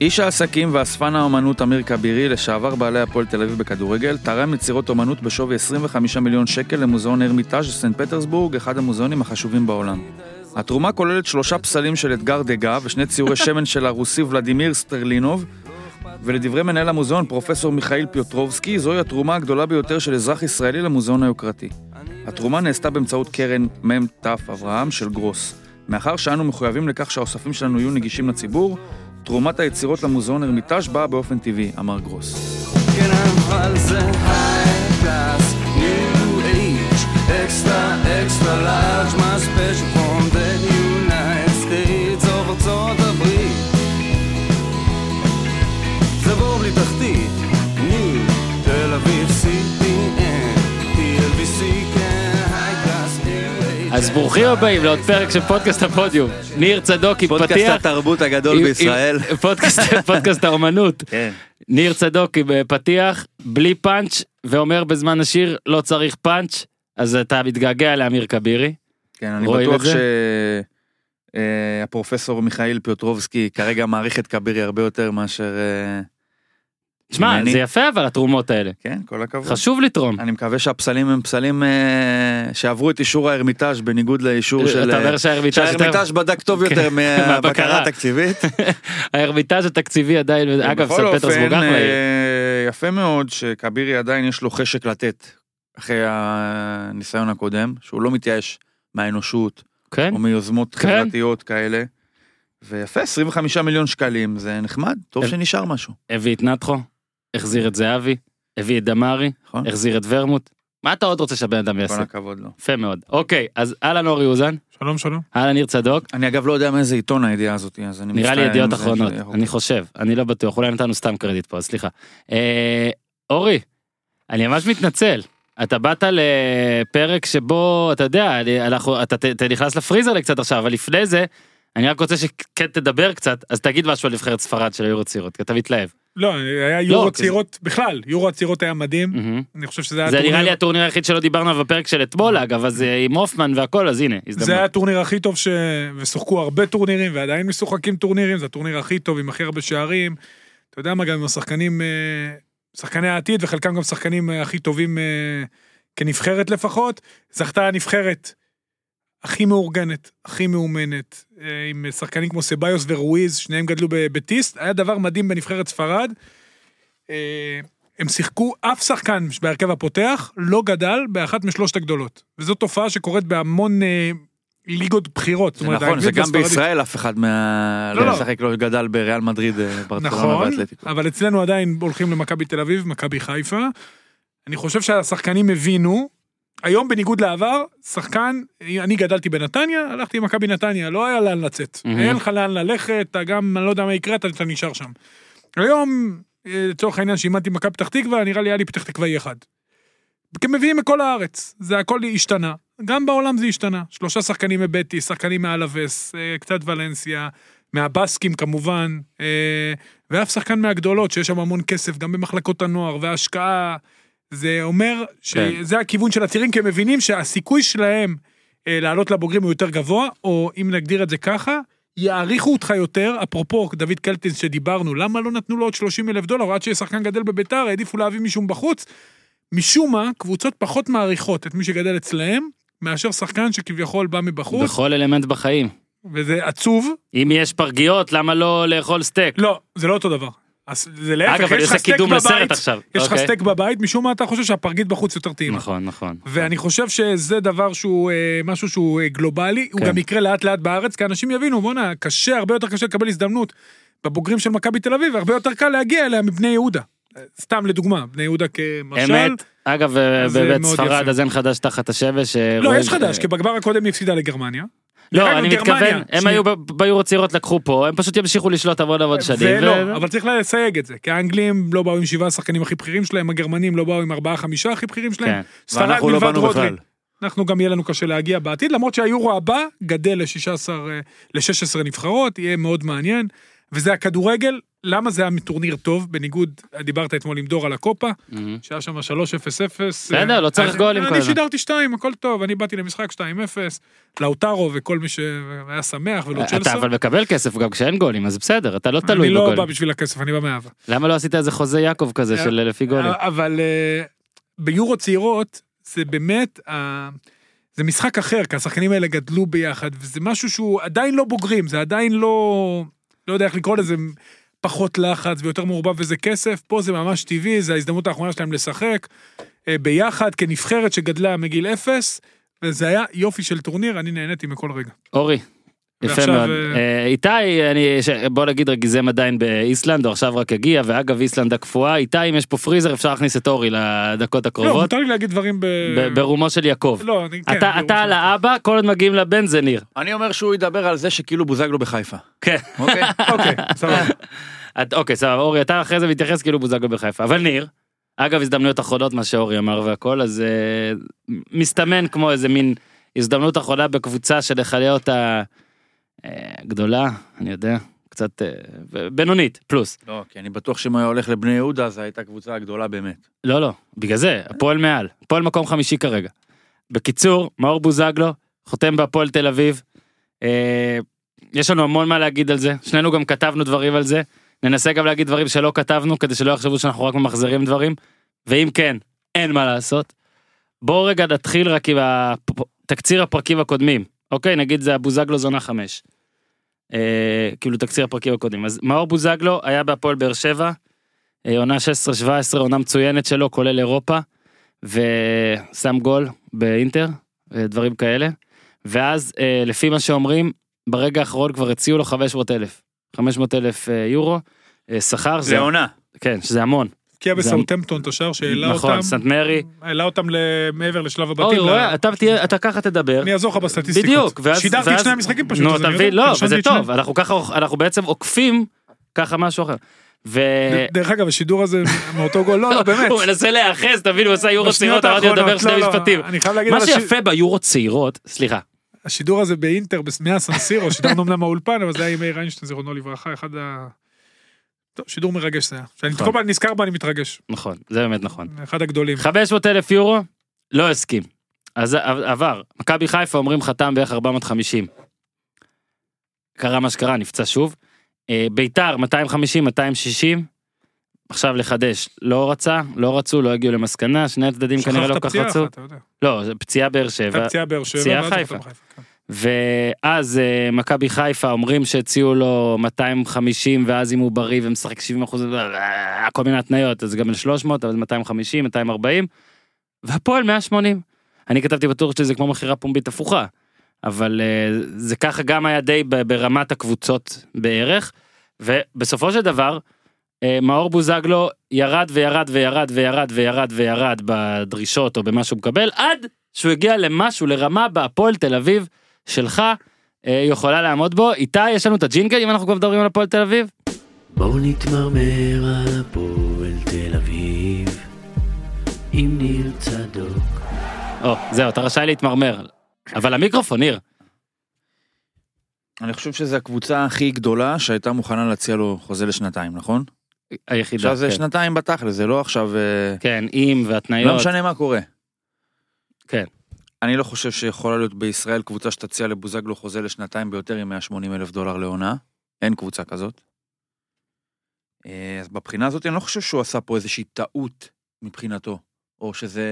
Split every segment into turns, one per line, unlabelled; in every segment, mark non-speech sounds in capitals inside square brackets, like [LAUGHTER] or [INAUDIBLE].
איש העסקים ואספן האומנות אמיר כבירי, לשעבר בעלי הפועל תל אביב בכדורגל, תרם יצירות אומנות בשווי 25 מיליון שקל למוזיאון הרמיטאז' סנט פטרסבורג, אחד המוזיאונים החשובים בעולם. התרומה כוללת שלושה פסלים של אתגר דגה ושני ציורי שמן של הרוסי ולדימיר סטרלינוב, ולדברי מנהל המוזיאון, פרופסור מיכאל פיוטרובסקי, זוהי התרומה הגדולה ביותר של אזרח ישראלי למוזיאון היוקרתי. התרומה נעשתה באמצעות קרן מ"ת אברהם של גרוס. מאחר שאנו מחויבים לכך שהאוספים שלנו יהיו נגישים לציבור, תרומת היצירות למוזיאון הרמיטאז' באה באופן טבעי, אמר גרוס.
כן, אבל זה high class, new age, extra, extra large, my special from the United States of ארצות הברית. זה בור בלי תחתית, ניו, תל אביב, CPN, TLBC, כן, high class, new age.
אז
אה,
ברוכים הבאים לעוד פרק של פודקאסט הפודיום. ניר צדוקי, פתיח.
פודקאסט התרבות הגדול
עם-
בישראל.
עם- [LAUGHS] פודקאסט- פודקאסט האומנות.
כן.
ניר צדוקי בפתיח, בלי פאנץ', ואומר בזמן השיר לא צריך פאנץ', אז אתה מתגעגע לאמיר כבירי.
כן, אני
רואים
בטוח
את
ש... אה, הפרופסור מיכאל פיוטרובסקי כרגע מעריך את כבירי הרבה יותר מאשר... אה,
תשמע,
ממני.
זה יפה אבל התרומות האלה.
כן, כל הכבוד.
חשוב לתרום.
אני מקווה שהפסלים הם פסלים אה, שעברו את אישור ההרמיטאז' בניגוד לאישור של...
אתה
אה,
אומר שההרמיטאז' יותר-
שההרמיטאז' בדק טוב
כן,
יותר
[LAUGHS] מהבקרה.
מהבקרה התקציבית.
ההרמיטאז' התקציבי עדיין, אה, אגב,
בכל
סן
אופן,
פטרסבורג אחלה עיר.
אה, יפה מאוד שכבירי עדיין יש לו חשק לתת אחרי הניסיון הקודם, שהוא לא מתייאש מהאנושות
כן?
או מיוזמות
כן.
חברתיות כאלה. ויפה, 25 מיליון שקלים, זה נחמד, טוב
אה,
שנשאר משהו,
הביא את נתחו, החזיר את זהבי, הביא את דמארי,
נכון?
החזיר את ורמוט. מה אתה עוד רוצה שהבן אדם
כל
יעשה?
הכבוד לו.
יפה מאוד. אוקיי, אז אהלן אורי אוזן,
שלום שלום.
אהלן ניר צדוק,
אני אגב לא יודע מאיזה עיתון הידיעה הזאת, אז אני
נראה לי
מצטער אם
ידיעות
זה-
אחרונות,
אוקיי.
אני חושב, אני לא בטוח, אולי נתנו סתם קרדיט פה, אז סליחה. אה, אורי, אני ממש מתנצל. אתה באת לפרק שבו, אתה יודע, אני- אנחנו, אתה ת- אתה נכנס לפריזר לקצת עכשיו, אבל לפני זה, אני רק רוצה שכן תדבר קצת, אז תגיד משהו על נבחרת ספרד של היורו צעירות, כי אתה מתלהב.
לא, היה יורו
לא, כי זה-
צעירות, בכלל, יורו הצעירות היה מדהים.
מהמם.
אני חושב שזה היה
זה נראה לי
הטורניר-
הטורניר היחיד שלא דיברנו עליו בפרק של אתמול אגב אז אה, עם הופמן והכל אז הנה
זה היה
הזדמנות.
הטורניר הכי טוב ש... ושוחקו הרבה טורנירים ועדיין משוחקים טורנירים, זה הטורניר הכי טוב עם הכי הרבה שערים. אתה יודע מה, גם עם השחקנים, אה, שחקני העתיד וחלקם גם שחקנים אה, הכי טובים אה, כנבחרת לפחות. זכתה הנבחרת הכי מאורגנת, הכי מאומנת, אה, עם שחקנים כמו סביוס ורואיז, שניהם גדלו בבטיסט, היה דבר מדהים בנבחרת ספרד. אה, הם שיחקו, אף שחקן בהרכב הפותח לא גדל באחת משלושת הגדולות. וזו תופעה שקורית בהמון אה, ליגות בחירות.
זה נכון, זה גם בישראל אף אחד מה...
לא,
לא
לא.
משחק לא גדל בריאל מדריד, אה, ברצלונה
נכון,
ואתלטיקו.
אבל אצלנו עדיין הולכים למכבי תל אביב, מכבי חיפה. אני חושב שהשחקנים הבינו, היום בניגוד לעבר, שחקן, אני גדלתי בנתניה, הלכתי עם מכבי נתניה, לא היה לאן לצאת.
מהמם.
אין לך לאן ללכת, אתה גם, אני לא יודע מה יקרה, אתה אתה נשאר שם. היום, אה, לצורך העניין, שאימנתי במכבי פתח תקווה, נראה לי היה לי פתח תקוואי אחד. כי הם מביאים מכל הארץ, זה הכל השתנה. גם בעולם זה השתנה. שלושה שחקנים מבטי, שחקנים מאלווס, אה, קצת ולנסיה, מהבסקים כמובן, אה, ואף שחקן מהגדולות, שיש שם המון כסף, גם במחלקות הנוער, והשקעה. זה אומר שזה הכיוון של הצעירים, כי הם מבינים שהסיכוי שלהם אה, לעלות לבוגרים הוא יותר גבוה, או אם נגדיר את זה ככה, יעריכו אותך יותר, אפרופו דוד קלטינס שדיברנו, למה לא נתנו לו עוד 30 אלף דולר, עד ששחקן גדל בביתר, העדיפו להביא מישהו מבחוץ. משום מה, קבוצות פחות מעריכות את מי שגדל אצלהם, מאשר שחקן שכביכול בא מבחוץ,
בכל אלמנט בחיים.
וזה עצוב.
אם יש פרגיות למה לא לאכול סטייק.
לא, זה לא אותו דבר. אז זה
אגב
להפך,
אני
יש
עושה
לך סטייק
קידום לסרט
בבית,
עכשיו.
יש לך
אוקיי.
סטייק בבית, משום מה אתה חושב שהפרגית בחוץ יותר טעימה.
נכון נכון.
ואני חושב שזה דבר שהוא אה, משהו שהוא אה, גלובלי, הוא
כן.
גם יקרה לאט לאט בארץ, כי אנשים יבינו, בואנה, קשה, הרבה יותר קשה לקבל הזדמנות בבוגרים של מכבי תל אביב, הרבה יותר קל להגיע אליה מבני יהודה. אה, סתם לדוגמה, בני יהודה כמשל.
אמת. אגב אה,
אז זה
בבית
מאוד
ספרד
יפה.
אז אין חדש תחת השבש. אה,
לא,
רואים-
יש חדש, כי בגמר הקודם היא הפסידה לגרמניה.
לא
דרך
אני
אגב, גרמניה,
מתכוון הם
שנייה.
היו ב- ביורו צעירות לקחו פה הם פשוט ימשיכו לשלוט המון המון שנים.
ולא,
ו-
אבל צריך לסייג את זה, כי האנגלים לא באו עם שבעה השחקנים הכי בכירים שלהם, הגרמנים לא באו עם ארבעה חמישה הכי בכירים
כן.
שלהם. ספרד
ואנחנו לא
מלבד
באנו
רודרי.
בכלל.
אנחנו גם יהיה לנו קשה להגיע בעתיד, למרות שהיורו הבא גדל ל-16, ל-16 נבחרות, יהיה מאוד מעניין. וזה הכדורגל, למה זה היה מטורניר טוב, בניגוד, דיברת אתמול עם דור על הקופה,
מהמם.
שהיה שם 3-0-0.
בסדר, לא צריך
אז-
גולים כל
אה, אני
הזמן.
שידרתי 2, הכל טוב, אני באתי למשחק 2-0, לאוטרו וכל מי שהיה שמח ולא צ'לסון.
אה, אתה אבל מקבל כסף גם כשאין גולים אז בסדר אתה לא תלוי
לא אני לא בא
בגולים.
בשביל הכסף, אני בא מאהבה.
למה לא עשית איזה חוזה יעקב כזה
אה,
של לפי גולים?
אבל אה, ביורו צעירות, זה באמת, אה, זה משחק אחר, כי השחקנים האלה גדלו ביחד, וזה משהו שהוא עדיין לא בוגרים, זה עדיין לא, לא יודע איך לקרוא לזה, פחות לחץ ויותר מעורבב וזה כסף, פה זה ממש טבעי, זה ההזדמנות האחרונה שלהם לשחק, אה, ביחד, כנבחרת שגדלה מגיל אפס, וזה היה יופי של טורניר, אני נהניתי מכל רגע. לא,
אורי. יפה
ועכשיו,
מאוד.
אה,
אה, איתי, אני, ש- בוא נגיד רגיזם עדיין באיסלנד, הוא עכשיו רק הגיע, ואגב איסלנד הקפואה, איתי אם יש פה פריזר אפשר להכניס את אורי לדקות
לא,
הקרובות,
מותר לי להגיד דברים ב...
ב- ברומו של יעקב.
אמ, לא, אני, כן,
אתה
ביורו
אתה על
צעירות.
האבא, כל עוד מגיעים לבן זה ניר.
אני אומר שהוא ידבר על זה שכאילו בוזגלו בחיפה.
כן.
אוקיי?
אוקיי,
[LAUGHS]
סבבה.
את- אוקיי, סבבה, אורי, אתה אחרי זה מתייחס כאילו בוזגלו בחיפה, אבל ניר, אגב, הזדמנויות אחרונות, מה שאורי אמר והכל, אז אה, מסתמן כמו איזה מין הזדמנות אחרונה בקבוצה שנכלה אותה אה, גדולה, אני יודע, קצת אה, ב- בינונית, פלוס.
לא, כי אני בטוח שאם היה הולך לבני יהודה, זו הייתה הקבוצה הגדולה באמת.
לא, לא, בגלל זה, הפועל מעל, הפועל מקום חמישי כרגע. בקיצור, מאור בוזגלו, חותם בהפועל תל אביב. אה, יש לנו המון מה להגיד על זה, שנינו גם כתבנו דברים על זה. ננסה גם להגיד דברים שלא כתבנו, כדי שלא יחשבו שאנחנו רק ממחזרים דברים. ואם כן, אין מה לעשות. בואו רגע נתחיל רק עם הפ- תקציר הפרקים הקודמים. אוקיי, נגיד זה הבוזגלו זונה חמש. אה, כאילו תקציר הפרקים הקודמים. אז מאור בוזגלו היה בהפועל באר שבע, אה, עונה 16-17, עונה מצוינת שלו, כולל אירופה, ושם גול באינטר, אה, דברים כאלה. ואז, אה, לפי מה שאומרים, ברגע האחרון כבר הציעו לו 500 אלף. 500 אלף יורו, אה, שכר,
זה עונה.
כן, שזה המון.
הבקיע
זה-
בסאוטמפטון את השער שהעלה אותם.
נכון, סנט מרי.
העלה אותם ל- מעבר לשלב
אוי,
הבתים. ל-
רואה, אתה תהיה- אתה ככה תדבר.
אני אעזור לך בסטטיסטיקות.
בדיוק, ואז...
שידרתי את
ואז-
שני המשחקים פשוט.
נו,
אז
אתה
אני
מבין,
יודע,
לא,
רשמתי
וזה
את
טוב,
שניהם.
אנחנו ככה, אנחנו בעצם עוקפים ככה משהו אחר. ו...
ד- דרך אגב, השידור הזה [LAUGHS] מאותו גול, לא, לא, באמת.
אה- הוא לא מנסה להיאחז, תבין, הוא עשה יורו
בשניות
צעירות, אמרתי לו לדבר
האחרונות,
שני
לא, לא,
משפטים.
אני חייב להגיד,
מה
אבל השי-
שיפה ביורו צעירות, סליחה,
השידור הזה באינטר, מהסנסירו, שידרנו אמנם מהאולפן, אבל זה היה עם מאיר איינשטיין, זיכרונו לברכה, אחד ה... טוב, שידור מרגש זה היה. כשאני
נכון.
כל פעם נזכר בה, אני מתרגש.
נכון, זה באמת נכון.
אחד הגדולים.
500 אלף יורו, לא הסכים. אז עבר, מכבי חיפה אומרים חתם בערך 450. קרה מה שקרה, נפצע שוב. אה, ביתר 250, 260. עכשיו לחדש, לא רצה, לא רצו, לא הגיעו למסקנה, שני הצדדים כנראה לא
שכחת
כל כך
פציעה
רצו.
אחת, אתה יודע.
לא, זה פציעה באר שבע.
הייתה פציעה באר שבע.
פציעה
ואז אותם
חיפה.
כן.
ואז אה, מכבי חיפה אומרים שהציעו לו 250 ואז אם הוא בריא ומשחק 70 אחוז אה, כל מיני התניות אז גם על 300 אבל 250 240 והפועל 180. אני כתבתי בטור שזה כמו מכירה פומבית הפוכה אבל אה, זה ככה גם היה די ב- ברמת הקבוצות בערך ובסופו של דבר אה, מאור בוזגלו ירד וירד וירד וירד וירד וירד בדרישות או במה שהוא מקבל עד שהוא הגיע למשהו לרמה בהפועל תל אביב שלך אה, יכולה לעמוד בו. איתי, יש לנו את הג'ינגל אם אנחנו כבר מדברים על הפועל תל אביב?
בואו נתמרמר על הפועל תל אביב עם ניר צדוק.
או, זהו, אתה רשאי להתמרמר. אבל המיקרופון, ניר.
אני חושב שזו הקבוצה הכי גדולה שהייתה מוכנה להציע לו חוזה לשנתיים, נכון?
היחידה.
עכשיו זה
כן.
שנתיים בתכל'ס, זה לא עכשיו... אה,
כן, עם
לא
והתניות.
משנה מה קורה.
כן.
אני לא חושב שיכולה להיות בישראל קבוצה שתציע לבוזגלו חוזה לשנתיים ביותר עם 180 אלף דולר לעונה. אין קבוצה כזאת. אה, אז מבחינה הזאת אני לא חושב שהוא עשה פה איזושהי טעות מבחינתו, או שזה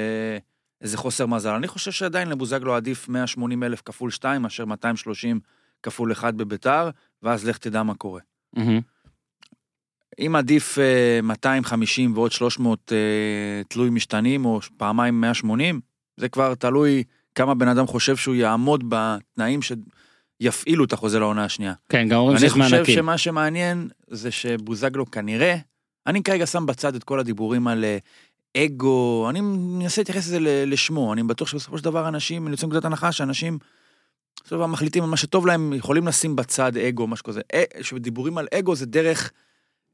איזה חוסר מזל. אני חושב שעדיין לבוזגלו עדיף 180 אלף כפול 2 מאשר 230 כפול 1 בביתר, ואז לך תדע מה קורה.
מהמם.
אם עדיף אה, 250 ועוד 300 אה, תלוי משתנים, או פעמיים 180, זה כבר תלוי כמה בן אדם חושב שהוא יעמוד בתנאים שיפעילו את החוזה לעונה השנייה.
כן, גם אומרים
אני
שיש
חושב
מענקים.
שמה שמעניין זה שבוזגלו כנראה, אני כרגע שם בצד את כל הדיבורים על אה, אגו, אני מנסה להתייחס לזה ל- לשמו, אני בטוח שבסופו של דבר אנשים, אני יוצא מנקודת הנחה שאנשים בסופו של דבר מחליטים על מה שטוב להם, יכולים לשים בצד אגו, משהו כזה. אה, שדיבורים על אגו זה דרך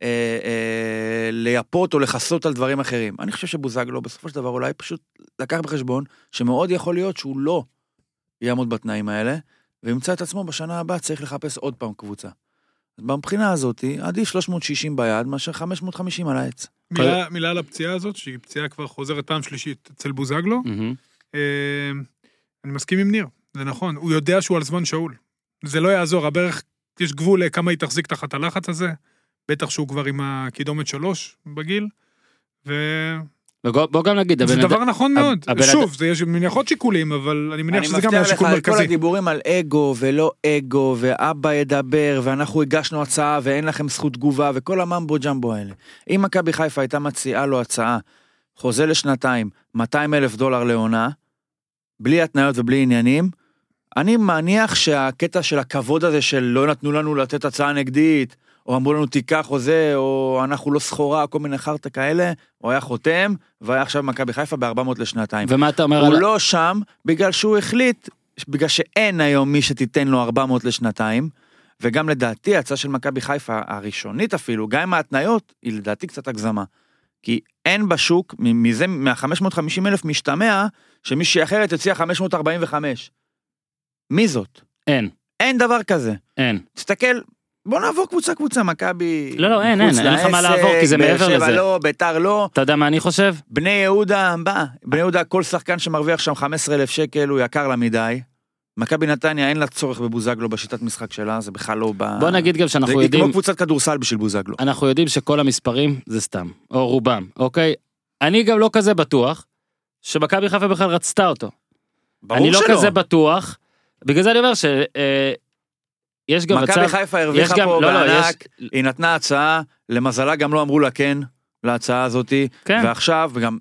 אה, אה, לייפות או לכסות על דברים אחרים. אני חושב שבוזגלו בסופו של דבר אולי פשוט לקח בחשבון שמאוד יכול להיות שהוא לא יעמוד בתנאים האלה, וימצא את עצמו בשנה הבאה צריך לחפש עוד פעם קבוצה. מבחינה הזאת, עדיף 360 ביד מאשר 550 על העץ.
מילה- מילה על הפציעה הזאת, שהיא פציעה כבר חוזרת פעם שלישית אצל בוזגלו.
מהמם.
אה, אני מסכים עם ניר, זה נכון, הוא יודע שהוא על זמן שאול. זה לא יעזור, הברך, יש גבול לכמה היא תחזיק תחת הלחץ הזה, בטח שהוא כבר עם הקידומת שלוש בגיל, וזה
ובוא גם נגיד, הבן אדם-
דבר נכון
הב-
מאוד.
הבן אד-
שוב, זה יש מניח עוד שיקולים, אבל אני מניח
אני
שזה גם היה
מבטיח לך
שיקול
על כל
מרכזי.
הדיבורים על אגו ולא אגו ואבא ידבר ואנחנו הגשנו הצעה ואין לכם זכות תגובה וכל הממבו ג'מבו האלה. אם מכבי חיפה הייתה מציעה לו הצעה, חוזה לשנתיים, 200 אלף דולר לעונה, בלי התניות ובלי עניינים, אני מניח שהקטע של הכבוד הזה של לא נתנו לנו לתת הצעה נגדית, או אמרו לנו תיקח חוזה, או אנחנו לא סחורה, כל מיני חרטא כאלה, הוא היה חותם, והיה עכשיו במכבי חיפה ב-400 לשנתיים.
ומה אתה אומר
הוא
על...
לא שם בגלל שהוא החליט, בגלל שאין היום מי שתיתן לו 400 לשנתיים, וגם לדעתי ההצעה של מכבי חיפה הראשונית אפילו, גם עם ההתניות, היא לדעתי קצת הגזמה. כי אין בשוק, מ- מזה, מה-550 אלף משתמע, שמישהי אחרת הוציאה 545. מי זאת?
אין,
אין דבר כזה.
אין.
תסתכל, בוא נעבור קבוצה קבוצה, מכבי...
לא, לא, אין, אין,
מחוץ
אין לך מה
לעסק,
לעבור, כי זה
באר
מעבר
שבע
לזה.
לא, ביתר לא.
אתה יודע מה אני חושב?
בני יהודה, בא, בני יהודה כל שחקן שמרוויח שם 15,000 שקל הוא יקר לה מדי. מכבי נתניה אין לה צורך בבוזגלו בשיטת משחק שלה, זה בכלל לא ב...
בוא נגיד גם שאנחנו
זה- היא
יודעים,
כמו קבוצת כדורסל בשביל בוזגלו.
אנחנו יודעים שכל המספרים זה סתם, או רובם, אוקיי? אני גם לא כזה בטוח שמכבי חיפה בכלל רצתה אותו.
ברור
אני לא
שלא.
כזה בטוח, בגלל זה אני אומר ש... אה, יש גם מצב...
מכבי חיפה הרוויחה
יש גם-
פה
לא, לא,
בענק,
יש-
היא נתנה הצעה, למזלה גם לא אמרו לה כן, להצעה הזאתי,
כן.
ועכשיו גם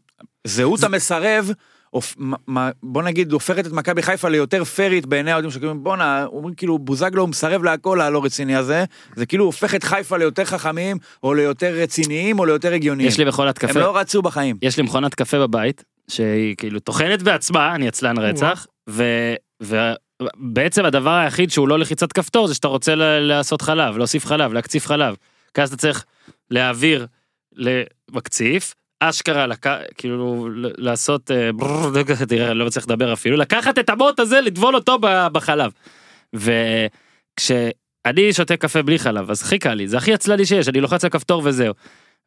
זהות המסרב, הופ- מ- מ- בוא נגיד הופכת את מכבי חיפה ליותר פיירית בעיני האוהדים שכאילו בואנה, אומרים כאילו בוזגלו הוא מסרב להכל הלא רציני הזה, זה כאילו הופך את חיפה ליותר חכמים, או ליותר רציניים, או ליותר הגיוניים.
יש לי מכונת
הם
קפה,
לא רצו בחיים.
יש לי מכונת קפה בבית, שהיא כאילו טוחנת בעצמה, אני עצלן רצח, ו- ובעצם הדבר היחיד שהוא לא לחיצת כפתור זה שאתה רוצה ל- לעשות חלב, להוסיף חלב, להקציף חלב. כי אז אתה צריך להעביר למקציף, אשכרה, לק... כאילו ל- לעשות, אה, בררר, תראה, אני לא מצליח לדבר אפילו, לקחת את המוט הזה, לטבול אותו ב- בחלב. וכשאני שותה קפה בלי חלב, אז הכי קל לי, זה הכי עצלני שיש, אני לוחץ על כפתור וזהו.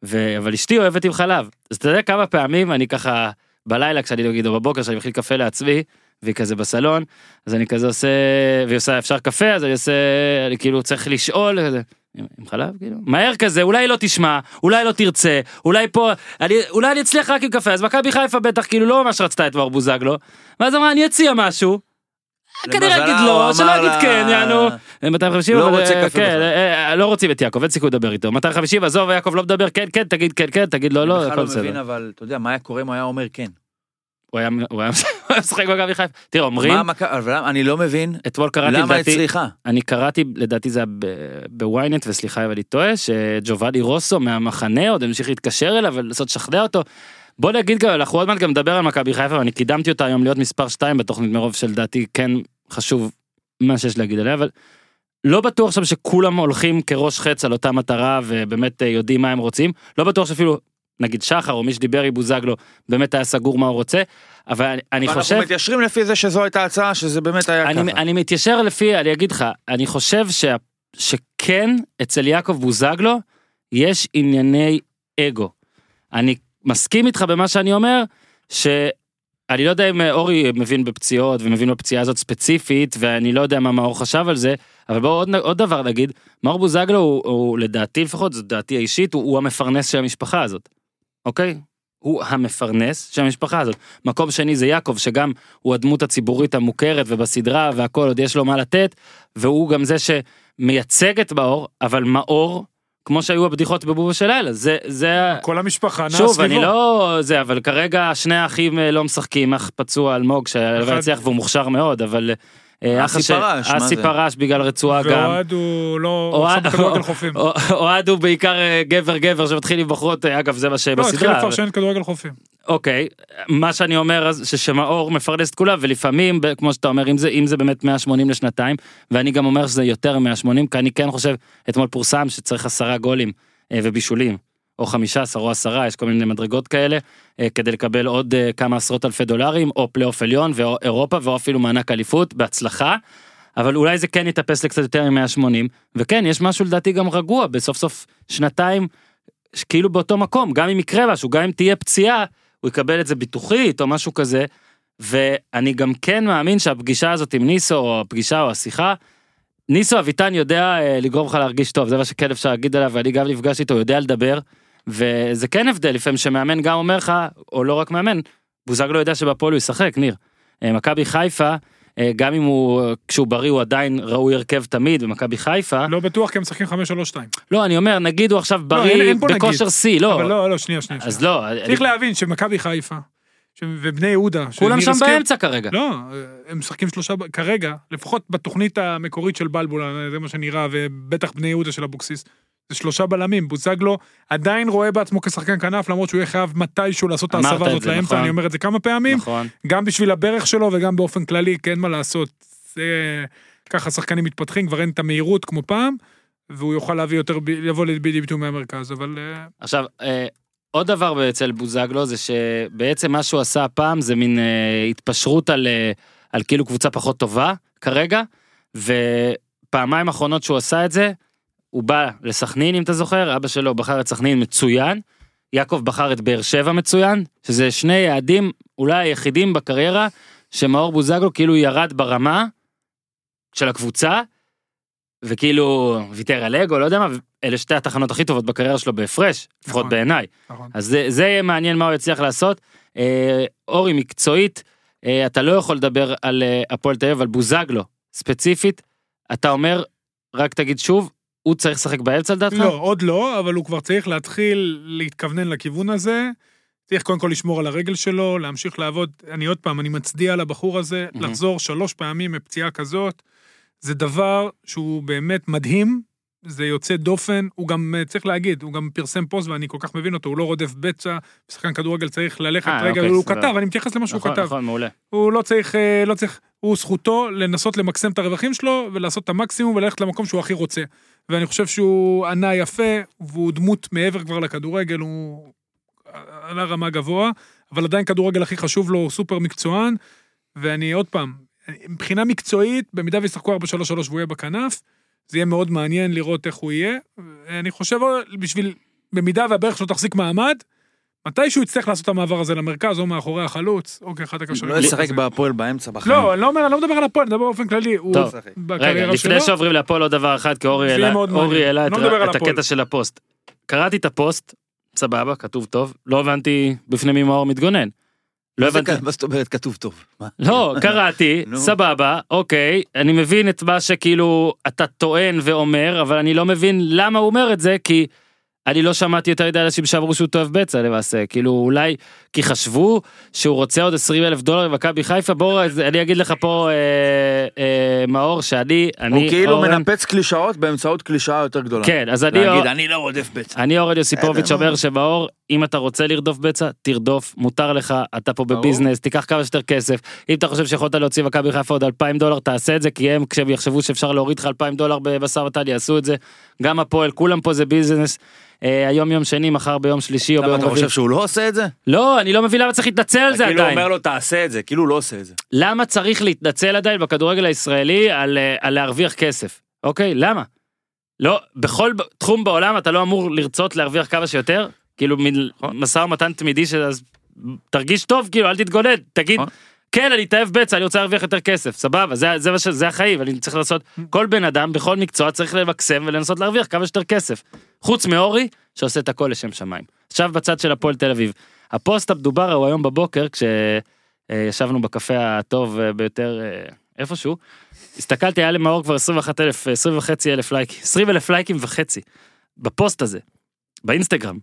ו... אבל אשתי אוהבת עם חלב, אז אתה יודע כמה פעמים אני ככה, בלילה כשאני נגיד או בבוקר כשאני מכין קפה לעצמי, והיא כזה בסלון, אז אני כזה עושה, והיא עושה אפשר קפה, אז אני עושה, אני כאילו צריך לשאול, כזה, עם, עם חלב כאילו, מהר כזה, אולי לא תשמע, אולי לא תרצה, אולי פה, אני, אולי אני אצליח רק עם קפה, אז מכבי חיפה בטח כאילו לא ממש רצתה את מר בוזגלו, ואז אמרה אני אציע משהו, כנראה
למזלה
יגיד
הוא
לא,
אמר
שלא יגיד
לה-
כן, יענו, 250,
לא
אבל,
רוצה
אה,
קפה
כן,
בכלל.
אה, אה, לא רוצים את יעקב, אין סיכוי לדבר איתו, 250, עזוב יעקב לא מדבר, כן, כן, תגיד כן, כן, תגיד לא, לא,
בכלל
הכל
לא מבין,
בסדר.
אבל אתה יודע, מה היה קורה אם הוא היה אומר כן?
הוא היה הוא היה [LAUGHS] משחק במכבי חיפה, תראה אומרים,
מה המכ- אבל למה- אני לא מבין,
אתמול קראתי
למה
לדעתי,
הצליחה?
אני קראתי לדעתי זה היה ב- בוויינט וסליחה אם אני טועה שג'ובאני רוסו מהמחנה עוד המשיך להתקשר אליו ולנסות לשכנע אותו. בוא נגיד גם אנחנו עוד מעט גם נדבר על מכבי חיפה ואני קידמתי אותה היום להיות מספר 2 בתוכנית מרוב שלדעתי כן חשוב מה שיש להגיד עליה אבל. לא בטוח שם שכולם הולכים כראש חץ על אותה מטרה ובאמת אה, יודעים מה הם רוצים לא בטוח שאפילו נגיד שחר או מי שדיבר עם בוזגלו באמת היה סגור מה הוא רוצה אבל אני- אני חושב.
אנחנו מתיישרים לפי זה שזו הייתה הצעה, שזה באמת היה
אני,
ככה.
אני מתיישר לפי, אני אגיד לך, אני חושב שה, שכן אצל יעקב בוזגלו יש ענייני אגו. אני מסכים איתך במה שאני אומר, שאני לא יודע אם אה, אורי מבין בפציעות ומבין בפציעה הזאת ספציפית, ואני לא יודע מה מאור חשב על זה, אבל בואו עוד, נ- עוד דבר נגיד, מאור בוזגלו הוא, הוא לדעתי לפחות, זו דעתי האישית, הוא, הוא המפרנס של המשפחה הזאת, אוקיי? הוא המפרנס של המשפחה הזאת. מקום שני זה יעקב, שגם הוא הדמות הציבורית המוכרת ובסדרה והכל עוד יש לו מה לתת, והוא גם זה שמייצג את מאור, אבל מאור, כמו שהיו הבדיחות בבובה של לילה, זה, זה, ה-
כל המשפחה נעה
שוב, אני
סביבו.
לא זה, אבל כרגע שני האחים אה, לא משחקים, אח פצוע אלמוג שהלוואי
אחד-
יצליח והוא מוכשר מאוד, אבל אה,
אסי
אח הש-
פרש, מה
אסי
זה?
פרש בגלל רצועה גם.
ואוהד הוא לא... הוא
אוהד-
עכשיו בכדורגל חופים.
אוה- אוהד הוא בעיקר אה, גבר גבר שמתחיל עם בחורות, אה, אגב זה מה
לא, התחיל
שבסדרה. אבל-
לפרשן כדורגל חופים.
אוקיי, מה שאני אומר אז ש- שמאור מפרנס את כולם, ולפעמים, ב- כמו שאתה אומר, אם זה, אם זה באמת 180 לשנתיים, ואני גם אומר שזה יותר מ-180, כי אני כן חושב, אתמול פורסם שצריך עשרה גולים אה, ובישולים, או 15 או 10, יש כל מיני מדרגות כאלה, אה, כדי לקבל עוד אה, כמה עשרות אלפי דולרים, או פלייאוף עליון, ואו אירופה, ואו אפילו מענק אליפות, בהצלחה. אבל אולי זה כן יתאפס לקצת יותר מ-180, וכן, יש משהו לדעתי גם רגוע, בסוף סוף שנתיים, ש- כאילו באותו מקום, גם אם יקרה משהו, גם אם תהיה פציעה, הוא יקבל את זה ביטוחית או משהו כזה, ואני גם כן מאמין שהפגישה הזאת עם ניסו, או הפגישה או השיחה, ניסו אביטן יודע אה, לגרום לך להרגיש טוב, זה מה שכן אפשר להגיד עליו, ואני גם נפגש איתו, הוא יודע לדבר, וזה כן הבדל לפעמים שמאמן גם אומר לך, או לא רק מאמן, בוזגלו יודע שבפועל הוא ישחק, ניר. אה, מכבי חיפה, אה, גם אם הוא, אה, כשהוא בריא הוא עדיין ראוי הרכב תמיד במכבי חיפה.
לא בטוח כי הם משחקים 5-3-2.
לא, אני אומר, נגיד הוא עכשיו
אין-
בריא
אין פה נגיד.
בכושר שיא,
אבל
לא.
לא, לא, שנייה, שנייה.
אז
שנייה.
לא, אני-
צריך להבין שמכבי חיפה ש- ובני יהודה,
כולם
שניר
שם
הזכיר-
באמצע כרגע.
לא, הם משחקים שלושה, ב- כרגע, לפחות בתוכנית המקורית של בלבול, זה מה שנראה, ובטח בני יהודה של אבוקסיס, זה שלושה בלמים, בוזגלו עדיין רואה בעצמו כשחקן כנף, למרות שהוא יהיה חייב מתישהו לעשות את
אמרת
ההסבה
את
הזאת
זה,
לאמצע,
נכון.
אני אומר את זה כמה פעמים,
נכון.
גם בשביל הברך שלו וגם באופן כללי, כי אין מה לעשות. זה... ככה שחקנים מתפתחים, כבר אין את המהירות כמו פעם, והוא יוכל להביא יותר, ב- לבוא לידי ביטוי מהמרכז, אבל... אה,
עכשיו, אה, עוד דבר אצל בוזגלו זה שבעצם מה שהוא עשה הפעם זה מין אה, התפשרות על, אה, על כאילו קבוצה פחות טובה כרגע, ופעמיים האחרונות שהוא עשה את זה, הוא בא לסכנין אם אתה זוכר, אבא שלו בחר את סכנין מצוין, יעקב בחר את באר שבע מצוין, שזה שני יעדים אולי היחידים בקריירה שמאור בוזגלו כאילו ירד ברמה של הקבוצה, וכאילו ויתר על אגו, לא יודע מה, אלה שתי התחנות הכי טובות בקריירה שלו בהפרש, לפחות
נכון.
בעיניי.
נכון.
אז זה, זה יהיה מעניין מה הוא יצליח לעשות. אה, אורי, מקצועית, אה, אתה לא יכול לדבר על אה, הפועל תל אביב, על בוזגלו, ספציפית. אתה אומר, רק תגיד שוב, הוא צריך לשחק באמצע לדעתך?
לא, עוד לא, אבל הוא כבר צריך להתחיל להתכוונן לכיוון הזה. צריך קודם כל לשמור על הרגל שלו, להמשיך לעבוד. אני עוד פעם, אני מצדיע לבחור הזה,
מהמם.
לחזור שלוש פעמים מפציעה כזאת, זה דבר שהוא באמת מדהים, זה יוצא דופן, הוא גם, אה, צריך להגיד, הוא גם פרסם פוסט ואני כל כך מבין אותו, הוא לא רודף בצע, שחקן כדורגל צריך ללכת
אה,
רגע,
אוקיי,
הוא
סבבה.
כתב, אני מתייחס למה שהוא
נכון,
כתב.
נכון, מעולה.
הוא לא צריך, אה, לא צריך, הוא זכותו לנסות למקסם את הרווחים שלו ולעשות את המקסימום וללכת למקום שהוא הכי רוצה. ואני חושב שהוא ענה יפה, והוא דמות מעבר כבר לכדורגל, הוא עלה רמה גבוה, אבל עדיין כדורגל הכי חשוב לו, הוא סופר מקצוען, ואני עוד פעם, מבחינה מקצועית, במידה וישחקו 4-3-3 והוא יהיה בכנף, זה יהיה מאוד מעניין לראות איך הוא יהיה. אני חושב, בשביל, במידה והברך שלו תחזיק מעמד, מתישהו יצטרך לעשות את המעבר הזה למרכז, או מאחורי החלוץ, או כאחד הקשרים.
לא ישחק בהפועל באמצע בחיים.
לא, אני לא אומר, אני לא מדבר על הפועל, אני מדבר באופן כללי. הוא
טוב, רגע,
בקריירה שלו.
לפני שעוברים להפועל עוד דבר אחד, כי אורי
זה יהיה
העלה-
מאוד מעניין.
אורי העלה את
לא נדבר
ר-
על
את
הפועל.
הקטע של הפוסט. קראתי את הפוסט, סבבה, כתוב טוב, לא הבנתי בפני מי מאור מתגונן. לא
מה זה
הבנתי.
כ- מה זאת אומרת כתוב טוב? מה?
לא,
[LAUGHS]
קראתי,
נו.
סבבה, אוקיי, אני מבין את מה שכאילו אתה טוען ואומר, אבל אני לא מבין למה הוא אומר את זה, כי אני לא שמעתי יותר מדי אנשים שאמרו שהוא תאהב בצע למעשה, כאילו אולי, כי חשבו שהוא רוצה עוד 20 אלף דולר במכבי חיפה, בוא, אז אני אגיד לך פה, אה, אה, מאור, שאני, אני,
הוא כאילו
אורן-
מנפץ קלישאות באמצעות קלישאה יותר גדולה.
כן, אז אני,
להגיד, אני לא רודף בצע.
אני אורן יוסיפוביץ'
בסדר,
אומר
נו.
שמאור, אם אתה רוצה לרדוף בצע, תרדוף, מותר לך, אתה פה בביזנס, תיקח כמה שיותר כסף. אם אתה חושב שיכולת להוציא מכבי חיפה עוד 2,000 דולר, תעשה את זה, כי הם, כשהם יחשבו שאפשר להוריד לך 2,000 דולר במשא ומתן, יעשו את זה. גם הפועל, כולם פה זה ביזנס. אה, היום יום שני, מחר ביום שלישי או
למה
ביום
אתה חושב
רביעי.
שהוא לא עושה את זה?
לא, אני לא מבין למה צריך להתנצל על זה
כאילו הוא
עדיין.
אומר לו תעשה את זה, כאילו הוא לא עושה את זה.
למה צריך להתנצל עדיין בכדורגל הישראלי על, אה, על להרוויח כסף? אוקיי, למה? לא, בכל ב- תחום בעולם אתה לא אמור לרצות להרוויח כמה שיותר? כאילו מין משא ומתן תמידי של אז תרגיש טוב, כאילו אל תתגונן, תגיד,
נכון.
כן אני אתאהב בצע, אני רוצה להרוויח יותר כסף, סבבה, זה, זה, מה ש- זה החיים, אני צריך לעשות, כל בן אדם בכל מקצוע צריך למקסם ולנסות להרוויח כמה שיותר כסף. חוץ מאורי, שעושה את הכל לשם שמיים. עכשיו בצד של הפועל תל אביב. הפוסט המדובר הוא היום בבוקר, כש... אה, ישבנו בקפה הטוב אה, ביותר אה, איפשהו. הסתכלתי, היה למאור כבר 21 אלף, 20 וחצי אלף לייקים, 20 אלף לייקים וחצי. בפוסט הזה, באינסטגרם,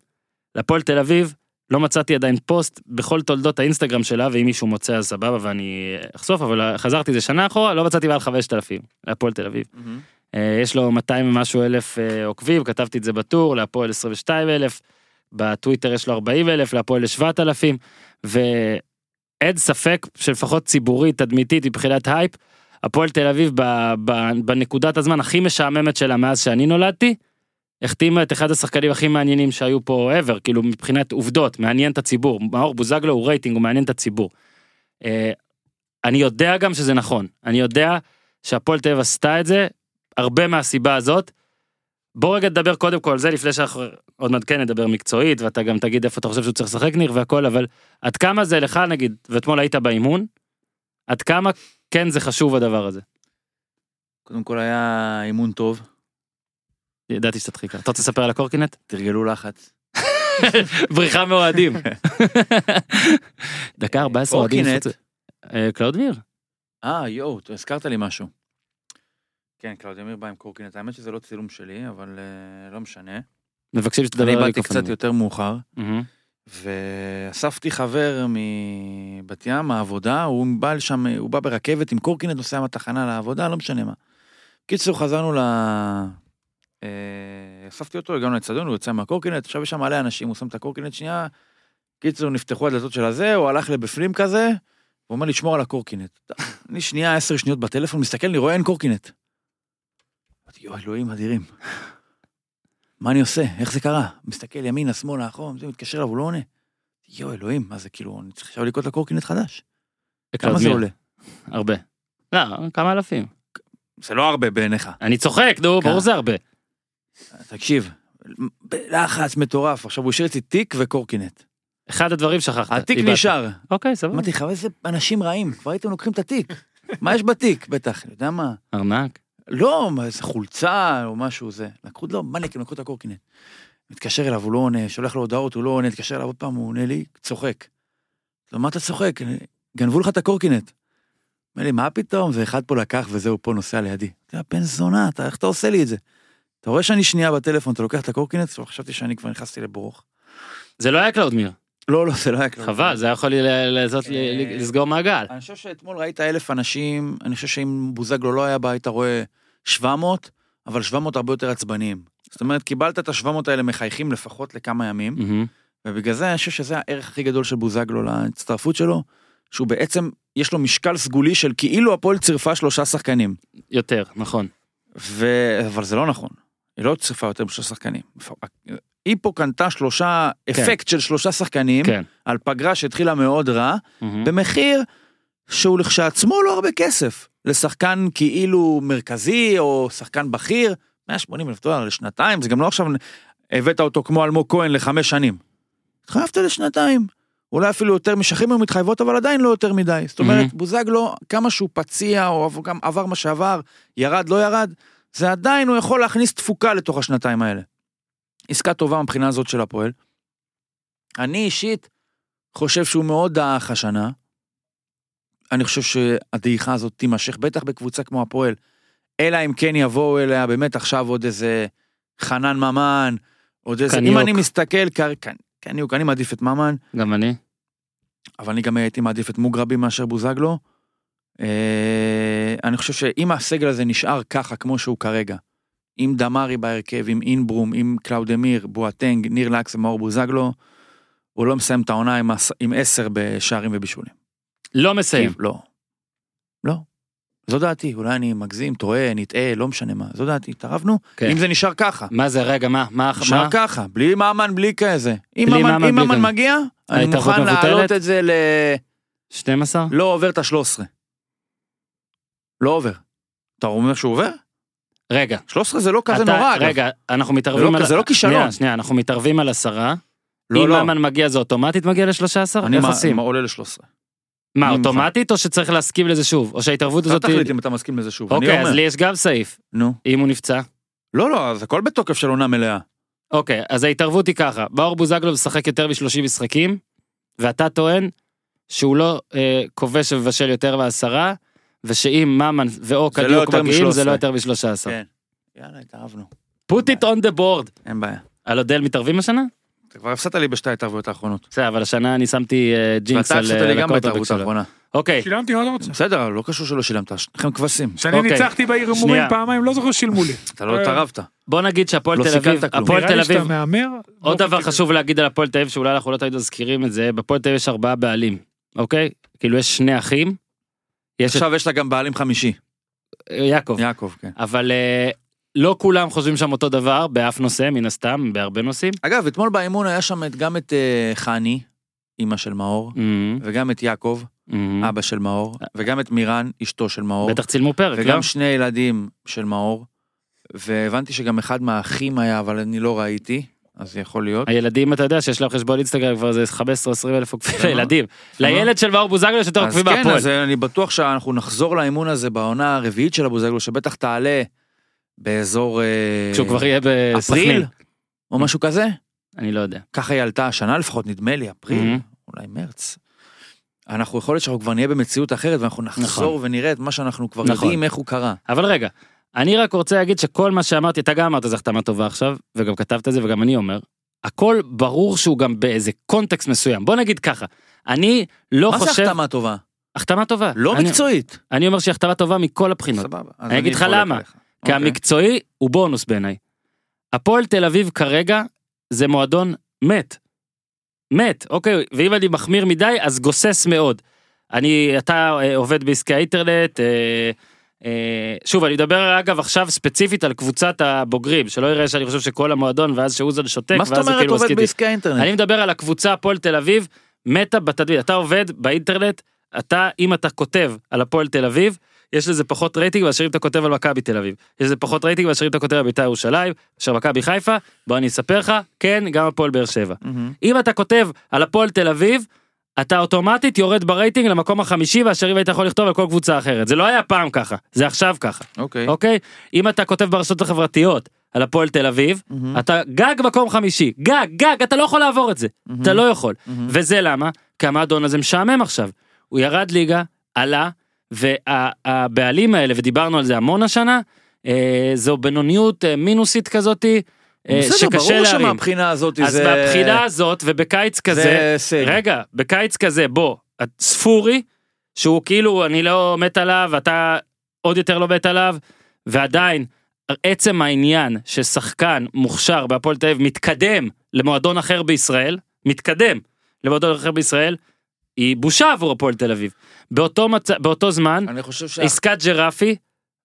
להפועל תל אביב, לא מצאתי עדיין פוסט בכל תולדות האינסטגרם שלה, ואם מישהו מוצא אז סבבה ואני אחשוף, אבל חזרתי איזה שנה אחורה, לא מצאתי מעל 5,000, להפועל תל אביב.
מהמם.
אה, יש לו 200 ומשהו אלף אה, עוקבים, כתבתי את זה בטור, להפועל 22 אלף, בטוויטר יש לו 40 אלף, להפועל 7,000, ואין ספק שלפחות ציבורית, תדמיתית, מבחינת הייפ, הפועל תל אביב ב- ב- בנקודת הזמן הכי משעממת שלה מאז שאני נולדתי, החתימה את אחד השחקנים הכי מעניינים שהיו פה ever, כאילו מבחינת עובדות, מעניין את הציבור. מאור בוזגלו הוא רייטינג, הוא מעניין את הציבור. אה, אני יודע גם שזה נכון, אני יודע שהפועל תל אביב עשתה את זה, הרבה מהסיבה הזאת. בוא רגע נדבר קודם כל על זה לפני שאנחנו עוד מעט כן נדבר מקצועית ואתה גם תגיד איפה אתה חושב שהוא צריך לשחק ניר והכל אבל עד כמה זה לך נגיד ואתמול היית באימון עד כמה כן זה חשוב הדבר הזה.
קודם כל היה אימון טוב,
ידעתי שאתה תחיק. אתה רוצה לספר
[LAUGHS]
על הקורקינט?
תרגלו לחץ.
בריחה מאוהדים. [LAUGHS] דקה 14 אוהדים.
קורקינט.
מפוצ- אה, קלאוד ניר.
אה, יואו, הזכרת לי משהו. כן, קלאודמיר בא עם קורקינט, האמת שזה לא צילום שלי, אבל אה, לא משנה.
מבקשים שתדבר על
אני באתי
המיקרופון.
קצת יותר מאוחר,
מהמם.
ואספתי חבר מבת ים, העבודה, הוא בא לשם, הוא בא ברכבת עם קורקינט, נוסע מהתחנה לעבודה, לא משנה מה. בקיצור, חזרנו ל... אה, אספתי אותו, הגענו לאצטדיון, הוא יוצא מהקורקינט, עכשיו יש שם מלא אנשים, הוא שם את הקורקינט שנייה, קיצור, נפתחו הדלתות של הזה, הוא הלך לבפנים כזה, הוא אומר לי, שמור על הקורקינט. אני שנייה, עשר שניות בטלפון, מסתכל, אני רואה אין קורקינט. אמרתי, יואי, אלוהים אדירים. מה אני עושה? איך זה קרה? מסתכל ימינה, שמאלה, אחורה, זה מתקשר אליו, הוא לא עונה. יואי, אלוהים, מה זה, כאילו, אני צריך עכשיו לקרוא לקורקינט חדש. כמה זה
קלאודמיר.
עולה?
הרבה. לא, כמה אלפים.
זה לא הרבה בעיניך.
אני צוחק, נו, ברור זה הרבה.
תקשיב, בלחץ מטורף, עכשיו הוא השאיר אצלי תיק וקורקינט.
אחד הדברים שכחת.
התיק
איבדת.
נשאר.
אוקיי, סבבה.
אמרתי לך, אבל איזה אנשים רעים, כבר הייתם לוקחים את התיק. מה יש בתיק? בטח, אני יודע מה.
ארנק.
לא, מה, איזה חולצה או משהו זה. לקחו, לא, מניאקים, לקחו את הקורקינט. מתקשר אליו, הוא לא עונה, שולח לו הודעות, הוא לא עונה, מתקשר אליו עוד פעם, הוא עונה לי, צוחק. לא, מה אתה צוחק? גנבו לך את הקורקינט. אומר לי, מה פתאום? זה אחד פה לקח וזהו, פה נוסע לידי. אתה בן זונה, אתה, איך אתה עושה לי את זה? אתה רואה שאני שנייה בטלפון, אתה לוקח את הקורקינט? טוב, חשבתי שאני כבר נכנסתי לברוך.
זה לא היה קלאודמיר.
לא, לא, זה לא היה כלום.
חבל, זה היה יכול לי ל- לעשות לי-
אה.
לי- לסגור מעגל.
אני חושב שאתמול ראית אלף אנשים, אני חושב שאם בוזגלו לא היה בא, היית רואה 700, אבל 700 הרבה יותר עצבניים. זאת אומרת, קיבלת את ה-700 האלה מחייכים לפחות לכמה ימים,
מהמם.
ובגלל זה אני חושב שזה הערך הכי גדול של בוזגלו להצטרפות שלו, שהוא בעצם, יש לו משקל סגולי של כאילו הפועל צירפה שלושה שחקנים.
יותר, נכון.
ו... אבל זה לא נכון, היא לא צירפה יותר משלושה שחקנים. היא פה קנתה שלושה,
כן.
אפקט של שלושה שחקנים,
כן.
על פגרה שהתחילה מאוד רע,
מהמם.
במחיר שהוא לכשעצמו לא הרבה כסף. לשחקן כאילו מרכזי או שחקן בכיר, 180 אלף דולר לשנתיים, זה גם לא עכשיו הבאת אותו כמו אלמוג כהן לחמש שנים. התחייבת לשנתיים. אולי אפילו יותר משחררים היו מתחייבות, אבל עדיין לא יותר מדי. זאת אומרת,
Mhm.
בוזגלו, כמה שהוא פציע, או עבר- גם עבר מה שעבר, ירד, לא ירד, זה עדיין, הוא יכול להכניס תפוקה לתוך השנתיים האלה. עסקה טובה מבחינה הזאת של הפועל. אני אישית חושב שהוא מאוד דעך השנה. אני חושב שהדעיכה הזאת תימשך, בטח בקבוצה כמו הפועל. אלא אם כן יבואו אליה באמת עכשיו עוד איזה חנן ממן, עוד איזה...
קניוק.
אם אני מסתכל, קר- קנ- קניוק, אני מעדיף את ממן,
גם אני.
אבל אני גם הייתי מעדיף את מוגרבי מאשר בוזגלו. אה, אני חושב שאם הסגל הזה נשאר ככה כמו שהוא כרגע, עם דמארי בהרכב, עם אינברום, עם קלאודמיר, בואטנג, ניר לקס ומאור בוזגלו, הוא לא מסיים את העונה עם, הס... עם עשר בשערים ובישולים.
לא מסיים.
כי- לא. לא. זו דעתי, אולי אני מגזים, טועה, נטעה, לא משנה מה. זו דעתי, התערבנו.
כן.
אם זה נשאר ככה.
מה זה, רגע, מה? מה?
נשאר
מה?
ככה, בלי ממן, בלי כזה. אם
בלי
ממן
ממן,
אם
בלי
ממן
כזה.
מגיע, אני
ההתערבות
מוכן להעלות
מבוטלת?
את זה ל...
12?
לא עובר את ה-13. לא עובר. אתה אומר שהוא עובר?
רגע.
13 זה לא כזה
אתה-
נורא, אגב.
רגע, אנחנו מתערבים
לא-
על...
זה לא כישלון.
שנייה, שנייה, אנחנו מתערבים על עשרה.
לא,
אם
לא.
ממן מגיע זה אוטומטית מגיע ל-13?
אני
איך
מה-
עושים?
מה- עולה ל-13.
מה,
אני מוכן.
אוטומטית או שצריך להסכים לזה שוב? או שההתערבות
אתה
הזאת... היא-
תחליט אם אתה מסכים לזה שוב. אני
אוקיי, אז
אומר.
לי יש גם סעיף.
נו.
אם הוא נפצע.
לא, לא, אז הכל בתוקף של עונה מלאה.
אוקיי, אז ההתערבות היא ככה, באור בוזגלו משחק יותר מ-30 משחקים, ואתה טוען שהוא לא אה, כובש ומבשל יותר מעשרה, ושאם ממן ואו
זה לא
קדיוק
יותר
מגיעים זה
מ-13.
לא יותר משלושה עשר.
כן. יאללה, התאהבנו.
put it on the board.
אין בעיה.
על אודל מתערבים השנה?
אתה כבר הפסדת לי בשתי ההתערבויות האחרונות.
בסדר, אבל השנה אני שמתי אה, ג'ינקס
ואתה
על
הפסדת
אה,
לי גם
לקוטרבק
בהתערבות
נכון.
שלו.
האחרונה.
אוקיי,
שילמתי מה אתה רוצה.
בסדר, אבל לא קשור שלא שילמת, שניכם כבשים.
כשאני
אוקיי.
ניצחתי בעיר הימורים
שנייה.
פעמיים, לא זוכר ששילמו לי.
אתה לא התערבת.
בוא נגיד שהפועל
לא
תל אביב,
סיכנת כלום.
הפועל
נראה
תל
לי
אביב,
שאתה מהמר.
עוד
לא
דבר
חושב.
חשוב להגיד על הפועל תל אביב שאולי אנחנו לא תמיד מזכירים את זה, בפועל תל אביב יש ארבעה בעלים, אוקיי? כאילו יש שני אחים, יש את
עכשיו יש לה גם בעלים חמישי.
יעקב,
יעקב, כן.
אבל אה, לא כולם חושבים שם אותו דבר באף נושא מן הסתם בהרבה נושאים
אגב, אתמול באימון היה שם את- גם את אה, חני, אימא של מאור,
אמ,
וגם את יעקב,
אמ.
אבא של מאור, וגם את מירן, אשתו של מאור,
בטח צילמו פרק, לא?
וגם שני ילדים של מאור, והבנתי שגם אחד מהאחים היה, אבל אני לא ראיתי, אז יכול להיות.
הילדים אתה יודע שיש להם חשבון אינסטגרם כבר איזה 15-20 אלף עוקבים
למה?
לילדים.
למה?
לילד של מאור בוזגלו יש יותר
אה, אז
עוקבים
כן,
מהפועל.
אז אני בטוח שאנחנו נחזור לאימון הזה בעונה הרביעית של הבוזגלו, שבטח תעלה באזור... אה,
כשהוא כבר יהיה בסכנין.
אפריל? או משהו כזה?
אני לא יודע.
ככה היא עלתה השנה לפחות, נדמה לי, אפריל,
Mhm.
אולי מרץ. אנחנו יכול להיות שאנחנו כבר נהיה במציאות אחרת ואנחנו נחזור ונראה את מה שאנחנו כבר
נכון.
יודעים איך הוא קרה.
אבל רגע, אני רק רוצה להגיד שכל מה שאמרתי, אתה גם אמרת זו החתמה טובה עכשיו, וגם כתבת את זה וגם אני אומר, הכל ברור שהוא גם באיזה קונטקסט מסוים. בוא נגיד ככה, אני לא
מה
חושב...
זה החתמה טובה?
החתמה טובה.
לא
אני-
מקצועית.
אני אומר שהיא החתמה טובה מכל הבחינות.
סבבה. אז
אני אגיד לך
חולק
למה.
עליך.
כי
אוקיי.
המקצועי הוא בונוס בעיניי. הפועל תל אביב כרגע זה מועדון מת. מת, אוקיי, ואם אני מחמיר מדי אז גוסס מאוד. אני, אתה אה, עובד בעסקי האינטרנט, אה, אה, שוב אני מדבר אגב עכשיו ספציפית על קבוצת הבוגרים, שלא יראה שאני חושב שכל המועדון ואז שאוזן שותק
מה זאת
ואז הוא
אומרת
כאילו
עובד
מסכים. איתי.
בעסקי האינטרנט?
אני מדבר על הקבוצה הפועל תל אביב מתה בתדמית אתה עובד באינטרנט אתה אם אתה כותב על הפועל תל אביב יש לזה פחות רייטינג מאשר אם אתה כותב על מכבי תל אביב יש לזה פחות רייטינג מאשר אם אתה כותב על בית"ר ירושלים מאשר מכבי חיפה בוא אני אספר לך כן גם הפועל באר שבע
מהמם.
אם אתה כותב על הפועל תל אביב אתה אוטומטית יורד ברייטינג למקום החמישי מאשר אם היית יכול לכתוב על כל קבוצה אחרת זה לא היה פעם ככה זה עכשיו ככה
אוקיי.
אוקיי אם אתה כותב ברשתות החברתיות על הפועל תל אביב
מהמם.
אתה גג מקום חמישי גג גג אתה לא יכול לעבור את זה אתה לא יכול
מהמם.
וזה למה כי המועדון הזה משעמם עכשיו הוא ירד ליגה עלה והבעלים האלה ודיברנו על זה המון השנה אה, זו בינוניות אה, מינוסית כזאתי אה,
בסדר,
שקשה
ברור
להרים.
שמהבחינה הזאת
אז
זה...
מהבחינה הזאת ובקיץ כזה
זה הישג.
רגע בקיץ כזה בוא את- ספורי שהוא כאילו אני לא מת עליו אתה עוד יותר לא מת עליו ועדיין עצם העניין ששחקן מוכשר בהפועל תל אביב מתקדם למועדון אחר בישראל מתקדם למועדון אחר בישראל היא בושה עבור הפועל תל אביב באותו מצב באותו זמן
אני חושב ש...
עסקת ג'רפי,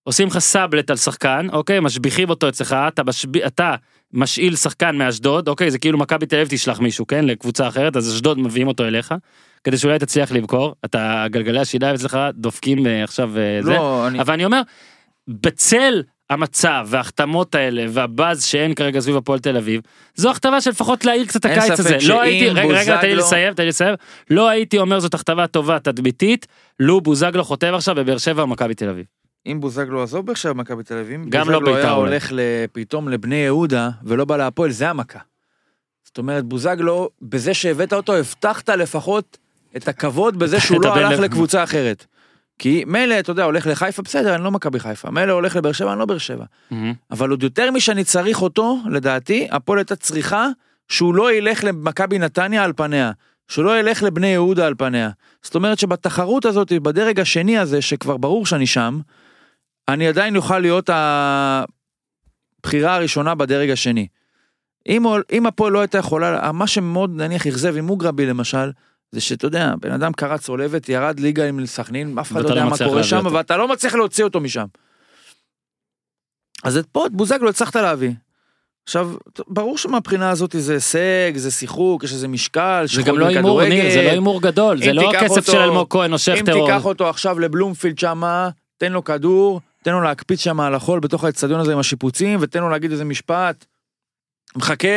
עושים לך סאבלט על שחקן, אוקיי, משביחים אותו אצלך, אתה, משב... אתה משאיל שחקן מאשדוד, אוקיי, זה כאילו מכבי תל אביב תשלח מישהו, כן, לקבוצה אחרת, אז אשדוד מביאים אותו אליך, כדי שאולי תצליח למכור, אתה, גלגלי השיניים אצלך דופקים אה, עכשיו אה, זה,
לא, אני...
אבל אני אומר, בצל המצב וההחתמות האלה והבאז שאין כרגע סביב הפועל תל אביב, זו הכתבה שלפחות להעיר קצת
אין
הקיץ
ספק
הזה.
שאם
לא הייתי, רגע, רגע, תן לי
בוזגלו-
לסיים, תן לי לסיים. לא הייתי אומר זאת הכתבה טובה תדמיתית, לו בוזגלו חוטב עכשיו בבאר שבע או מכבי תל אביב.
אם בוזגלו עזוב עכשיו מכבי תל אביב, אם
גם לא
בוזגלו היה
בית"ר אולי.
הולך ל- פתאום לבני יהודה ולא בא להפועל, זה המכה. זאת אומרת, בוזגלו, בזה שהבאת אותו, הבטחת לפחות את הכבוד בזה שהוא
את
לא
הבן
הלך
לב.
לקבוצה אחרת. כי מילא, אתה יודע, הולך לחיפה, בסדר, אני לא מכבי חיפה. מילא הולך לבאר שבע, אני לא באר שבע. אבל עוד יותר משאני צריך אותו, לדעתי, הפועל הייתה צריכה שהוא לא ילך למכבי נתניה על פניה, שהוא לא ילך לבני יהודה על פניה. זאת אומרת שבתחרות הזאת, בדרג השני הזה, שכבר ברור שאני שם, אני עדיין אוכל להיות הבחירה הראשונה בדרג השני. אם, הול- אם הפועל לא הייתה יכולה, מה שמאוד נניח אכזב עם מוגרבי למשל, זה שאתה יודע, בן אדם קרא צולבת, ירד ליגה עם סכנין, אף אחד
ואתה
לא
לא
יודע מה
מצליח
קורה
להביא
שם,
אותו.
ואתה לא מצליח להוציא אותו משם. אז את פה, את בוזגלו הצלחת להביא. עכשיו, ת- ברור שמהבחינה הזאת זה הישג, זה שיחוק, יש איזה משקל,
זה
שחרור
גם לא הימור,
בכדורגל.
ניר, זה לא הימור גדול, זה
אם
לא
תיקח
הכסף
אותו-
של אלמוג כהן או
אם
שכטר. או-
תיקח אותו עכשיו לבלומפילד שמה, תן לו כדור, תן לו להקפיץ שם על החול בתוך האצטדיון הזה עם השיפוצים, ותן לו להגיד איזה משפט, מחכה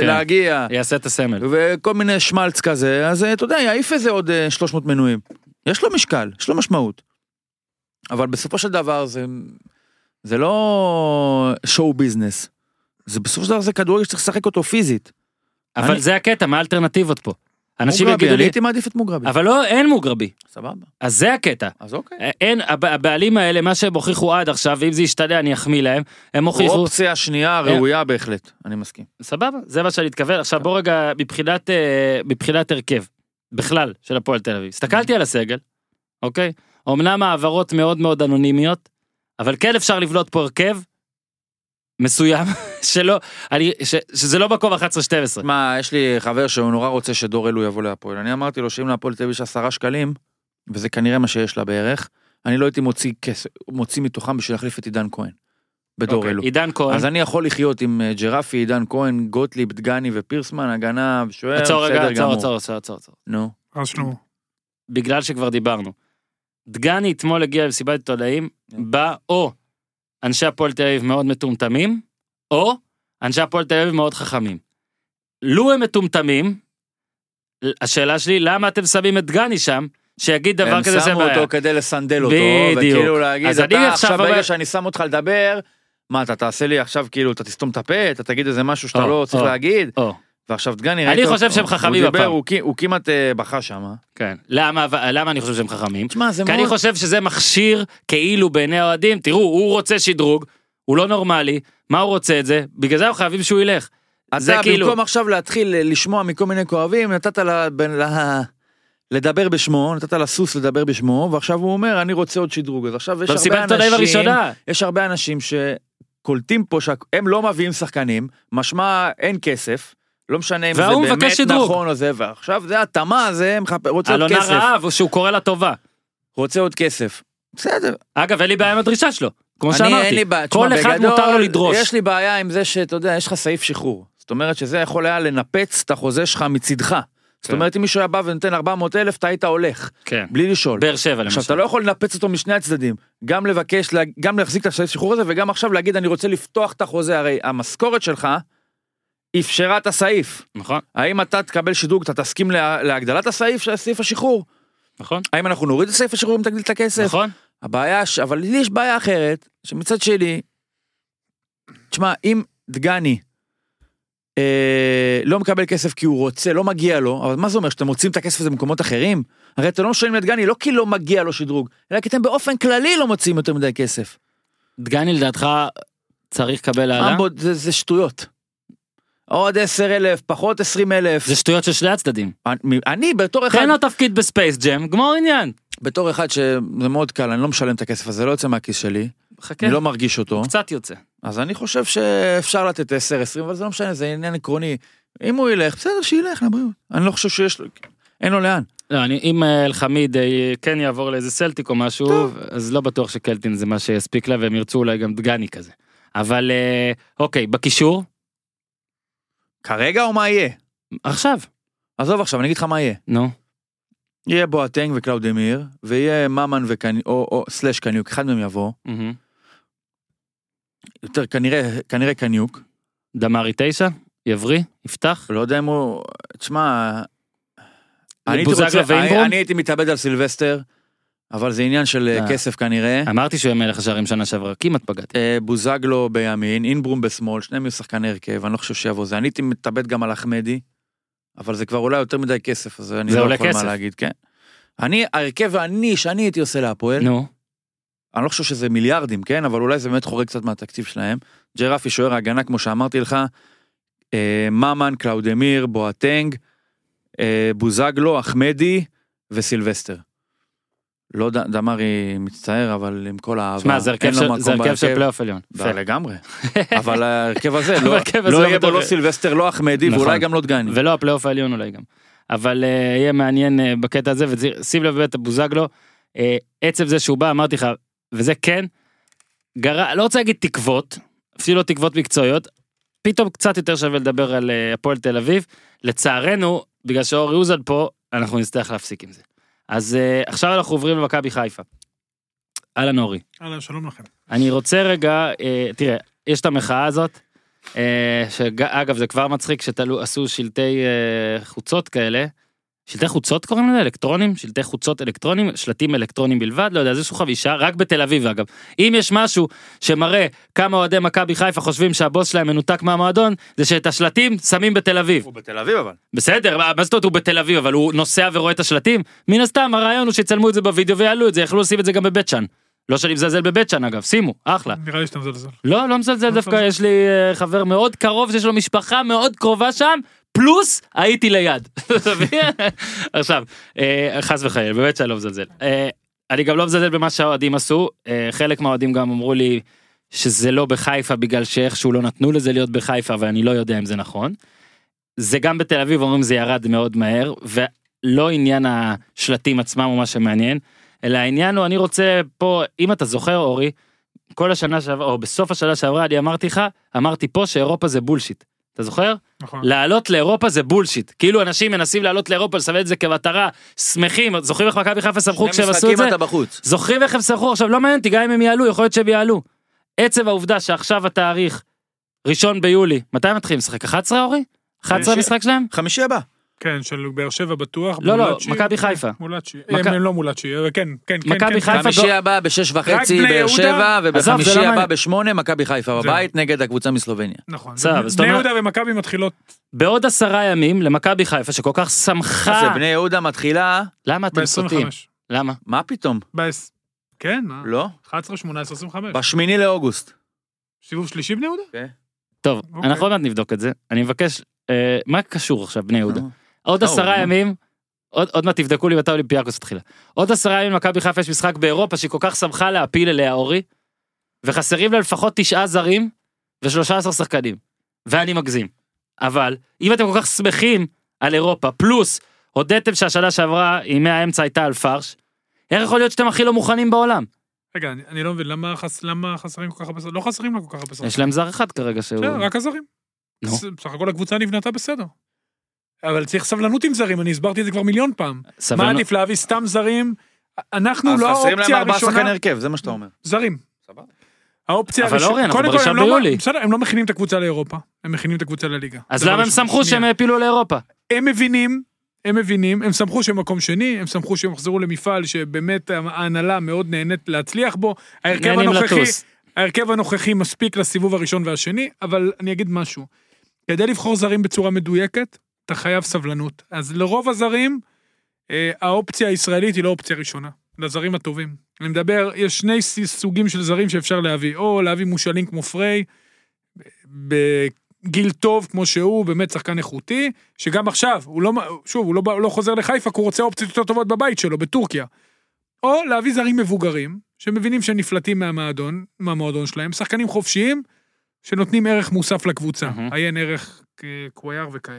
כן.
להגיע,
יעשה את הסמל.
וכל מיני שמלץ כזה, אז אה, אתה יודע, יעיף איזה עוד אה, 300 מנויים. יש לו משקל, יש לו משמעות. אבל בסופו של דבר זה, זה לא שואו ביזנס. זה בסופו של דבר זה כדורגל שצריך לשחק אותו פיזית.
אבל
אני-
זה הקטע, מה האלטרנטיבות פה? אנשים
מוגרבי,
יגידו
אני
לי,
הייתי מעדיף את מוגרבי.
אבל לא, אין מוגרבי.
סבבה,
אז זה הקטע.
אז אוקיי.
אין, הב- הבעלים האלה, מה שהם הוכיחו עד עכשיו, ואם זה ישתנה אני אחמיא להם, הם הוכיחו,
אופציה שנייה ראויה בהחלט, אני מסכים.
סבבה, זה מה שאני מתכוון. עכשיו בוא רגע, מבחינת, אה, מבחינת הרכב, בכלל, של הפועל תל אביב. הסתכלתי על הסגל, אוקיי? אמנם העברות מאוד מאוד אנונימיות, אבל כן אפשר לבנות פה הרכב מסוים, [LAUGHS] שלא, אני, ש, שזה לא מקום 11-12.
מה, יש לי חבר שהוא נורא רוצה שדור אלו יבוא להפועל. אני אמרתי לו שאם להפועל תל אביב יש עשרה שקלים, וזה כנראה מה שיש לה בערך, אני לא הייתי מוציא כסף, מוציא מתוכם בשביל להחליף את עידן כהן. בדור
אוקיי,
אלו.
עידן כהן.
אז אני יכול לחיות עם אה, ג'רפי, עידן כהן, גוטליב, דגני ופירסמן, הגנה ושוער,
עצור רגע,
בסדר
עצור,
גמור.
עצור, עצור, עצור. עצור.
נו,
אז שלמה.
בגלל שכבר דיברנו. דגני אתמול הגיע למסיבת עיתונאים,
כן.
בא או אנשי הפועל תל אביב מאוד מטומטמים, או אנשי הפועל תל אביב מאוד חכמים. לו הם מטומטמים, השאלה שלי, למה אתם שמים את דגני שם, שיגיד דבר
הם
כזה זה
שמו
בעיה?
אותו כדי לסנדל אותו,
בדיוק.
וכאילו להגיד,
אז אני
אתה
עכשיו
עכשיו
אומר-
ברגע שאני שם אותך לדבר, מה אתה תעשה לי עכשיו כאילו, אתה תסתום את הפה, אתה תגיד איזה משהו שאתה
או,
לא צריך
או.
להגיד,
או,
ועכשיו דגני,
אני
ראית
חושב
אותו,
שהם חכמים
הוא דיבר,
הפעם.
הוא כ- הוא כמעט אה, בכה שם. אה?
כן. למה, למה אני חושב שהם חכמים?
תשמע, זה
כי אני
מאוד...
חושב שזה מכשיר כאילו בעיני האוהדים, תראו, הוא רוצה שדרוג, הוא לא נורמלי, מה הוא רוצה את זה? בגלל זה הם חייבים שהוא ילך. זה
אתה
כאילו-
במקום עכשיו להתחיל אה, לשמוע מכל מיני כואבים, נתת ל- ב- ל- לדבר בשמו, נתת לסוס לדבר בשמו, ועכשיו הוא אומר, אני רוצה עוד שדרוג. אז עכשיו יש
במסיבת
הרבה
העיתונאים
אנשים...
הראשונה.
יש הרבה אנשים שקולטים פה שהם לא מביאים שחקנים, משמע אין כסף, לא משנה אם זה
וההוא מבקש
באמת
שדרוג.
נכון או זה, ועכשיו זה התאמה הזה, מחפ- רוצה עוד
אלונה
כסף,
רהב, שהוא קורא לה טובה.
רוצה עוד כסף. בסדר,
אגב, אין לי בעיה עם הדרישה שלו. כמו
אני אין
שאמרתי,
לי בעיה,
כל
תשמע,
אחד
בגדול,
מותר לו לדרוש.
יש לי בעיה עם זה שאתה יודע, יש לך סעיף שחרור, זאת אומרת שזה יכול היה לנפץ את החוזה שלך מצידך. זאת
כן.
אומרת אם מישהו היה בא ונותן 400 אלף אתה היית הולך
כן.
בלי לשאול.
באר שבע
עכשיו אתה
למשל.
לא יכול לנפץ אותו משני הצדדים גם לבקש לה- גם להחזיק את השלב שחרור הזה וגם עכשיו להגיד אני רוצה לפתוח את החוזה הרי המשכורת שלך אפשרה את הסעיף
נכון,
האם אתה תקבל שדרוג אתה תסכים לה, להגדלת הסעיף של סעיף השחרור
נכון,
האם אנחנו נוריד את סעיף השחרור אם תגדיל את הכסף
נכון.
הבעיה ש... אבל לי יש בעיה אחרת שמצד שני תשמע אם דגני. אה, לא מקבל כסף כי הוא רוצה, לא מגיע לו, אבל מה זה אומר, שאתם מוצאים את הכסף הזה במקומות אחרים? הרי אתם לא משלמים לדגני לא כי לא מגיע לו שדרוג, אלא כי אתם באופן כללי לא מוציאים יותר מדי כסף.
דגני לדעתך צריך לקבל העלאה?
אמבו, זה, זה שטויות. עוד 10 אלף, פחות 20 אלף.
זה כן, לא- שטויות של שני הצדדים.
אני, אני בתור אחד,
תן לו תפקיד בספייס ג'ם, גמור עניין.
בתור אחד שזה מאוד קל, אני לא משלם את הכסף הזה, לא יוצא מהכיס שלי,
חכה,
אני לא מרגיש אותו.
קצת יוצא.
אז אני חושב שאפשר לתת 10, 20, אבל זה לא משנה, זה עניין עקרוני. אם הוא ילך, בסדר, שילך לבריאות. אני לא חושב שיש לו, אין לו לאן.
לא, אני, אם אה, אלחמיד אה, כן יעבור לאיזה סלטיק או משהו, אז לא בטוח שקלטין זה מה שיספיק לה, והם ירצו אולי גם דגני כזה. אבל אה, אוקיי, בקישור,
כרגע או מה יהיה?
עכשיו,
עזוב עכשיו, אני אגיד לך מה יהיה.
נו.
יהיה בואטנג וקלאודמיר, ויהיה ממן וקניוק, או, או סלאש קניוק, אחד מהם יבוא.
מהמם.
יותר כנראה, כנראה קניוק.
דמרי תשע, יברי, יפתח,
לא יודע אם הוא, תשמע, אני הייתי
בוזגלו
רוצה,
ואינברום?
אני, אני הייתי מתאבד על סילבסטר, אבל זה עניין של אה,
אה.
כסף כנראה.
אמרתי שהוא יהיה מלך השערים שנה שעברה, כמעט פגעתי.
אה, בוזגלו בימין, אינברום בשמאל, שניהם יהיו שחקני הרכב, אני לא חושב שיבוא זה. אני הייתי מתאבד גם על אחמדי, אבל זה כבר אולי יותר מדי כסף, אז אני
זה
לא
עולה
יכול מה
כסף.
להגיד, כן. אני, ההרכב העני שאני הייתי עושה להפועל,
נו,
אני לא חושב שזה מיליארדים, כן? אבל אולי זה באמת חורג קצת מהתקציב שלהם. ג'רפי שוער ההגנה, כמו שאמרתי לך, אה, ממן, קלאודמיר, בואטנג, אה, בוזגלו, אחמדי וסילבסטר. לא ד- דמרי מצטער, אבל עם כל האהבה,
שמע, זה הרכב
אין לו
של-
מקום
זה הרכב של
בהרכב.
פלייאוף עליון.
זה
[LAUGHS]
לגמרי. אבל ההרכב הזה, לא-
לא, ההרכב הזה
לא
לא
יהיה בו
בטוח.
לא סילבסטר, לא אחמדי,
נכון.
ואולי גם לא דגני.
ולא הפלייאוף העליון אולי גם. אבל אה, יהיה מעניין אה, בקטע הזה, ושים לב באמת בוזגלו, אה, עצם זה שהוא בא אמרתי לך, וזה כן, גרע, לא רוצה להגיד תקוות, אפילו לא תקוות מקצועיות, פתאום קצת יותר שווה לדבר על אה, הפועל תל אביב, לצערנו, בגלל שאורי אוזן פה, אנחנו נצטרך להפסיק עם זה. אז אה, עכשיו אנחנו עוברים למכבי חיפה. אהלן אורי.
אהלן, שלום לכם.
אני רוצה רגע, אה, תראה, יש את המחאה הזאת, אה, שאגב זה כבר מצחיק שעשו שלטי אה, חוצות כאלה, שלטי חוצות קוראים לזה? אלקטרונים? שלטי חוצות אלקטרונים? שלטים אלקטרונים בלבד? לא יודע, אז יש לך אישה, רק בתל אביב אגב. אם יש משהו שמראה כמה אוהדי מכבי חיפה חושבים שהבוס שלהם מנותק מהמועדון, זה שאת השלטים שמים בתל אביב.
הוא בתל אביב אבל.
בסדר, מה מה זאת אומרת הוא בתל אביב, אבל הוא נוסע ורואה את השלטים? מן הסתם, הרעיון הוא שיצלמו את זה בווידאו ויעלו את זה, יכלו לשים את זה גם בבית שאן. לא שאני מזלזל בבית שאן אגב, שימו, אחלה.
נראה לי שאתה מזלזל.
לא, לא מזלזל דווקא, יש לי אה, חבר מאוד קרוב שיש לו משפחה מאוד קרובה שם, פלוס הייתי ליד. [LAUGHS] אתה מבין? עכשיו, אה, חס וחלילה, באמת שאני לא מזלזל. אה, אני גם לא מזלזל במה שהאוהדים עשו, אה, חלק מהאוהדים גם אמרו לי שזה לא בחיפה בגלל שאיכשהו לא נתנו לזה להיות בחיפה, אבל אני לא יודע אם זה נכון. זה גם בתל אביב אומרים זה ירד מאוד מהר, ולא עניין השלטים עצמם הוא מה שמעניין, אלא העניין הוא אני רוצה פה, אם אתה זוכר אורי, כל השנה שעברה, או בסוף השנה שעברה, אני אמרתי לך, אמרתי פה שאירופה זה בולשיט. אתה זוכר?
נכון.
לעלות לאירופה זה בולשיט. כאילו אנשים מנסים לעלות לאירופה, לסמן את זה כמטרה, שמחים, זוכרים איך מכבי חיפה שמחו כשהם עשו את זה?
משחקים אתה בחוץ.
זוכרים איך הם סחרו עכשיו לא מעניין אותי גם אם הם יעלו יכול להיות שהם יעלו. עצם העובדה שעכשיו התאריך ראשון ביולי מתי הם מתחילים לשחק 11 אורי? 11
אני ש-
המשחק שלהם?
חמישי הבא.
כן, של באר שבע בטוח.
לא, לא,
מול התשיעי.
מכבי חיפה.
מול התשיעי.
מכ-
הם לא מול התשיעי, אבל כן, כן, כן.
מכבי
כן.
חיפה
חמישי
גו-
הבא בשש
רק
וחצי
בני
באר
יהודה?
שבע,
עזוב, זה לא
ובחמישי הבא
מעניין.
בשמונה מכבי חיפה
זה-
בבית נגד הקבוצה מסלובניה.
נכון.
בסדר,
בני-
זאת
בני
אומרת-
יהודה ומכבי מתחילות.
בעוד עשרה ימים למכבי חיפה שכל כך
אז
שמחה
אה, בני יהודה מתחילה,
למה אתם סוטים?
ב-25.
למה?
מה פתאום?
ב- כן, מה?
לא?
11, 18, 25.
בשמיני לאוגוסט.
סיבוב שלישי בני יהודה?
טוב
אוקיי.
אנחנו עוד מעט נבדוק את זה אני מבקש אה, מה קשור עכשיו בני יהודה?
נו.
עוד
טוב,
עשרה
נו.
ימים, עוד, עוד מעט תבדקו לי מתי אולימפיאקוס התחילה. עוד עשרה ימים למכבי חיפה יש משחק באירופה שהיא כל כך שמחה להפיל אליה אורי, וחסרים לה לפחות תשעה זרים ושלושה עשר שחקנים. ואני מגזים. אבל אם אתם כל כך שמחים על אירופה, פלוס הודיתם שהשנה שעברה ימי האמצע הייתה על פרש, איך יכול להיות שאתם הכי לא מוכנים בעולם?
רגע, אני אני לא מבין, למה חס- למה חסרים כל כך הרבה שחקנים? לא חסרים לה כל כך הרבה שחקנים.
יש להם זר אחד כרגע שהוא...
בסדר, רק הזרים.
נו.
ס- בסך הכל הקבוצה נבנתה בסדר. אבל צריך סבלנות עם זרים, אני הסברתי את זה כבר מיליון פעם.
סבלנו-
מה עדיף להביא סתם זרים? אנחנו
אז
לא
חסרים להם
האופציה
ארבעה שחקני
הראשונה,
הרכב, זה מה שאתה אומר.
זרים.
סבבה.
האופציה
אבל אורי, אנחנו
קודם כל,
בראשון
הם לא-
ביולי.
בסדר, הם לא מכינים את הקבוצה לאירופה, הם מכינים את הקבוצה לליגה.
אז
דבר
למה הם
ראשון.
שמחו שהם
שנייה.
העפילו לאירופה?
הם מבינים, הם מבינים, הם שמחו שהם מקום שני, הם שמחו שהם יחזרו למפעל שבאמת ההנהלה מאוד נהנית להצליח בו. ההרכב
נהנים
הנוכחי,
לטוס.
ההרכב הנוכחי מספיק לסיבוב הראשון והשני, אבל אני אגיד משהו. כדי לבחור זרים בצורה מדויקת, אתה חייב סבלנות. אז לרוב הזרים, אה, האופציה הישראלית היא לא אופציה ראשונה. לזרים הטובים. אני מדבר, יש שני ס- סוגים של זרים שאפשר להביא, או להביא מושאלים כמו פריי, בגיל טוב כמו שהוא, באמת שחקן איכותי, שגם עכשיו, הוא לא, מ- שוב, הוא לא, בא- הוא לא חוזר לחיפה, כי הוא רוצה אופציות יותר טובות בבית שלו, בטורקיה. או להביא זרים מבוגרים, שמבינים שהם נפלטים מהמועדון, מהמועדון שלהם, שחקנים חופשיים, שנותנים ערך מוסף לקבוצה,
מהמם.
עיין ערך אה, קוויאר וכאלה.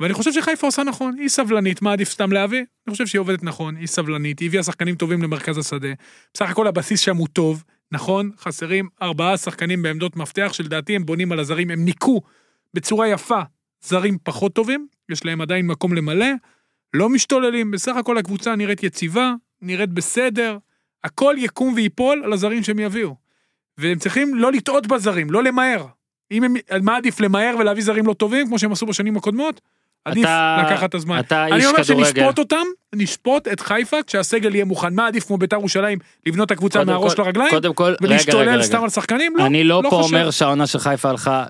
ואני חושב שחיפה עושה נכון, היא סבלנית, מה עדיף סתם להביא? אני חושב שהיא עובדת נכון, היא סבלנית, היא הביאה שחקנים טובים למרכז השדה. בסך הכל הבסיס שם הוא טוב, נכון, חסרים ארבעה שחקנים בעמדות מפתח, שלדעתי הם בונים על הזרים, הם ניקו בצורה יפה זרים פחות טובים, יש להם עדיין מקום למלא, לא משתוללים, בסך הכל הקבוצה נראית יציבה, נראית בסדר, הכל יקום וייפול על הזרים שהם יביאו. והם צריכים לא לטעות בזרים, לא למהר. אם הם, מה עדיף למהר ולהביא זרים לא טובים, כמו שהם עשו בשנים הקודמות? עדיף
אתה-
לקחת את הזמן.
אתה
אני
איש
אומר
כדורגל.
שנשפוט אותם, נשפוט את חיפה כשהסגל יהיה מוכן. מה עדיף כמו ביתר ירושלים, לבנות את הקבוצה
קודם
מהראש
כל-
לרגליים,
קודם כל, רגע, רגע,
ולהשתולל
רגע.
סתם על שחקנים? לא,
אני לא פה
חושב.
אומר שהעונה של חיפה הלכה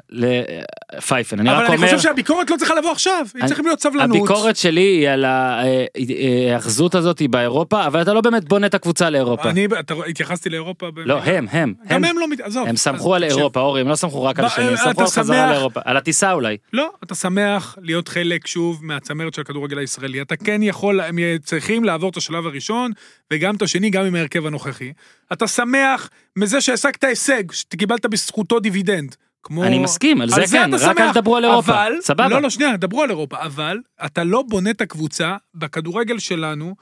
לפייפן, אני
אבל
רק
אני
אומר,
חושב שהביקורת לא צריכה לבוא עכשיו, היא
אני-
צריכה להיות סבלנות.
הביקורת שלי היא על ה- אה, אה, ההאחזות הזאת היא באירופה, אבל אתה לא באמת בונה את הקבוצה לאירופה.
אני, אתה רואה, התייחסתי לאירופה. ב-
לא, הם, הם, הם.
גם הם לא, מת- עזוב.
הם סמכו על
אז תקשיב,
אירופה, אורי, הם לא סמכו רק על
ב-
השני, הם
אה,
סמכו
אתה
על חזרה
שמח?
לאירופה, על הטיסה אולי.
לא, אתה שמח להיות חלק שוב מהצמרת של הכדורגל הישראלי. אתה כן יכול, הם צריכים לעבור את השלב הראשון, וגם את השני, גם עם ההרכב הנוכחי. אתה שמח מזה שהשגת הישג, שקיבלת בזכותו דיבידנד. כמו...
אני מסכים, על זה כן,
אתה
רק אל
שמח.
תדברו על אירופה,
אבל,
סבבה.
לא, לא, שנייה, דברו על אירופה, אבל אתה לא בונה את הקבוצה בכדורגל שלנו.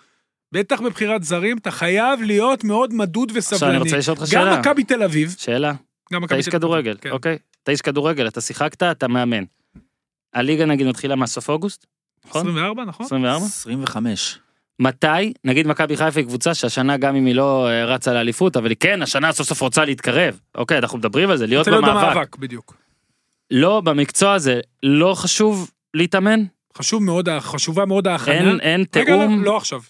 בטח בבחירת זרים, אתה חייב להיות מאוד מדוד
עכשיו
וסבלני.
אני רוצה לשאול אותך
גם
שאלה,
מכבי תל אביב,
שאלה,
גם
אתה
מכבי
איש
תל-
כדורגל,
כן.
אוקיי? אתה איש כדורגל, אתה שיחקת, אתה מאמן. הליגה נגיד מתחילה מהסוף אוגוסט, נכון?
24, נכון?
24?
25.
מתי, נגיד מכבי חיפה היא קבוצה שהשנה גם אם היא לא אה, רצה לאליפות, אבל היא כן, השנה סוף סוף רוצה להתקרב. אוקיי, אנחנו מדברים על זה, להיות
רוצה להיות
במאבק.
במאבק, בדיוק.
לא, במקצוע הזה, לא חשוב להתאמן?
חשוב מאוד, ה- חשובה מאוד ההכנה.
אין, אין
רגע,
תיאום?
לא, לא עכשיו.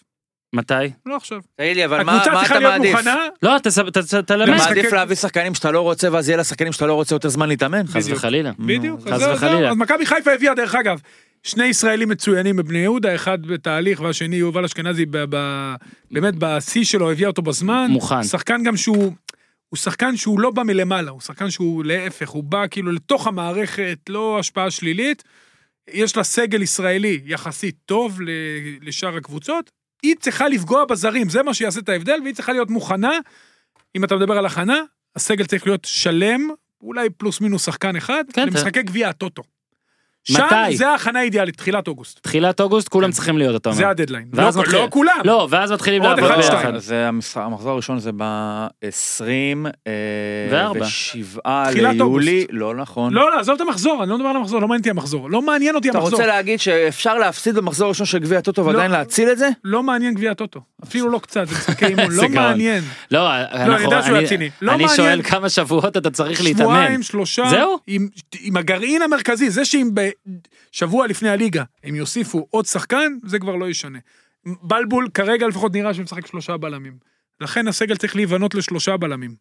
מתי?
לא עכשיו.
תגיד לי, אבל מה
הקבוצה
מה
צריכה
אתה
להיות
מעדיף? Mm,
מוכנה.
לא, תס- ת- ת-
אתה
תלמד.
למשחק-
מעדיף להביא שחקנים שאתה לא רוצה, ואז יהיה לשחקנים שאתה לא רוצה יותר זמן להתאמן?
חס
בדיוק.
וחלילה.
בדיוק.
חס
אז זהו,
וחלילה.
זהו. אז מכבי חיפה הביאה, דרך אגב, שני ישראלים מצוינים בבני יהודה, אחד בתהליך והשני יובל אשכנזי, ב- ב- באמת בשיא שלו, הביאה אותו בזמן.
מוכן.
שחקן גם שהוא... הוא שחקן שהוא לא בא מלמעלה, הוא שחקן שהוא להפך, הוא בא כאילו לתוך המערכת, לא השפעה שלילית. יש לה סגל ישראלי יחסית טוב ל- לשאר הקבוצות. היא צריכה לפגוע בזרים, זה מה שיעשה את ההבדל, והיא צריכה להיות מוכנה. אם אתה מדבר על הכנה, הסגל צריך להיות שלם, אולי פלוס מינוס שחקן אחד,
כן,
למשחקי גביע הטוטו. שם
מתי?
זה ההכנה האידיאלית, תחילת אוגוסט.
תחילת אוגוסט כולם צריכים להיות, אתה
כן. זה
אומר.
הדדליין.
ואז
לא-
מתחיל-
לא כולם.
לא, ואז מתחילים
עוד
לעבוד
אחד,
ביחד.
שתיים.
זה המשחק- המחזור הראשון זה ב-20
וארבע.
ושבעה
תחילת
ליולי,
אוגוסט.
לא נכון.
לא, לא, עזוב את המחזור, אני לא מדבר על המחזור, לא מעניין אותי המחזור. לא מעניין אותי
אתה
המחזור.
רוצה להגיד שאפשר להפסיד במחזור הראשון של גביע הטוטו ועדיין להציל את זה?
לא מעניין גביע הטוטו. אפילו לא קצת, זה
[LAUGHS]
משחקי אימון,
איזה
לא
גאון.
מעניין.
לא,
אני יודע שהוא רציני. לא
אני
מעניין.
שואל כמה שבועות אתה צריך להתאמן.
שבועיים, שלושה.
זהו?
עם- עם הגרעין המרכזי, זה שאם בשבוע לפני הליגה הם יוסיפו עוד שחקן, זה כבר לא ישנה. בלבול כרגע לפחות נראה שמשחק שלושה בלמים. לכן הסגל צריך להיבנות לשלושה בלמים.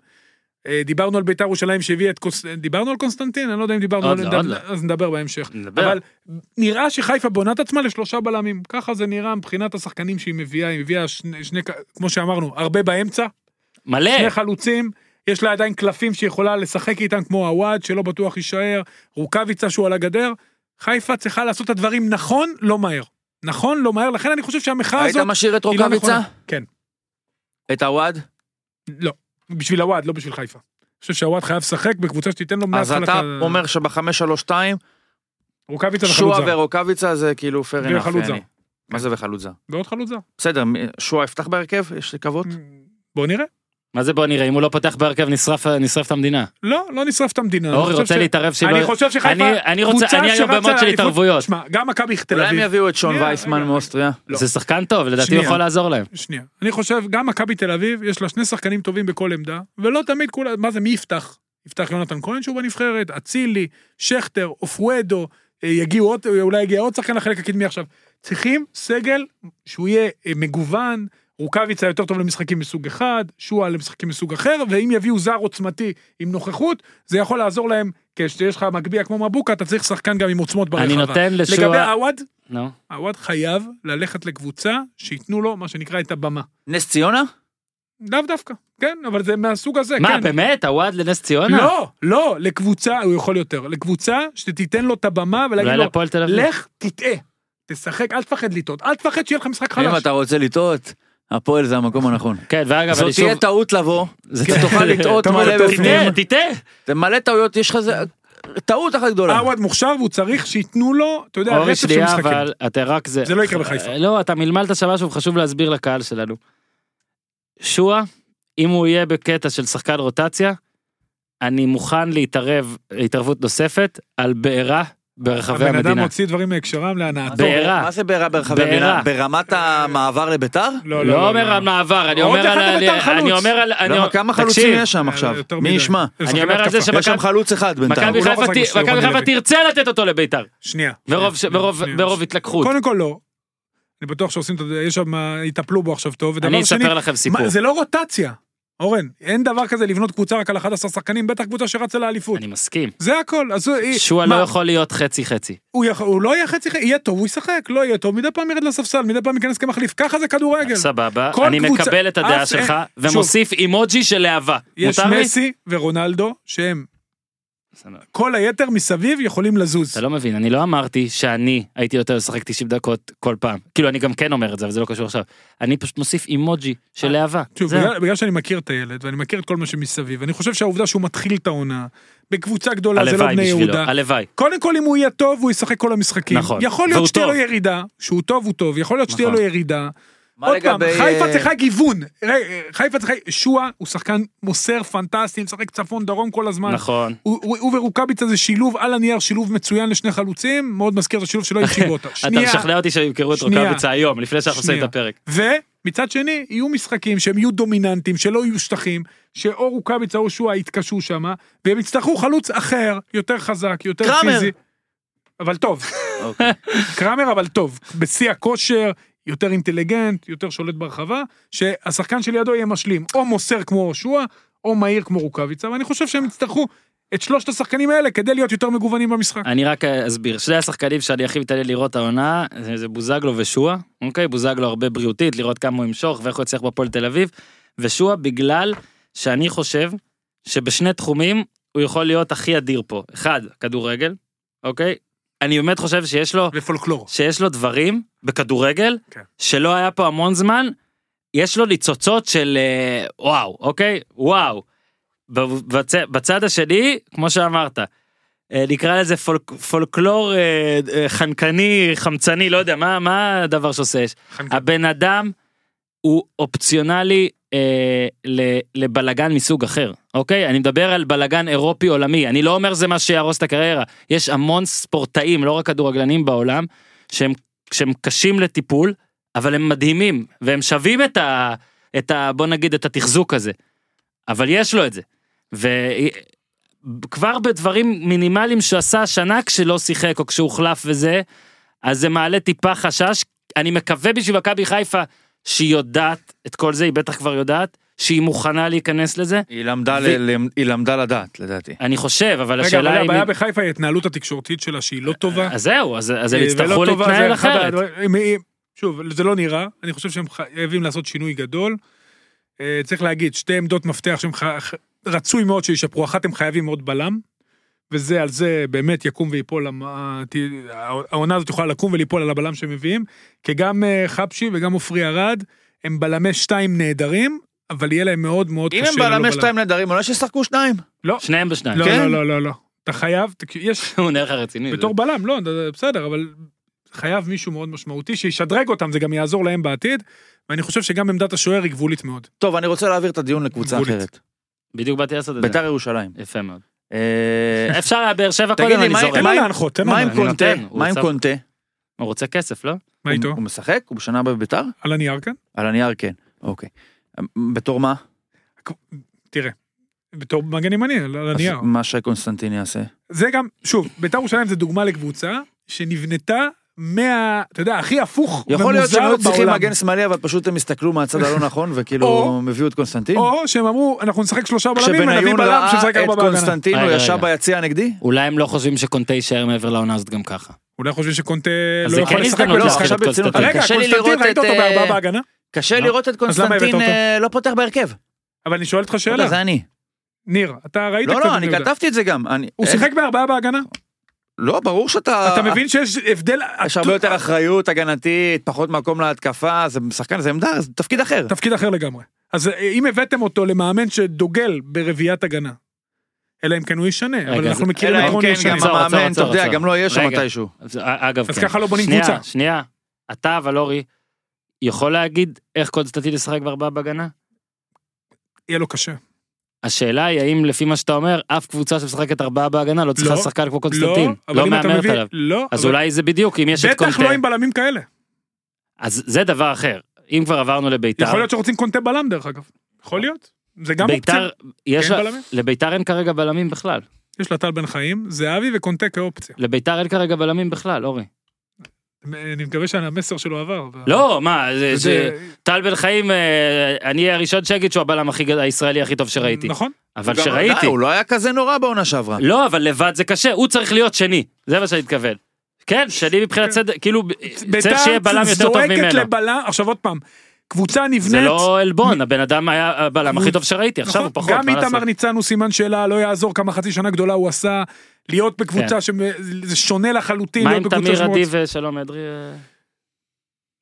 אה, דיברנו על ביתר ירושלים שהביאה את קוס... דיברנו על קונסטנטין? אני לא יודע אם דיברנו
עוד
על...
לא, עוד לא.
אז נדבר בהמשך.
נדבר.
אבל נראה שחיפה בונה את עצמה לשלושה בלמים. ככה זה נראה מבחינת השחקנים שהיא מביאה, היא מביאה שני, שני כ- כמו שאמרנו, הרבה באמצע,
מלא.
כן.
שני חלוצים, יש לה עדיין קלפים שהיא יכולה לשחק איתם, כמו עוואד, שלא בטוח יישאר, רוקאביצה שהוא על הגדר. חיפה צריכה לעשות את הדברים נכון, לא מהר. נכון, לא מהר, לכן אני חושב שהמחאה
היית
הזאת...
משאיר את
היא לא
רוקאביצה?
נכונה. כן.
את עווד?
לא. בשביל עוואד, לא בשביל חיפה. אני חושב שעוואד חייב לשחק בקבוצה שתיתן לו
אז
מההתחלה...
אתה אומר שב-532,
רוקאביצה וחלוץ
שועה
זר.
ורוקאביצה זה כאילו fair enough.
וחלוץ זר.
יעני. מה זה וחלוץ זר?
ועוד חלוץ זר.
בסדר, מי- שועה יפתח בהרכב? יש לקוות?
בואו נראה.
מה זה בוא נראה, אם הוא לא פותח בהרכב נשרף נשרף את המדינה.
לא, לא נשרף את המדינה. אני
אורי
חושב
רוצה
ש-
להתערב שלא-
אני חושב שחיפה...
אני- אני רוצה-
קבוצה
אני היום
שרצה
במוד של
לאליפות-
התערבויות.
שמע, גם מכבי תל
אולי הם
אביב.
יביאו את שון
שנייה,
וייסמן
רגע.
מאוסטריה?
לא.
זה שחקן טוב, לדעתי הוא
שנייה.
יכול לעזור להם.
שנייה. אני חושב, גם מכבי תל אביב, יש לה שני שחקנים טובים בכל עמדה, ולא תמיד כולם... מה זה, מי יפתח? יפתח יונתן כהן שהוא בנבחרת, אצילי, שכטר, אופואדו, אה, יגיעו עוד, אולי יגיע עוד שחקן לחלק הקדמי עכשיו. צריכים סגל שהוא יהיה אה, מגוון, רוקאביצה יותר טוב למשחקים מסוג אחד, שועה למשחקים מסוג אחר, ואם יביאו זר עוצמתי עם נוחות, זה יכול לעזור להם, כשיש לך מגביה כמו מבוקה, אתה צריך שחקן גם עם עוצמות ברחבה.
אני נותן לשועה-
לגבי עווד,
נו.
עווד חייב ללכת לקבוצה שייתנו לו מה שנקרא את הבמה.
נס ציונה?
לאו דווקא, כן, אבל זה מהסוג הזה,
מה
כן.
באמת הוואד לנס ציונה?
לא, לא, לקבוצה, הוא יכול יותר, לקבוצה שתיתן לו את הבמה ולהגיד
אולי
לו,
להפועל תל אביב.
לך תטעה, תשחק, אל תפחד לטעות, אל תפחד שיהיה לך משחק
אם
חלש.
אתה רוצה לטעות, הפועל זה המקום הנכון.
כן ואגב אני
זאת
שוב.
תהיה טעות לבוא,
זה-
אתה
[LAUGHS]
תוכל לטעות
תבוא
מלא
לטעות.
בפנים.
תטעה תטעה.
זה מלא טעויות, יש לך זה... טעות אחת גדולה.
עווד מוכשר והוא צריך שייתנו לו, אתה יודע,
אורי
רצף של
שנייה
משחקים.
אבל אתה רק זה.
זה לא יקרה בחיפה.
לא אתה מלמלת שם משהו וחשוב להסביר לקהל שלנו. שועה אם הוא יהיה בקטע של שחקן רוטציה. אני מוכן להתערב התערבות נוספת על בעירה ברחבי
הבן אדם
המדינה.
מוציא דברים מהקשרם להנאתו.
בעירה.
מה זה בעירה ברחבי
בעירה.
המדינה? ברמת המעבר לביתר?
לא,
לא אומר על מעבר אני
עוד
אומר
אחד
על
לביתר
ה- אני
חלוץ.
אומר על אני
למה,
אומר-
כמה
תקשיב,
חלוצים יש שם
אה,
עכשיו?
יותר
מי
מדי.
ישמע?
זה
אני
שחקן
אומר על זה
התקפה.
שמכבי-
יש שם חלוץ אחד בינתיים.
מכבי
הוא לא
חיפה
חזק
ת-
בשביל
מכבי
רוני
חיפה
לוי.
תרצה לתת אותו לביתר
שנייה.
ברוב-
שנייה,
ברוב-
שנייה.
ברוב התלקחות.
לא, קודם כל לא. אני בטוח שעושים את זה, יש שם, יטפלו בו עכשיו טוב. ודבר
אני
שני,
אספר לכם סיפור.
מה, זה לא רוטציה. אורן, אין דבר כזה לבנות קבוצה רק על 11 שחקנים, בטח קבוצה שרצה לאליפות.
אני מסכים.
זה הכל. אז הוא- היא-
שועה
מה,
לא יכול להיות חצי חצי.
הוא יכול- הוא לא יהיה חצי חצי, יהיה טוב, הוא ישחק, לא יהיה טוב, מדי פעם ירד לספסל, מדי פעם ייכנס כמחליף, ככה זה כדורגל.
סבבה,
כן. כל
אני
קבוצה-
מקבל את הדעה
אף-
שלך
אה, שוב.
ומוסיף אימוג'י של להבה.
יש
מותר לי?
מסי ורונלדו, שהם, כל היתר מסביב יכולים לזוז.
אתה לא מבין, אני לא אמרתי שאני הייתי יותר לשחק 90 דקות כל פעם. כאילו, אני גם כן אומר את זה, אבל זה לא קשור עכשיו. אני פשוט מוסיף אימוג'י של להבה.
אה, שוב,
זהו.
בגלל, בגלל שאני מכיר את הילד, ואני מכיר את כל מה שמסביב, אני חושב שהעובדה שהוא מתחיל את העונה, בקבוצה גדולה זה לא
הלוואי
בני
בשבילו,
יהודה.
הלוואי.
קודם כל אם הוא יהיה טוב הוא ישחק כל המשחקים.
אוקיי. נכון.
יכול
והוא
להיות שתהיה לו
טוב.
ירידה, שהוא טוב הוא טוב, יכול להיות שתהיה
נכון.
לו ירידה.
מה
עוד פעם,
לגבי,
חיפה
אה,
צריכה גיוון. ראה, חיפה צריכה, שועה הוא שחקן מוסר פנטסטי, משחק צפון דרום כל הזמן.
נכון.
הוא- הוא הוא ורוקאביצה זה שילוב על הנייר, שילוב מצוין לשני חלוצים, מאוד מזכיר את השילוב
[LAUGHS]
שלו עם שיבוטה.
אתה
שנייה,
משכנע אותי שימכרו את
שנייה.
רוקאביצה היום, לפני שאנחנו עושים את
שנייה.
הפרק.
ומצד שני, יהיו משחקים שהם יהיו דומיננטיים, שלא יהיו שטחים, שאו רוקאביצה או שועה יתקשו שם, והם יצטרכו חלוץ אחר, יותר חזק, יותר
קרמר.
פיזי. אבל טוב.
אוקיי.
[LAUGHS] קרמר אבל טוב, בשיא הכושר, יותר אינטליגנט, יותר שולט ברחבה, שהשחקן שלידו יהיה משלים, או מוסר כמו שועה, או מהיר כמו רוקאביצה, ואני חושב שהם יצטרכו את שלושת השחקנים האלה כדי להיות יותר מגוונים במשחק.
אני רק אסביר, שני השחקנים שאני הכי מתעניין לראות העונה, זה- זה בוזגלו ושועה, אוקיי? בוזגלו הרבה בריאותית, לראות כמה הוא ימשוך ואיך הוא יצליח בהפועל תל אביב, ושועה בגלל שאני חושב שבשני תחומים הוא יכול להיות הכי אדיר פה. אחד, כדורגל, אוקיי? אני באמת חושב שיש לו,
ופולקלור.
שיש לו דברים בכדורגל,
כן.
שלא היה פה המון זמן, יש לו ניצוצות של אה, וואו, אוקיי? וואו. בצ- בצד השני, כמו שאמרת, אה, נקרא לזה פולק, פולקלור אה, אה, חנקני, חמצני, לא יודע, מה, מה הדבר שעושה אש?
חנקן.
הבן אדם הוא אופציונלי אה, ל- לבלגן מסוג אחר, אוקיי? אני מדבר על בלגן אירופי עולמי, אני לא אומר זה מה שיהרוס את הקריירה. יש המון ספורטאים, לא רק כדורגלנים בעולם, שהם, שהם קשים לטיפול, אבל הם מדהימים, והם שווים את ה... את ה... בוא נגיד את התחזוק הזה. אבל יש לו את זה. וכבר בדברים מינימליים שעשה השנה כשלא שיחק או כשהוחלף וזה, אז זה מעלה טיפה חשש. אני מקווה בשביל מכבי חיפה שהיא יודעת את כל זה, היא בטח כבר יודעת, שהיא מוכנה להיכנס לזה.
היא למדה,
ו-
ל... ל- היא למדה לדעת, לדעתי.
אני חושב, אבל
רגע, אבל
השאלה אם...
הבעיה
היא-
בחיפה היא ההתנהלות התקשורתית שלה שהיא לא טובה.
אז זהו, אז אז הם
אה,
יצטרכו
ולא טובה,
להתנהל
זה אחד
אחרת.
הדברים- הם- הם- שוב, זה לא נראה, אני חושב שהם חייבים לעשות שינוי גדול. אה, צריך להגיד, שתי עמדות מפתח שהם ח- ח- רצוי מאוד שישפרו, אחת הם חייבים עוד בלם, וזה על זה באמת יקום ויפול, המ- ה- ת- העונה הזאת יכולה לקום וליפול על הבלם שמביאים, כי גם אה, חבשי וגם עופרי ארד הם בלמי שתיים נהדרים, אבל יהיה להם מאוד מאוד
אם
קשה.
הם
ללא
בלמי
בלם.
שתיים נהדרים, אולי שישחקו שניים.
לא,
שניהם בשניים.
לא,
כן?
לא, לא, לא, לא. אתה חייב, תק- יש,
[LAUGHS] הוא נראה לך רציני. זה-
כאילו.
בתור בלם, לא, זה בסדר, אבל חייב מישהו מאוד משמעותי שישדרג אותם, זה גם יעזור להם בעתיד, ואני חושב שגם עמדת השוער היא גבולית מאוד.
טוב, אני רוצה להעביר את הדיון לקבוצה
גבולית.
אחרת.
בדיוק באתי לעשות את זה.
ביתר ירושלים.
יפה מאוד.
אה,
אפשר היה באר שבע
תגיד
קודם,
לי,
אני
מה-
זורק.
תן
מה
לו
עם-
להנחות, תן לו
מה עם
להנחות.
אני
קונטה?
נותן, הוא
מה עם
צו-
קונטה?
הוא רוצה כסף, לא?
מה איתו?
הוא משחק? הוא בשנה הבאה בביתר?
על הנייר כאן?
על הנייר כן. אוקיי. בתור מה?
תראה. בתור מגן ימני, על על הנייר.
אז מה שי קונסטנטין יעשה.
זה גם, שוב, בית"ר ירושלים זה דוגמה לקבוצה שנבנתה מה... אתה יודע, הכי הפוך
יכול להיות שהם
ומוזר
היו צריכים
בעולם.
מגן שמאלי, אבל פשוט הם הסתכלו מהצד הלא
[LAUGHS]
נכון, וכאילו
או-
הם הביאו את קונסטנטין.
או שהם אמרו, אנחנו נשחק שלושה בלמים ונביא
כשבניון
בלם
ראה
שמשחק ארבע
את
בהגנה.
קונסטנטין, הוא
אה, רגע,
ישב
רגע.
ביציע נגדי?
אולי הם לא חושבים שקונטה יישאר מעבר לעונה הזאת גם ככה.
אולי חושבים שקונטה
אז
לא
זה
יכול
כן
לשחק
הזדמנות
ולא
להחליף
עכשיו
את
ברצינות.
קונסטנטין.
רגע,
קשה לי
קונסטנטין,
לראות
ראית
את,
אותו
אה,
בארבעה בהגנה?
קשה
לא.
לראות את
אז למה הבאת
קונסטנטין
אותו?
אה, לא פותח בהרכב.
אבל אני שואל אותך שאלה.
לא, זה אני.
ניר, אתה ראית
לא,
קצת
לא, אני
בני יהודה.
כתבתי את זה גם. אני-
הוא
אה,
שיחק בארבעה בהגנה?
לא, ברור שאתה...
אתה מבין שיש הבדל...
אה, יש הרבה יותר אחריות הגנתית, פחות מקום להתקפה, זה שחקן, זה עמדה, זה תפקיד אחר.
תפקיד אחר לגמרי. אז אה, אם הבאתם אותו למאמן שדוגל ברביעיית הגנה, אלא אם כן הוא ישנה, אבל
רגע,
אנחנו
אז-
מכירים
אלא
את
אם
רוני
כן,
ישנה.
גם
עצור, עצור,
המאמן, אתה
עצור,
יודע,
עצור.
גם לא יהיה שם
רגע.
מתישהו.
אז, אה, אגב,
אז
כן.
ככה לא בונים
שנייה,
קבוצה.
שנייה, אתה אבל אורי, יכול להגיד איך קונסטנטין ישחק בארבעה בהגנה?
יהיה לו קשה.
השאלה היא האם לפי מה שאתה אומר, אף קבוצה שמשחקת ארבעה בהגנה לא צריכה
לא,
שחקן כמו
לא,
קונסטנטין.
אבל
לא
אם אתה
מהמרת
מביא...
עליו.
לא,
אז
אבל-
אולי זה בדיוק, אם יש את
בטח לא
קונטה.
עם בלמים כאלה.
אז זה דבר אחר. אם כבר עברנו לביתר,
יכול להיות שרוצים קונטה בלם דרך אגב. יכול להיות. זה גם
ביתר,
אופציה.
יש...
אין בלמים?
לביתר אין כרגע בלמים בכלל.
יש לה טל בן חיים, זהבי וקונטה כאופציה.
לביתר אין כרגע בלמים בכלל, אורי.
אני מקווה שהמסר שלו עבר.
לא, מה, זה- זה-
זה-
טל בן חיים, אה, אני אהיה הראשון שיגיד שהוא הבלם הכי גד- הישראלי הכי טוב שראיתי.
נכון.
אבל
גם- די,
שראיתי.
הוא לא היה כזה נורא בעונה שעברה.
לא, אבל לבד זה קשה, הוא צריך להיות שני, זה מה שאני מתכוון. כן, שני מבחינת סדר, כאילו, צריך שיהיה בלם יותר טוב
זורקת
ממנו.
לבלם, עכשיו עוד פעם, קבוצה נבנית.
זה לא עלבון, הבן אדם היה הבלם הכי טוב שראיתי, עכשיו הוא
נכון,
פחות,
גם
מה לעשות?
איתמר ניצן הוא סימן שאלה, לא יעזור כמה חצי שנה גדולה הוא עשה, להיות בקבוצה
כן.
שזה שונה לחלוטין,
מה
להיות
עם
בקבוצה
תמיר
שמורצ-
עדי ושלום אדרי? אה?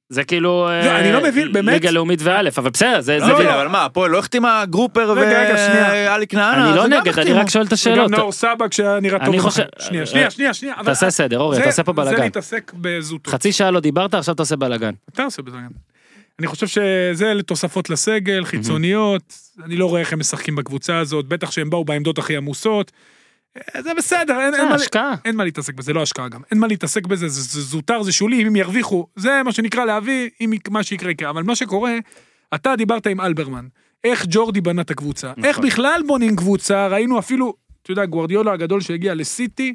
זה כאילו... אה,
אני לא מבין, באמת?
ליגה לאומית ואלף, אבל בסדר, זה... זה-
לא, לא, אבל מה, הפועל לא החתימה גרופר
רגע, רגע, שנייה.
ואליק נענה?
אני לא
זה גם
נגד, אני
החתימו.
רק שואל את השאלות.
וגם נאור סבג שהיה נראה
אני
טוב.
חושב-
בחיים. שנייה, שנייה,
אה,
שנייה, שנייה. אבל-
תעשה סדר, אורי,
זה-
אתה עושה פה
זה
בלאגן.
להתעסק בזוטות.
חצי שעה לא דיברת, עכשיו אתה עושה בלאגן.
אתה עושה בלאגן. אני חושב שזה לתוספות לסגל, חיצוניות, אני לא רואה איך הם משחקים בקבוצה הזאת, בטח שהם באו בעמדות הכי עמוסות. אה, זה בסדר, אין- אין
אה,
מה...
השקעה.
אין מה להתעסק בזה, לא השקעה גם. אין מה להתעסק בזה, זה, זה זוטר, זה שולי, אם הם ירוויחו, זה מה שנקרא להביא, אם יק- מה שיקרה יקרה. אבל מה שקורה, אתה דיברת עם אלברמן, איך ג'ורדי בנה את הקבוצה,
נכון.
איך בכלל בונים קבוצה, ראינו אפילו, אתה יודע, גוורדיולה הגדול שהגיע לסיטי,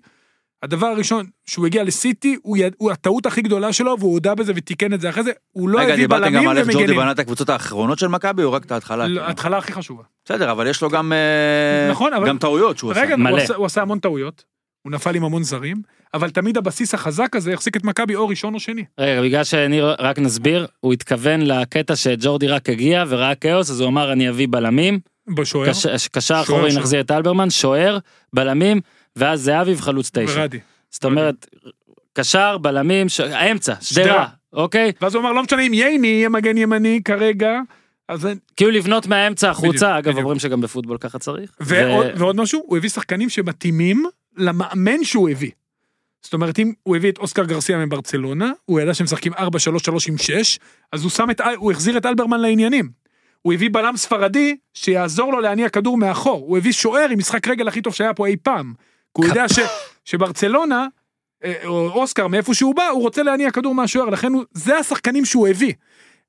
הדבר הראשון שהוא הגיע לסיטי, הוא, יד, הוא הטעות הכי גדולה שלו, והוא הודה בזה ותיקן את זה אחרי זה, הוא לא
רגע,
הביא
דיברתם
בלמים
גם על איך ג'ורדי
ומגנים.
בנה את הקבוצות האחרונות של מכבי, או רק את ההתחלה?
לא,
כאילו?
ההתחלה הכי חשובה.
בסדר, אבל יש לו גם אה,
נכון, אבל-
גם טעויות שהוא עשה.
רגע,
מלא.
הוא עשה, הוא עשה המון טעויות, הוא נפל עם המון זרים, אבל תמיד הבסיס החזק הזה החזיק את מכבי או ראשון או שני.
רגע, בגלל שאני רק נסביר, הוא התכוון לקטע שג'ורדי רק הגיע וראה כאוס, אז הוא אמר אני אביא בלמים,
בשוער.
קש- קשר
שוער,
אחורי
שוער.
נחזיר את אלברמן, שוער, בלמים, ואז זהבי וחלוץ תשע.
ורדי.
זאת אומרת, קשר, בלמים, ש- האמצע,
שדרה.
שדרה, אוקיי?
ואז הוא אמר, לא משנה אם ייני יהיה מגן ימני כרגע, אז... אין."
כאילו לבנות מהאמצע
בדיוק,
החוצה, אגב
בדיוק.
אומרים שגם בפוטבול ככה צריך.
ועוד-
ו-
ועוד משהו, הוא הביא שחקנים שמתאימים למאמן שהוא הביא. זאת אומרת, אם הוא הביא את אוסקר גרסיה מברצלונה, הוא ידע שהם משחקים 4-3-3 עם 6, אז הוא שם את, אל- הוא החזיר את אלברמן לעניינים. הוא הביא בלם ספרדי שיעזור לו להניע כדור מאחור. הוא הביא שוער עם משחק רגל הכי טוב שהיה פה אי פעם. כי הוא יודע ש, שברצלונה, אה, או אוסקר, מאיפה שהוא בא, הוא רוצה להניע כדור מהשוער, לכן הוא, זה השחקנים שהוא הביא.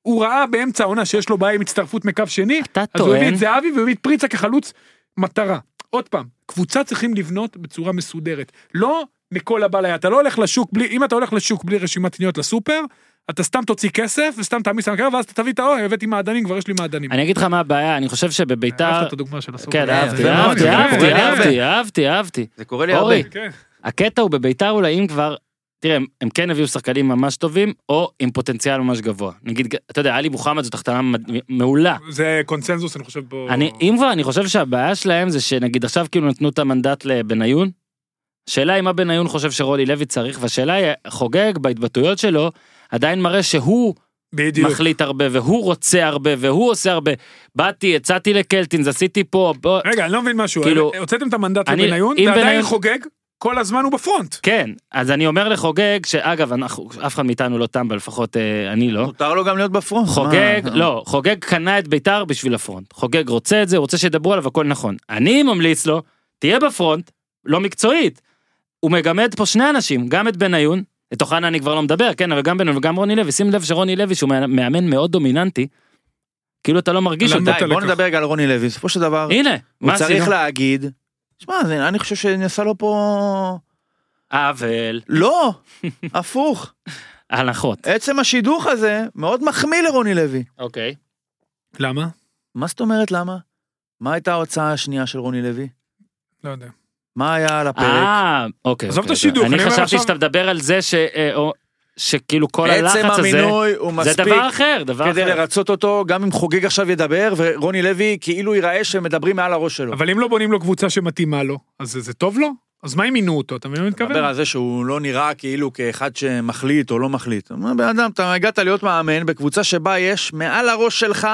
הוא ראה באמצע העונה שיש לו בעיה עם הצטרפות מקו שני,
אתה
אז הוא הביא
טוען,
את זהבי והוא הביא את פריצה כחלוץ מטרה. עוד פעם, קבוצה צריכים לבנות בצורה מסודרת. לא מכל הבא ליד. אתה לא הולך לשוק בלי, אם אתה הולך לשוק בלי רשימת קניות לסופר, אתה סתם תוציא כסף וסתם תעמיס על הקרב ואז אתה תביא את האוהל, הבאתי מעדנים, כבר יש לי מעדנים.
אני אגיד לך מה הבעיה, אני חושב
אהבת
שבביתר...
את הדוגמה של הסופר.
כן, אהבתי,
זה
אהבתי,
מאוד יפה,
אהבתי,
כן,
אהבתי, אהבתי, אהבתי.
זה קורה לי הרבה.
אורי,
כן.
הקטע הוא בביתר אולי אם כבר, תראה, הם- הם כן הביאו שחקנים ממש טובים, או עם פוטנציאל ממש גבוה. נגיד, אתה יודע, עלי מוחמד זאת החתמה מד- מעולה.
זה קונצנזוס, אני חושב פה.
אני, אם כבר, אני חושב שהבעיה שלהם זה שנגיד עכשיו כאילו נתנו את המנדט לבניון. השאלה היא מה בניון חושב שרולי לוי צריך, והשאלה היא, חוגג בהתבטאויות שלו, עדיין מראה שהוא
בדיוק.
מחליט הרבה, והוא רוצה הרבה, והוא עושה הרבה. באתי, יצאתי לקלטינס, עשיתי פה, בוא...
רגע, אני לא מבין משהו.
כאילו-
הוצאתם את המנדט
אני-
לבניון,
אם
ועדיין
בניון-
חוגג, כל הזמן הוא בפרונט.
כן, אז אני אומר לחוגג, שאגב, אנחנו, אף אחד מאיתנו לא טמבל, לפחות אה, אני לא.
מותר לו גם להיות בפרונט.
חוגג,
מה?
לא, חוגג קנה את ביתר בשביל הפרונט. חוגג רוצה את זה, הוא רוצה שידברו עליו, הכל נכון. אני ממליץ לו, תהיה בפרונט, לא מקצועית. הוא מגמד פה שני אנשים, גם את בניון, את אוחנה אני כבר לא מדבר, כן, אבל גם בניון וגם רוני לוי, שים לב שרוני לוי, שהוא מאמן- מאמן מאוד דומיננטי, כאילו אתה לא מרגיש
למרות
אותו.
די, בוא
לקח.
נדבר רגע על רוני לוי, בסופו של דבר,
הנה,
הוא
מה
צריך
עשינו?
להגיד, שמע, זה- אני חושב שנעשה לו פה...
עוול,
לא, הפוך.
הנחות.
עצם השידוך הזה מאוד מחמיא לרוני לוי.
אוקיי.
למה?
מה זאת אומרת למה? מה הייתה ההוצאה השנייה של רוני לוי?
לא יודע.
מה היה על הפרק?
אה, אוקיי.
עזוב
אוקיי,
את השידוך,
אוקיי.
אני
אני
אומר
חשבתי
עכשיו-
שאתה מדבר על זה ש... אה, או- שכאילו כל
עצם
הלחץ הזה,
המינוי הוא
זה
מספיק
דבר אחר, דבר
כדי
אחר.
לרצות אותו, גם אם חוגג עכשיו ידבר, ורוני לוי כאילו ייראה שמדברים מעל הראש שלו.
אבל אם לא בונים לו קבוצה שמתאימה לו, אז זה- זה טוב לו? אז מה אם מינו אותו? אתה מבין מה אני
מדבר
מתכוון?
על זה שהוא לא נראה כאילו כאחד שמחליט או לא מחליט. אומר, בן אדם, אתה הגעת להיות מאמן בקבוצה שבה יש מעל הראש שלך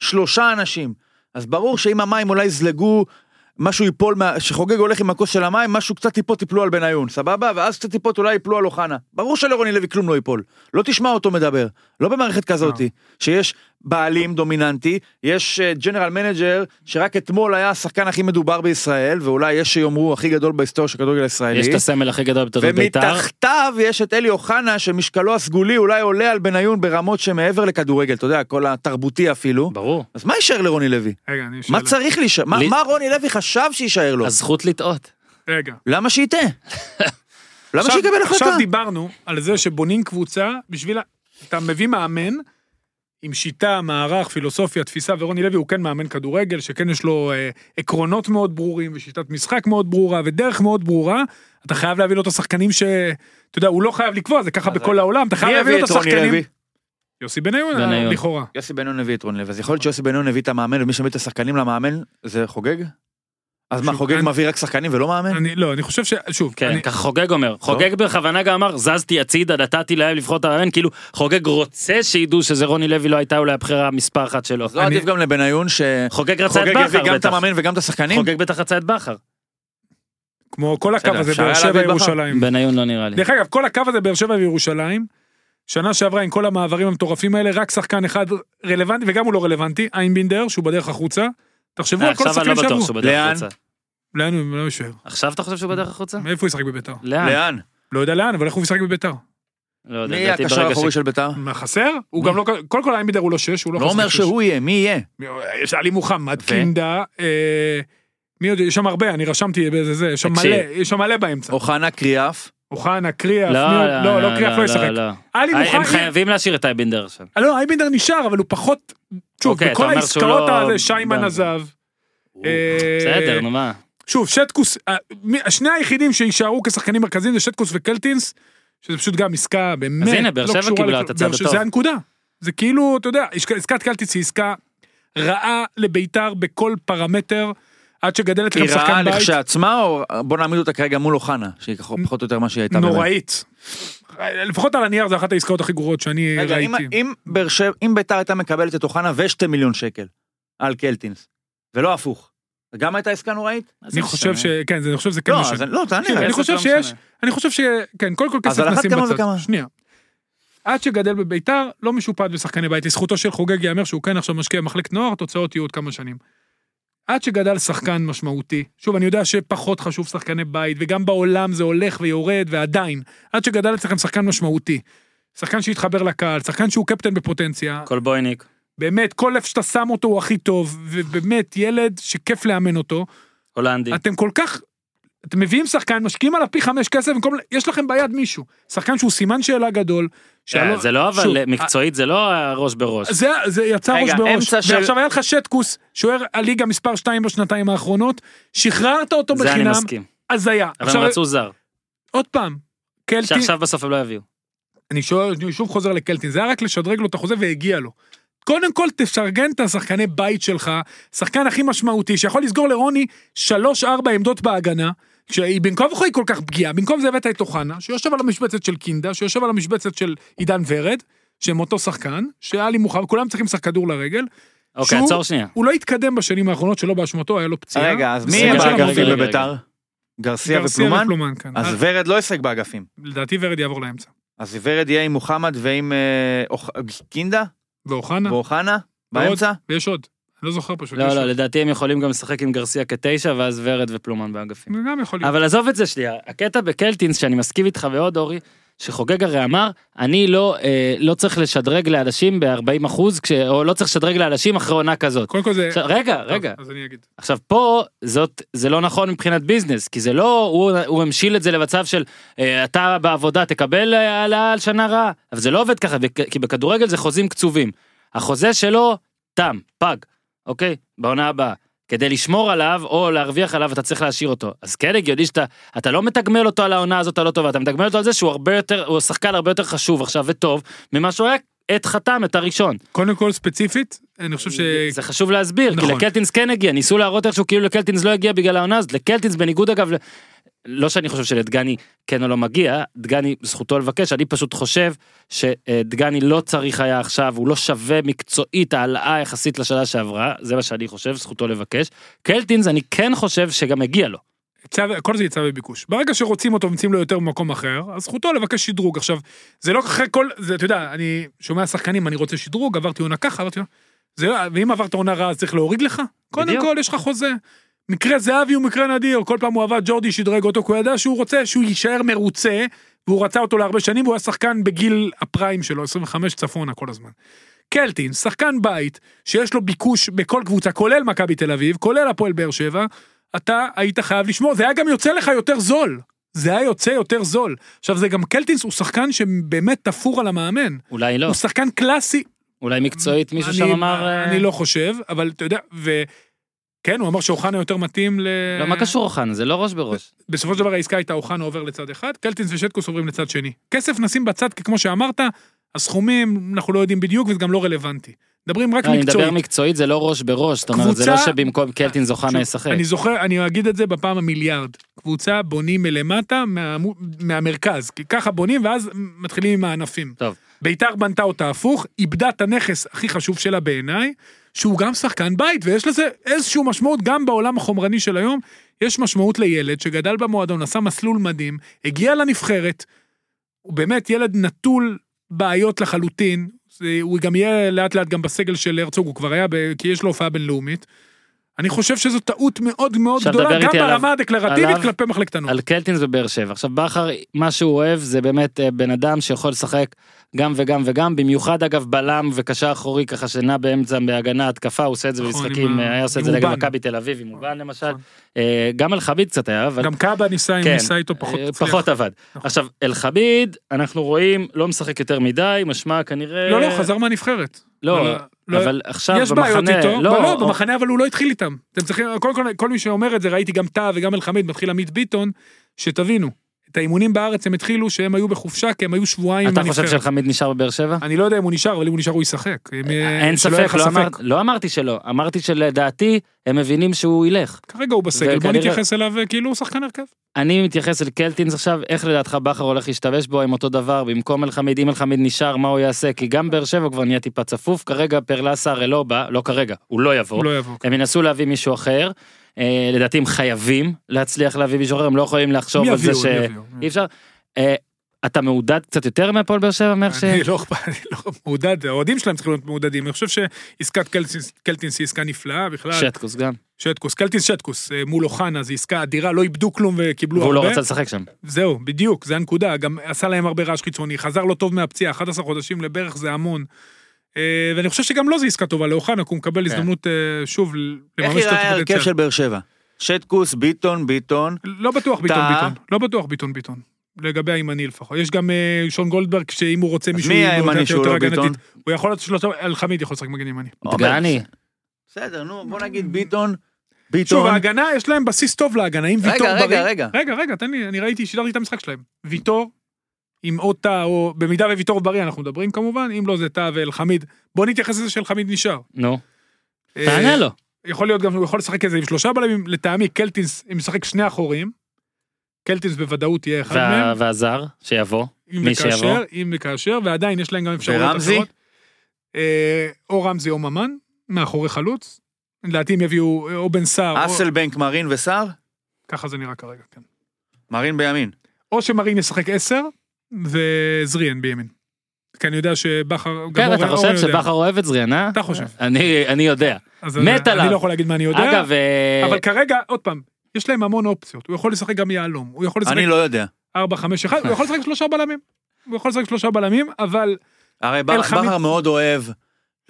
שלושה אנשים. אז ברור שאם המים אולי יזלגו, משהו ייפול, מה- שחוגג הולך עם הכוס של המים, משהו קצת טיפות יפלו על בניון, סבבה? ואז קצת טיפות אולי יפלו על אוחנה. ברור שלרוני לוי כלום לא ייפול. לא תשמע אותו מדבר. לא במערכת
אה.
כזאתי, שיש בעלים דומיננטי, יש ג'נרל מנג'ר, שרק אתמול היה השחקן הכי מדובר בישראל, ואולי יש שיאמרו הכי גדול בהיסטוריה של הכדורגל הישראלי.
יש את הסמל הכי גדול בתולדות בית"ר.
ומתחתיו יש את אלי אוחנה שמשקלו הסגולי אולי עולה על בניון ברמות שמעבר לכדורגל, אתה יודע, כל התרבותי אפילו.
ברור.
אז מה יישאר לרוני לוי?
רגע, אני
מה
אה, שאלה.
צריך להישאר? מה-
לי-
מה רוני לוי חשב שיישאר לו?
הזכות לטעות.
רגע.
למה שיטעה? למה
עכשיו-
שיקבל החלטה?
עכשיו דיברנו על זה שבונים קבוצה בשביל... ה- אתה מביא מאמן עם שיטה, מערך, פילוסופיה, תפיסה, ורוני לוי הוא כן מאמן כדורגל, שכן יש לו אה, עקרונות מאוד ברורים, ושיטת משחק מאוד ברורה, ודרך מאוד ברורה. אתה חייב להביא לו את השחקנים ש... אתה יודע, הוא לא חייב לקבוע, זה ככה בכל העולם, אתה חייב
מי
להביא
הביא
לו את
את רוני לוי?
השחקנים. יוסי בניון,
בניון.
לכאורה.
יוסי בניון הביא את רוני לוי, אז יכול להיות שיוסי בניון הביא את המאמן ומי שמביא את השחקנים למאמן זה חוגג? אז מה,
שוב,
חוגג
אני-
מביא רק שחקנים ולא מאמן?
אני לא, אני חושב ש... שוב,
כן,
אני-
ככה חוגג אומר. חוגג בכוונה גם אמר, זזתי הצידה, נתתי להם לבחור את הרעיון, כאילו חוגג רוצה שידעו שזה רוני לוי לא הייתה אולי הבחירה מספר אחת שלו.
אז לא עדיף גם לבניון שחוגג
חוגג רצה את
הביא
בכר
גם את
בטח.
המאמן וגם את השחקנים?
חוגג בטח רצה את בכר.
כמו כל הקו
בסדר,
הזה,
אפשר
באר
היה
שבע
להביא את בכר.
ירושלים.
בניון לא נראה לי.
דרך אגב, כל הקו הזה באר שבע וירושלים, שנה שעברה עם כל המעברים המטורפים האלה, רק שחקן אחד רלוונטי, וגם הוא לא רלוונטי, איינבינדר, שהוא בדרך החוצה. תחשבו
אה,
על כל
עכשיו אני
השחקנים
לא בטוח שהוא
שעברו.
לאן?
בדרך החוצה.
לאן הוא לא יושב?
עכשיו אתה חושב שהוא בדרך החוצה?
מאיפה הוא ישחק בביתר?
לאן?
לאן?
לא יודע לאן, אבל איך הוא ישחק בביתר?
לא יודע,
מי
לדעתי
הקשר
ברגע
האחורי
ש-
של ביתר?
מה חסר? הוא גם לא... קודם כל איינבינדר הוא לא שש, הוא לא
לא
יכול
אומר
לשחק שש.
שהוא יהיה, מי יהיה?
יש עלי מוחמד,
ו?
קינדה, אה, מי עוד? יש שם הרבה, אני רשמתי באיזה זה, יש שם
תקשיב.
מלא, יש שם מלא באמצע.
אוחנה קריאף,
אוחנה, קריאף,
לא,
מי עוד? לא, לא, קריאף לא ישחק.
לא.
עלי
אה, הם
מוחמד,
חייבים להשאיר את אייבינדר עכשיו.
אה, לא, אייבינדר נשאר, אבל הוא פחות... שוב,
אוקיי, אתה
בכל
אומר שהוא
העסקאות
לא-
האלה, שיימן
לא.
עזב. אה,
בסדר, נו מה.
שוב, שטקוס, אה, מי- השני היחידים שיישארו כשחקנים מרכזיים זה שטקוס וקלטינס, שזה פשוט גם עסקה באמת
אז הנה, באר
לא
שבע
קשורה
קיבלה
לכלום.
את הצד
באר ש-
הטוב.
זה הנקודה. זה כאילו, אתה יודע, עסק- עסקת קלטינס היא עסקה רעה לביתר בכל פרמטר, עד שגדלת
היא
לכם
רעה
שחקן בית
לכשעצמה, או בוא נעמיד אותה כרגע מול אוחנה, שהיא ככה פחות או יותר מה שהיא הייתה. באמת.
נוראית. לפחות על הנייר זה אחת העסקאות הכי גרועות שאני
רגע, אם-
ראיתי.
אם באר שבע- אם ביתר הייתה מקבלת את אוחנה ושתי מיליון שקל על קלטינס, ולא הפוך,
גם הייתה עסקה נוראית?
מה זה
אני חושב ש...
משנה?
כן, זה- אני חושב שזה כן
לא,
משנה.
אז אני- לא, תענה.
אני
רגע.
חושב
לא
שיש,
משנה.
אני חושב ש... כן, קודם כל
אז
כסף
על אחת
נשים
כמה
בצד.
וכמה.
שנייה. עד שגדל בביתר, לא משופט בשחקני בית. לזכותו של חוגג ייאמר שהוא כן עכשיו משקיע במחלקת נוער, התוצאות יהיו עוד כמה שנים. עד שגדל שחקן משמעותי, שוב, אני יודע שפחות חשוב שחקני בית, וגם בעולם זה הולך ויורד, ועדיין, עד שגדל אצלכם שחקן משמעותי, שחקן שהתחבר לקהל, שחקן שהוא קפטן בפוטנציה,
קולבויניק.
באמת, כל איפה שאתה שם אותו הוא הכי טוב, ובאמת, ילד שכיף לאמן אותו,
הולנדי.
אתם כל כך, אתם מביאים שחקן, משקיעים עליו פי חמש כסף, במקום, יש לכם ביד מישהו. שחקן שהוא סימן שאלה גדול.
אה,
שהלא-
זה לא
שוב,
אבל מקצועית זה לא ראש בראש.
אה, זה, זה יצא
רגע,
ראש בראש.
אמצע של-
ועכשיו היה לך שטקוס, שוער הליגה מספר 2 בשנתיים האחרונות, שחררת אותו
זה אני
בחינם,
מסכים.
הזיה.
אבל הם
עכשיו,
רצו זר.
עוד פעם, קלטין,
שעכשיו בסוף הם לא יביאו.
אני, שואל, אני שוב חוזר לקלטין, זה היה רק לשדרג לו את החוזה והגיע לו. קודם כל תשרגן את השחקני בית שלך, שחקן הכי משמעותי, שיכול לסגור לרוני 3-4 עמדות בהגנה, שהיא בין כה וכה היא כל כך פגיעה, במקום זה הבאת את אוחנה, שיושב על המשבצת של קינדה, שיושב על המשבצת של עידן ורד, שהם אותו שחקן, שאלי מוחמד, כולם צריכים לשחק כדור לרגל,
אוקיי,
שהוא-
עצור שנייה.
הוא לא התקדם בשנים האחרונות שלא באשמתו, היה לו פציעה.
רגע, אז מי
רגע,
הם
רגע,
באגפים
רגע, רגע.
בביתר? גרסיה
גרסיה
ופלומן?
ופלומן כאן.
אז ורד לא ישחק באגפים.
לדעתי ורד יעבור לאמצע.
אז ורד יהיה עם מוחמד ועם אה, אוח- קינדה
ואוחנה,
ואוחנה באמצע?
ויש עוד, אני לא זוכר פשוט. יש
לא, לא,
עוד.
לדעתי הם יכולים גם לשחק עם גרסיה כתשע, ואז ורד ופלומן באגפים.
זה גם יכול להיות.
אבל עזוב את זה שנייה, הקטע בקלטינס שאני מסכים איתך מאוד אורי, שחוגג הרי אמר, אני לא, אה, לא צריך לשדרג לאנשים ב-40 אחוז, כש, או לא צריך לשדרג לאנשים אחרי עונה כזאת.
קודם כל זה...
עכשיו, רגע,
טוב,
רגע,
אז אני אגיד.
עכשיו פה זאת זה לא נכון מבחינת ביזנס כי זה לא הוא, הוא המשיל את זה למצב של אה, אתה בעבודה תקבל אה, העלאה על שנה רעה אבל זה לא עובד ככה בכ- כי בכדורגל זה חוזים קצובים. החוזה שלו תם פג אוקיי בעונה הבאה כדי לשמור עליו או להרוויח עליו אתה צריך להשאיר אותו אז כן הגיוני שאתה אתה לא מתגמל אותו על העונה הזאת הלא טובה אתה מתגמל אותו על זה שהוא הרבה יותר הוא שחקן הרבה יותר חשוב עכשיו וטוב ממה שהוא היה עת חתם את הראשון.
קודם כל ספציפית, אני חושב ש...
זה חשוב להסביר, כי
נכון.
לקלטינס כן הגיע, ניסו להראות איכשהו כאילו לקלטינס לא הגיע בגלל העונה הזאת, לקלטינס בניגוד אגב, ל- לא שאני חושב שלדגני כן או לא מגיע, דגני זכותו לבקש, אני פשוט חושב שדגני לא צריך היה עכשיו, הוא לא שווה מקצועית העלאה יחסית לשנה שעברה, זה מה שאני חושב, זכותו לבקש, קלטינס אני כן חושב שגם הגיע לו,
היצע- הכל זה היצע וביקוש. ברגע שרוצים אותו ומציעים לו יותר במקום אחר, אז זכותו לבקש שדרוג. עכשיו, זה לא אחרי כל... זה, אתה יודע, אני שומע שחקנים, אני רוצה שדרוג, עברתי עונה ככה, עברתי עונה... זה לא... ואם עברת עונה רעה, אז צריך להוריד לך? קודם
בדיוק.
כל, יש לך חוזה. מקרה זהבי הוא מקרה נדיר, כל פעם הוא עבד, ג'ורדי שדרג אותו, כי הוא ידע שהוא רוצה שהוא יישאר מרוצה, והוא רצה אותו להרבה שנים, והוא היה שחקן בגיל הפריים שלו, 25 צפונה כל הזמן. קלטין, שחקן בית, שיש לו ביקוש בכל קבוצה, כולל מכבי תל אביב, כולל הפועל באר שבע, אתה היית חייב לשמור, זה היה גם יוצא לך יותר זול. זה היה יוצא יותר זול. עכשיו זה גם קלטינס הוא שחקן שבאמת תפור על המאמן.
אולי לא,
הוא שחקן קלאסי.
אולי מקצועית מישהו שם
אני-
אמר, אה,
אני לא חושב, אבל אתה יודע, ו... כן, הוא אמר שאוחנה יותר מתאים ל...
לא, מה קשור אוחנה, זה לא ראש בראש,
בסופו של דבר העסקה הייתה אוחנה עובר לצד אחד, קלטינס ושטקוס עוברים לצד שני. כסף נשים בצד, כי כמו שאמרת, הסכומים, אנחנו לא יודעים בדיוק וזה גם לא רלוונטי. מדברים רק
לא, אני מדבר
מקצועית.
מקצועית זה לא ראש בראש, זאת אומרת זה
קבוצה-
לא שבמקום קלטינס אוחנה
שוב,
ישחק.
אני זוכר, אני אגיד את זה בפעם המיליארד. קבוצה בונים מלמטה מהמו- מהמרכז, כי ככה בונים ואז מתחילים עם הענפים.
טוב.
ביתר בנתה אותה הפוך, איבדה את הנכס הכי חשוב שלה בעיניי, שהוא גם שחקן בית, ויש לזה איזשהו משמעות גם בעולם החומרני של היום. יש משמעות לילד שגדל במועדון, עשה מסלול מדהים, הגיע לנבחרת, הוא באמת ילד נטול בעיות לחלוטין, זה- הוא גם יהיה לאט לאט גם בסגל של הרצוג, הוא כבר היה, ב- כי יש לו הופעה בינלאומית. אני חושב שזו טעות מאוד מאוד
עכשיו
גדולה,
דבר
גם
איתי עליו-
ברמה הדקלרטיבית
עליו-
כלפי מחלקת הנוער.
על קלטינס בבאר שבע. עכשיו בכר, מה שהוא אוהב זה באמת אה, בן אדם שיכול לשחק גם וגם וגם, במיוחד אגב בלם וקשר אחורי ככה שנע באמצע בהגנה התקפה, הוא עושה את זה
נכון,
במשחקים, אה,
עם ה-
היה עושה את
עם
זה נגד
אובן.
מכבי תל אביב, עם אובן למשל.
נכון.
אה, גם אל חביד קצת היה, אבל...
גם קאבה ניסה, אם
כן,
ניסה איתו פחות
אה,
הצליח. נכון.
פחות עבד. עכשיו אל חביד, אנחנו רואים, לא משחק יותר מדי, משמע כנראה...
לא, לא, חזר מהנבחרת.
אה, לא,
אבל- לא-
אבל עכשיו
יש בעיות
במחנה...
איתו, לא, לא,
או-
במחנה אבל הוא לא התחיל איתם. אתם צריכים, קודם כל, כל מי שאומר את זה, ראיתי גם טאה וגם אלחמיד, מתחיל עמית ביטון, שתבינו, את האימונים בארץ הם התחילו שהם היו בחופשה, כי הם היו שבועיים
אתה
עם
חושב
הנבחרת.
שאלחמיד נשאר בבאר שבע?
אני לא יודע אם הוא נשאר, אבל אם הוא נשאר הוא ישחק. אם, אה,
אין
שלא יהיה
ספק, לא,
לך
אמר, לא אמרתי שלא, אמרתי שלדעתי הם מבינים שהוא ילך.
כרגע הוא בסגל, בוא
וכנראה-
נתייחס אליו אה, כאילו הוא שחקן הרכב.
אוקיי. אני מתייחס אל קלטינס עכשיו, איך לדעתך בכר הולך להשתמש בו עם אותו דבר, במקום אלחמיד, אם אלחמיד נשאר, מה הוא יעשה? כי גם באר שבע כבר נהיה טיפה צפוף, כרגע פרלסה הרי לא בא, לא כרגע, הוא לא יבוא.
לא יבוא.
הם ינסו להביא מישהו אחר. אה, לדעתי הם חייבים להצליח להביא מישהו אחר, הם לא יכולים לחשוב
מי
על זה
יביאו?
ש...
מי יביאו?
אי אפשר. אה, אתה מעודד קצת יותר מהפועל באר שבע מאיך ש...
[LAUGHS] אני לא אכפת, אני לא מעודד, האוהדים שלהם צריכים להיות מעודדים. אני חושב שעסקת קלטינס- קלטינס היא עסקה נפלאה בכלל.
שטקוס גם.
שטקוס, קלטינס שטקוס, אה, מול אוחנה, זו עסקה אדירה, לא איבדו כלום וקיבלו
והוא
הרבה.
לא רצה לשחק שם.
זהו, בדיוק, זה הנקודה. גם עשה להם הרבה רעש חיצוני, חזר לא טוב מהפציעה, 11 חודשים לברך זה המון. אה, ואני חושב שגם לו זו עסקה טובה לאוחנה, כי הוא מקבל הזדמנות אה, שוב ל-
כן. איך
לממש את
יראה ההרכב
הפוטנציאל.
של באר שבע? שטקוס, ביטון, ביטון.
לא בטוח ביטון
טאה.
ביטון, לא בטוח ביטון ביטון. לגבי הימני לפחות. יש גם אה, שון גולדברג, שאם הוא רוצה מישהו...
מי
עם
הימני
אוריינטציה
שהוא
יותר
לא ביטון?
הגנתית, הוא יכול להיות שלושה, אלחמיד יכול לשחק מגן ימני.
דגני.
בסדר, נו, בוא נגיד ביטון,
אוקיי. שוב,
ביטון.
ההגנה, יש להם בסיס טוב להגנה, אם
רגע,
ויטור בריא...
רגע, רגע.
רגע, רגע, תן לי, אני ראיתי, שידרתי את המשחק שלהם. ויטור, עם עוד תא, או במידה וויטור בריא אנחנו מדברים כמובן, אם לא זה תא ואלחמיד. בוא נתייחס לזה שאלחמיד נשאר.
נו.
אה,
תענה לו.
יכול להיות גם, הוא יכול לשחק את זה עם שלושה בלמים, לטעמי קלטינס, אם משחק שני אחורים, קלטינס בוודאות יהיה אחד
וה-
מהם,
והזר שיבוא.
אם
מי שיבוא.
וכאשר, אם וכאשר, ועדיין יש להם גם אפשרויות אחרות.
ורמזי?
אה, או רמזי או ממן, מאחורי חלוץ. לדעתי הם יביאו אה, או בן סער, או-
אסלבנק, מרין וסער?
ככה זה נראה כרגע, כן.
מרין בימין.
או שמרין ישחק 10 וזריאן בימין. כי אני יודע שבכר, גם
כן, אתה
אורן-
חושב
אורן יודע.
שבכר אוהב את זריאן, אה?
אתה חושב.
אני אני יודע.
אז
מת
אני-
עליו.
אני לא יכול להגיד מה אני יודע.
אגב, אה,
אבל כרגע, עוד פעם, יש להם המון אופציות. הוא יכול לשחק גם יהלום, הוא יכול לשחק
אני לא יודע.
4, 5, 1, הוא יכול לשחק שלושה בלמים. הוא יכול לשחק שלושה בלמים, אבל
הרי בר-
אלחמיד-
בכר מאוד אוהב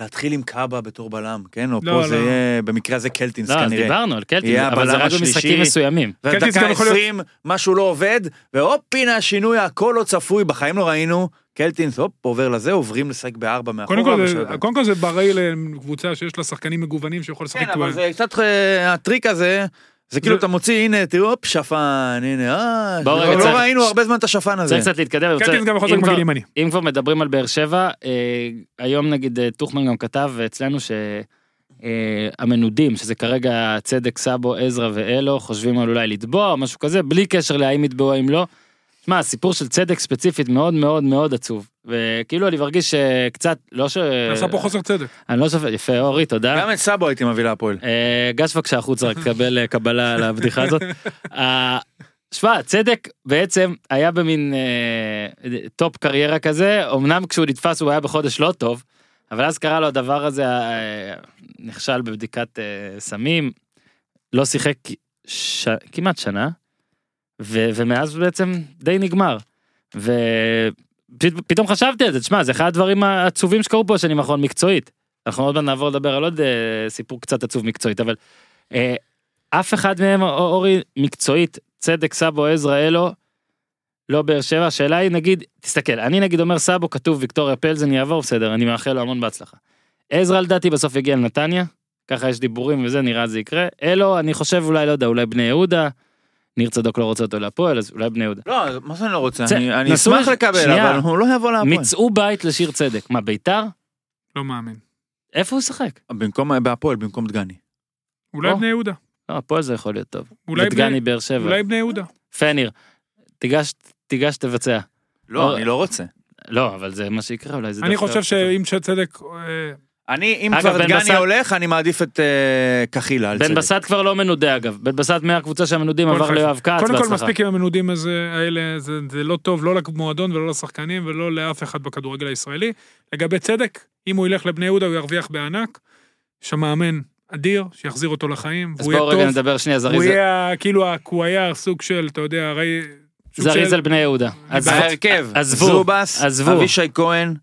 להתחיל עם קאבה בתור בלם, כן? או
לא,
פה זה
לא.
יהיה, במקרה הזה קלטינס
לא, אז
כנראה.
דיברנו על קלטינס,
יהיה
אבל זה
הבלם
רק במשחקים
השלישי.
מסוימים.
קלטינס
ודקה
גם יכול להיות-
20, משהו לא עובד, והופ, הנה השינוי, הכל לא צפוי, בחיים לא ראינו. קלטינס, הופ, עובר לזה, עוברים לשחק בארבע מאחורה.
קודם כל זה-
ושלוש.
קודם כל זה בריא לקבוצה שיש לה שחקנים מגוונים שיכול לשחק.
כן,
כבר.
אבל זה קצת אה, הטריק הזה, זה כאילו
זה-
אתה מוציא, הנה, תראו, הופ, שפן, הנה, אה,
בואו רגע,
לא
צריך-
ראינו הרבה זמן את השפן הזה.
צריך קצת להתקדם. אני רוצה-
קלטינס גם יכול
אם
לשחק
כבר- אה,
מגן ימני.
אם כבר מדברים על באר שבע, אה, היום נגיד אה, טוחמן גם כתב אצלנו ש... אה, המנודים שזה כרגע צדק סאבו עזרא ואלו חושבים על אולי לתבוע או משהו כזה בלי קשר להאם יתבעו האם לא. שמע הסיפור של צדק ספציפית מאוד מאוד מאוד עצוב וכאילו אני מרגיש שקצת לא ש...
נעשה פה חוסר צדק.
אני לא שופט יפה אורי תודה.
גם את סאבו הייתי מביא להפועל.
אה, גש בבקשה החוצה, רק תקבל אה, קבלה על הבדיחה הזאת. אה, שמע, צדק בעצם היה במין אה, טופ קריירה כזה, אמנם כשהוא נתפס הוא היה בחודש לא טוב, אבל אז קרה לו הדבר הזה, אה, נכשל בבדיקת אה, סמים, לא שיחק ש... כמעט שנה, ו... ומאז בעצם די נגמר. ופתאום חשבתי על זה, תשמע, זה אחד הדברים העצובים שקרו פה בשנים האחרונות מקצועית. אנחנו עוד מעט נעבור לדבר על עוד אה, סיפור קצת עצוב מקצועית, אבל אה, אף אחד מהם, א- אורי, מקצועית, צדק, סבו, עזרא, אלו, לא באר שבע, השאלה היא, נגיד, תסתכל, אני נגיד אומר סבו, כתוב ויקטוריה פלזן יעבור, בסדר, אני מאחל לו המון בהצלחה. עזרא לדעתי בסוף יגיע לנתניה, ככה יש דיבורים וזה, נראה זה יקרה. אלו, אני חושב אולי, לא יודע, אולי בני יהודה, ניר צדוק לא רוצה אותו להפועל, אז אולי בני יהודה.
לא, מה זה אני לא רוצה?
זה-
אני אני
נסו
אשמח
לש-
לקבל,
שנייה.
אבל הוא לא יבוא להפועל.
מצאו בית לשיר צדק, מה, ביתר?
לא מאמין.
איפה הוא שחק?
במקום, בהפועל, במקום דגני.
אולי
או.
בני יהודה.
לא, הפועל זה יכול להיות טוב.
אולי
דגני
בני-
באר שבע.
אולי בני יהודה.
פניר, תיגש, תיגש תבצע.
לא,
לא.
אני לא רוצה.
לא, אבל זה מה שיקרה, אולי זה
אני
דווקא-
חושב שאם צדק... אה,
אני, אם
אגב, בן
כבר
בסט-
דגני הולך, אני מעדיף את אה, קחילה על
בן
צדק.
בסט כבר לא מנודה אגב, בן בסט מהקבוצה של המנודים עבר ליואב כץ,
קודם כל
אה, בהצלחה.
מספיק עם המנודים הזה- האלה, זה זה לא טוב לא למועדון ולא לשחקנים ולא לאף אחד בכדורגל הישראלי. לגבי צדק, אם הוא ילך לבני יהודה הוא ירוויח בענק. יש שם מאמן אדיר שיחזיר אותו לחיים,
אז
והוא
בואו רגע
יהיה טוב.
נדבר שנייה
הוא
זריז,
יהיה כאילו, ה- הוא היה סוג של, אתה יודע, הרי... סוג
זריז
של-
על בני יהודה. אז-
בהרכב,
עזבו,
זובס,
עזבו.
אבישי כהן,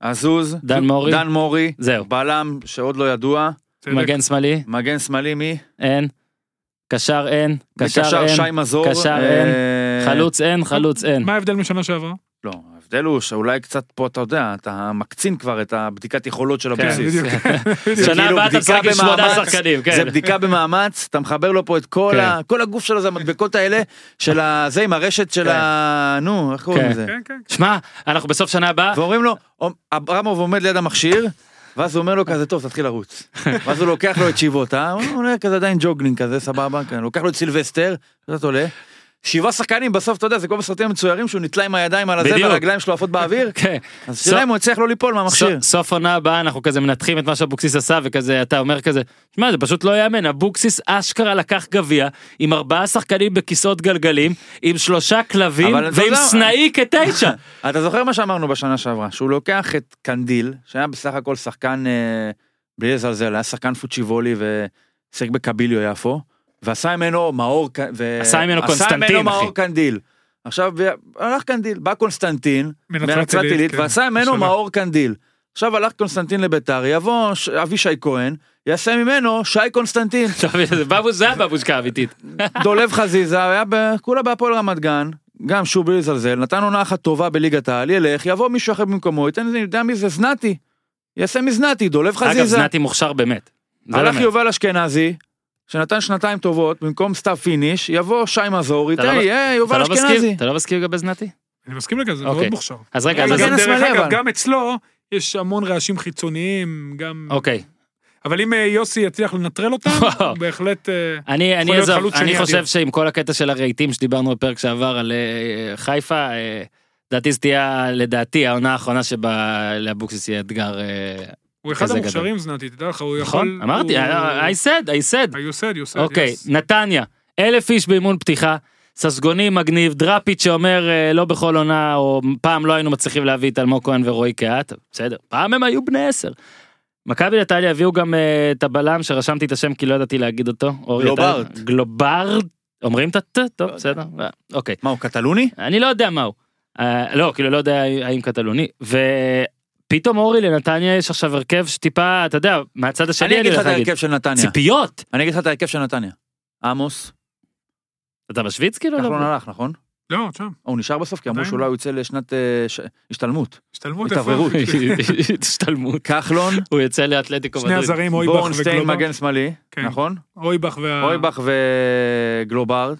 עזוז,
דן מורי,
דן מורי,
זהו,
בלם שעוד לא ידוע,
צדק.
מגן שמאלי,
מגן שמאלי מי?
אין, קשר אין, קשר
בקשר שי
אין,
מזור,
קשר
אה,
חלוץ אין, חלוץ אין.
מה ההבדל משנה שעברה?
לא, ההבדל הוא שאולי קצת פה אתה יודע, אתה מקצין כבר את הבדיקת יכולות של
כן,
הבסיס.
[LAUGHS] בדיוק.
זה
שנה
כאילו
הבאה
בדיקה
אתה משחק עם שמונה
במאמץ,
שחקנים, כן.
זה בדיקה במאמץ, אתה מחבר לו פה את כל
כן.
ה- כל הגוף שלו, זה המדבקות האלה, של ה- זה עם הרשת של
כן.
ה... נו, איך קוראים
כן.
לזה?
כן, כן.
שמע, אנחנו בסוף שנה הבאה,
ואומרים לו, אום- אברמוב עומד ליד המכשיר, ואז הוא אומר לו כזה, טוב, תתחיל
[LAUGHS]
לרוץ. ואז הוא לוקח לו את שיבוטה, הוא עולה כזה עדיין ג'וגלינג כזה, סבבה, כן, לוקח לו את סילבסטר, קצת עולה. שבעה שחקנים, בסוף אתה יודע, זה כמו בסרטים המצוירים שהוא נתלה עם הידיים על הזה
בדיוק.
והרגליים שלו עפות
[LAUGHS]
באוויר.
כן.
אז השאלה אם הוא יצליח לא ליפול מהמכשיר.
סוף- סוף עונה הבאה אנחנו כזה מנתחים את מה שאבוקסיס עשה וכזה אתה אומר כזה שמע זה פשוט לא יאמן אבוקסיס אשכרה לקח גביע עם ארבעה שחקנים בכיסאות גלגלים עם שלושה כלבים
אבל אתה
ועם
יודע-
סנאי כתשע. [LAUGHS]
[LAUGHS] אתה זוכר מה שאמרנו בשנה שעברה, שהוא לוקח את קנדיל, שהיה בסך הכל שחקן, אה, בלי לזלזל, היה שחקן פוצ'יבולי ושיחק בקביליו יפו, ועשה ממנו מאור, ק- ו...
עשה ממנו קונסטנטין,
עשה ממנו
אחי.
מאור קנדיל. עכשיו ב- הלך קנדיל, בא קונסטנטין,
מנצרת
מנצרת
עילית,
עילית,
כן.
ועשה ממנו
שלום.
מאור קנדיל. עכשיו הלך קונסטנטין לביתר, יבוא ש- אבישי כהן, יעשה ממנו שי קונסטנטין.
אתה מבין, זה בבוש- זה הבבושקה האמיתית.
דולב חזיזה היה ב- כולה בהפועל רמת גן גם שוב בלי לזלזל נתן עונה אחת טובה בליגת העל ילך יבוא מישהו אחר במקומו ייתן איזה, יודע מי זה זנתי. יעשה מזנתי דולב
אגב
חזיזה.
זנתי מוכשר באמת. זה לא
הלך
באמת.
יובל אשכנזי שנתן שנתיים טובות במקום סתיו פיניש יבוא שי מזור
אתה
ייתן
לא-
יהיה
אתה
יובל
לא מסכים?
אשכנזי.
אתה לא מסכים לגבי זנתי?
אני מסכים לגבי זה, מאוד
אוקיי.
מוכשר.
אז רגע אז-
אבל
אז-
כן,
גם, דרך
השמאלי,
אגב,
אבל.
גם אצלו יש המון רעשים חיצוניים, גם...
אוקיי.
אבל אם אה, יוסי יצליח לנטרל אותם,
וואו.
בהחלט... אה,
אני, אני,
להיות
עזוב,
חלוץ
אני
שני
חושב
אדיר.
שעם כל הקטע של הרהיטים שדיברנו בפרק שעבר על אה, חיפה, אה, לדעתי זו תהיה, לדעתי, העונה האחרונה שבה לאבוקסיס יהיה אתגר. אה,
הוא אחד
כזה גדול.
המוכשרים, זנתי, תדע לך, הוא יכול...
נכון? אמרתי,
הוא-
I said, I said.
I said, you said,
אוקיי,
yes.
נתניה, אלף איש באימון פתיחה, ססגוני מגניב, דראפיץ' שאומר אה, לא בכל עונה, או פעם לא היינו מצליחים להביא את אלמוג כהן ורועי קהת, בסדר, פעם הם היו בני עשר. מכבי נתניה הביאו גם אה, את הבלם שרשמתי את השם כי לא ידעתי להגיד אותו. אורי, אתה-
גלוברט.
גלוברט. אומרים את הט?
לא
טוב, בסדר, אוקיי.
מה הוא קטלוני?
אני לא יודע מהו. אה, לא, כאילו לא יודע האם קטלוני. ופתאום אורי לנתניה יש עכשיו הרכב שטיפה, אתה יודע, מהצד השני
אני
אני
אגיד לך
הולך
את
להגיד.
ההרכב של נתניה.
ציפיות.
אני אגיד לך את ההרכב של נתניה. עמוס.
אתה בשוויץ כאילו? לא? כן.
כחלון הלך נכון?
לא, שם,
הוא נשאר בסוף כי אמרו
עדיין.
שאולי הוא יצא לשנת אה, ש- השתלמות.
השתלמות
התאווררות.
[LAUGHS] השתלמות.
כחלון.
הוא יצא לאתלטיקו [LAUGHS]
[LAUGHS] שני
מדריד.
הזרים, אויבך
בורנשטיין
וגלובר.
מגן שמאלי
כן.
נכון?
אויבך
כן.
וה...
אויבך וגלוברד,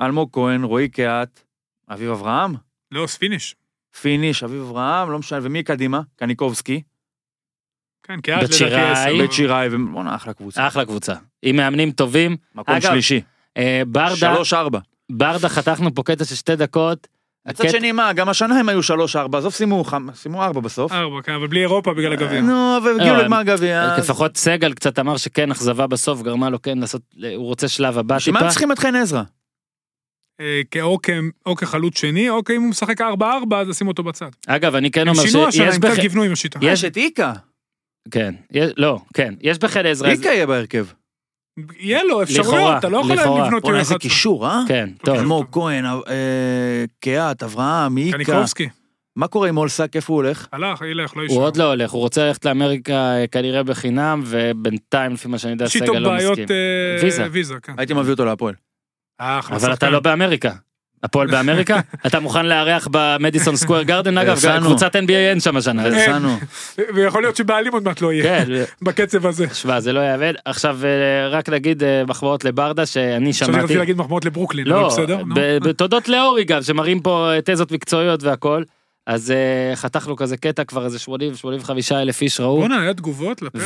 אלמוג כהן, רועי קהת, אביב אברהם,
לא, ספיניש.
פיניש, אביב אברהם, לא משנה, ומי קדימה? קניקובסקי,
כן, כי אז
בצ'יראי.
לדעתי
בית
עשר.
שיראי, ובואנה, אחלה קבוצה.
אחלה קבוצה. עם מאמנים טובים.
מקום
אגב,
שלישי,
אה, ברדה,
שלוש ארבע.
ברדה חתכנו פה קטע של שתי דקות.
מצד
הקט-
שני, מה, גם השנה הם היו שלוש ארבע, עזוב סיימו חמ- סיימו ארבע בסוף.
ארבע, כן, אבל בלי אירופה
אה,
בגלל הגביע.
נו, אבל הגיעו
לא, הם-
לגמר גביע. אז-
לפחות סגל קצת אמר שכן, אכזבה בסוף גרמה לו כן לעשות, הוא רוצה שלב הבא
בשביל
טיפה.
מה הם צריכים את חן עזרא?
אה, כ- או כ- או כחלוץ שני, או כי אם הוא משחק 4-4, אז שים אותו בצד.
אגב, אני כן
הם
אומר
שינו השנה,
שיש
הם קצת
בחן...
גיוונו עם השיטה.
יש-
יש את אה, איקה,
כן, יש- לא, כן, יש בחן עזרא. אז- אוקיי,
איקה יהיה בהרכב.
יהיה לו אפשרויות,
לכאורה,
אתה לא יכול
לכאורה.
לבנות
בואנה,
עם
איזה
11.
קישור, אה?
כן, טוב.
אלמוג כהן, אה, קהת, אברהם, איקה.
קניקובסקי,
מה קורה עם אולסק, איפה הוא הולך?
הלך, ילך, לא
הוא
ישאר.
עוד לא הולך, הוא רוצה ללכת לאמריקה אה, כנראה בחינם, ובינתיים, לפי מה שאני יודע,
יש איתו
סגל לא
בעיות
מסכים.
אה,
ויזה.
ויזה, כן.
הייתי מביא אותו להפועל.
אה, אחלה
אבל אתה
שחקן.
לא באמריקה. הפועל
[LAUGHS]
באמריקה? אתה מוכן לארח במדיסון סקוואר גרדן? אגב,
הרסנו.
קבוצת NBA אין שם השנה. אז-
הרסנו.
ויכול להיות שבעלים עוד מעט לא יהיה,
כן,
[LAUGHS] בקצב הזה.
שמע, זה לא יעבד. עכשיו, אה, רק נגיד אה, מחמאות לברדה, שאני
עכשיו אני
שמעתי...
רציתי להגיד מחמאות לברוקלין, אבל
לא,
בסדר, נו.
ב- ב- תודות לאורי גם, שמראים פה אה, תזות מקצועיות והכל. אז אה, חתכנו כזה קטע, כבר איזה 80-85 אלף איש ראו.
בואנה, היה תגובות לפרק?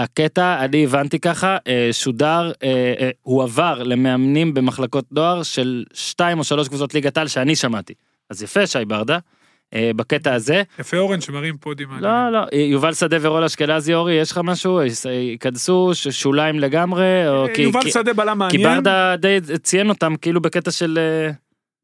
והקטע, אני הבנתי ככה, אה, שודר, אה, אה, הועבר למאמנים במחלקות נוער של שתיים או שלוש קבוצות ליגת על שאני שמעתי. אז יפה, שי ברדה, אה, בקטע הזה.
יפה אורן שמרים פודים. מעניינים.
לא, לא, אה, יובל שדה ורול אשכנזי, אורי, יש לך משהו? יש- אה, ייכנסו ש- שוליים לגמרי? או לא, כי-
אה, יובל
כי-
שדה בלם
כי
מעניין,
ברדה די ציין אותם כאילו בקטע של... אה,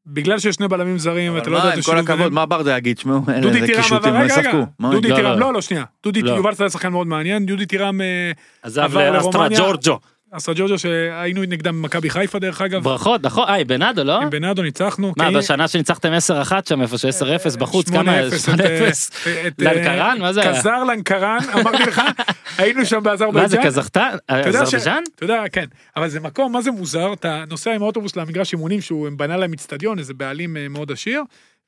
בגלל שיש שני בלמים זרים, אתה
אבל
לא
מה,
יודע את
עם כל
השילוב
הכבוד,
ביניהם.
מה ברדה יגיד? שמעו, אלה
דודי
זה
טירם,
קישוטים,
אבל
לא
רגע, רגע,
ישחקו. מה הוא
דודי
לא,
טירם,
לא.
לא, לא, שנייה, דודי,
לא.
יובל שדה שחקן מאוד מעניין, דודי טירם, אה,
עזב
עבר
לאסטרה
לרומניה.
ג'ורג'ו.
אסטרג'ורג'ו שהיינו נגדם במכבי חיפה דרך אגב,
ברכות, נכון? אה, בנאדו, לא?
עם בנאדו ניצחנו,
מה,
כי-
בשנה שניצחתם 10-1 שם איפה ש-10-0 בחוץ,
8-0,
כמה?
את, אה,
8-0?
את, אה,
לנקרן? מה זה היה?
קזר לנקרן, אמרתי לך, היינו שם באזרבייג'ן,
מה זה אה, קזחטן?
אתה יודע ש-
אזרבייג'ן?
אתה יודע, כן, אבל זה מקום, מה זה מוזר, אתה נוסע עם האוטובוס למגרש אימונים שהוא בנה להם אצטדיון, איזה בעלים אה, מאוד עשיר,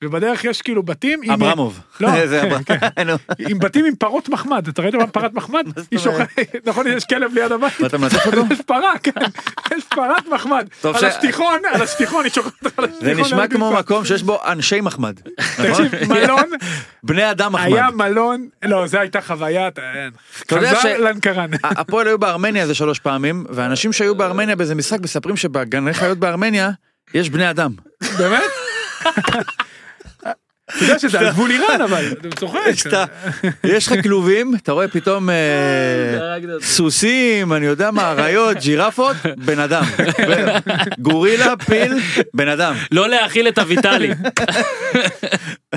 ובדרך יש כאילו בתים עם...
אברמוב.
[LAUGHS] לא,
[LAUGHS] איזה אברהם.
כן. [LAUGHS]
נו,
עם בתים עם פרות מחמד, אתה ראית פעם פרת
[LAUGHS]
מחמד? היא שוכרת, [LAUGHS] נכון, יש כלב ליד הבית.
ואתה מנצח אותו?
[LAUGHS] יש פרה, כן, יש פרת מחמד.
טוב ש-
על השטיחון, על השטיחון, היא שוכרת על השטיחון.
זה נשמע
ליד
כמו
בלפק.
מקום שיש בו אנשי מחמד. נכון?
תקשיב, [LAUGHS] מלון,
[LAUGHS] בני אדם מחמד.
היה מלון, לא, זו הייתה חוויה, אתה
אתה יודע ש- אה.
חזר לנקרן.
ה- הפועל היו בארמניה איזה שלוש פעמים, ואנשים שהיו בארמניה באיזה משחק מספרים שבגני חיות בארמניה יש בני אדם.
[LAUGHS] כן. באמת? אתה יודע שזה על גבול איראן אבל,
[LAUGHS]
אתה
יש את ה-
צוחק.
יש לך כלובים, אתה רואה פתאום אה, סוסים, אני יודע מה, אריות, ג'ירפות, בן
[LAUGHS]
אדם. גורילה, פיל, בן אדם.
לא להאכיל את הויטלי.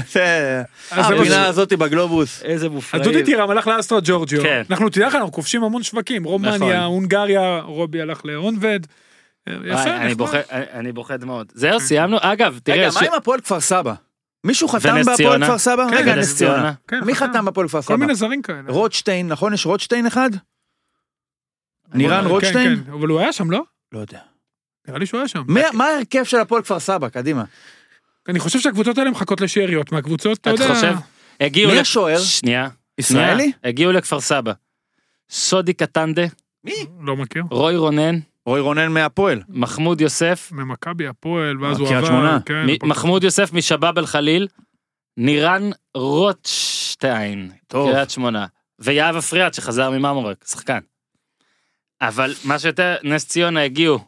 זה-
אז זה
הפינה הזאתי בגלובוס.
[LAUGHS] איזה
אז
מופרעים.
דודי טירם הלך לאסטרו ג'ורג'יו,
כן.
אנחנו תדע לך אנחנו כובשים המון שווקים,
נכון.
רומניה, הונגריה, רובי הלך להונבד,
אה,
וואי,
יפה,
אני
נחמד. כן,
בוכה- אה, אני בוכה דמעות. זהו, סיימנו. אגב,
רגע,
תראה, ש-
מה עם הפועל כפר סבא? מישהו חתם
ונס
בהפועל
ציונה?
כפר סבא?
כן,
רגע,
ונס
נס ציונה.
ציונה.
כן,
מי
חתם.
חתם בהפועל כפר
כל
סבא?
מיני זרים כאלה.
רוטשטיין, נכון? יש רוטשטיין אחד? נירן
כן,
רוטשטיין?
כן, אבל הוא היה שם, לא?
לא יודע.
נראה לי שהוא היה שם.
מה- מה ההרכב של הפועל כפר סבא? קדימה.
אני חושב שהקבוצות האלה מחכות לשאריות מהקבוצות, אתה
את
יודע.
חושב? הגיעו...
מי
לכ-
השוער?
שנייה.
ישראלי?
שנייה. הגיעו לכפר סבא. סודי קטנדה,
לא מכיר.
רוי רונן,
רוי רונן מהפועל.
מחמוד יוסף,
ממכבי הפועל, ואז הוא עבר.
אה, קריית שמונה.
כן,
מ-
הפועל.
מחמוד יוסף משבאב אל חליל, נירן רוטשטיין,
טוב.
קריית שמונה, ויהב אפריאט שחזר מממורק, שחקן. אבל מה שיותר, נס ציונה הגיעו,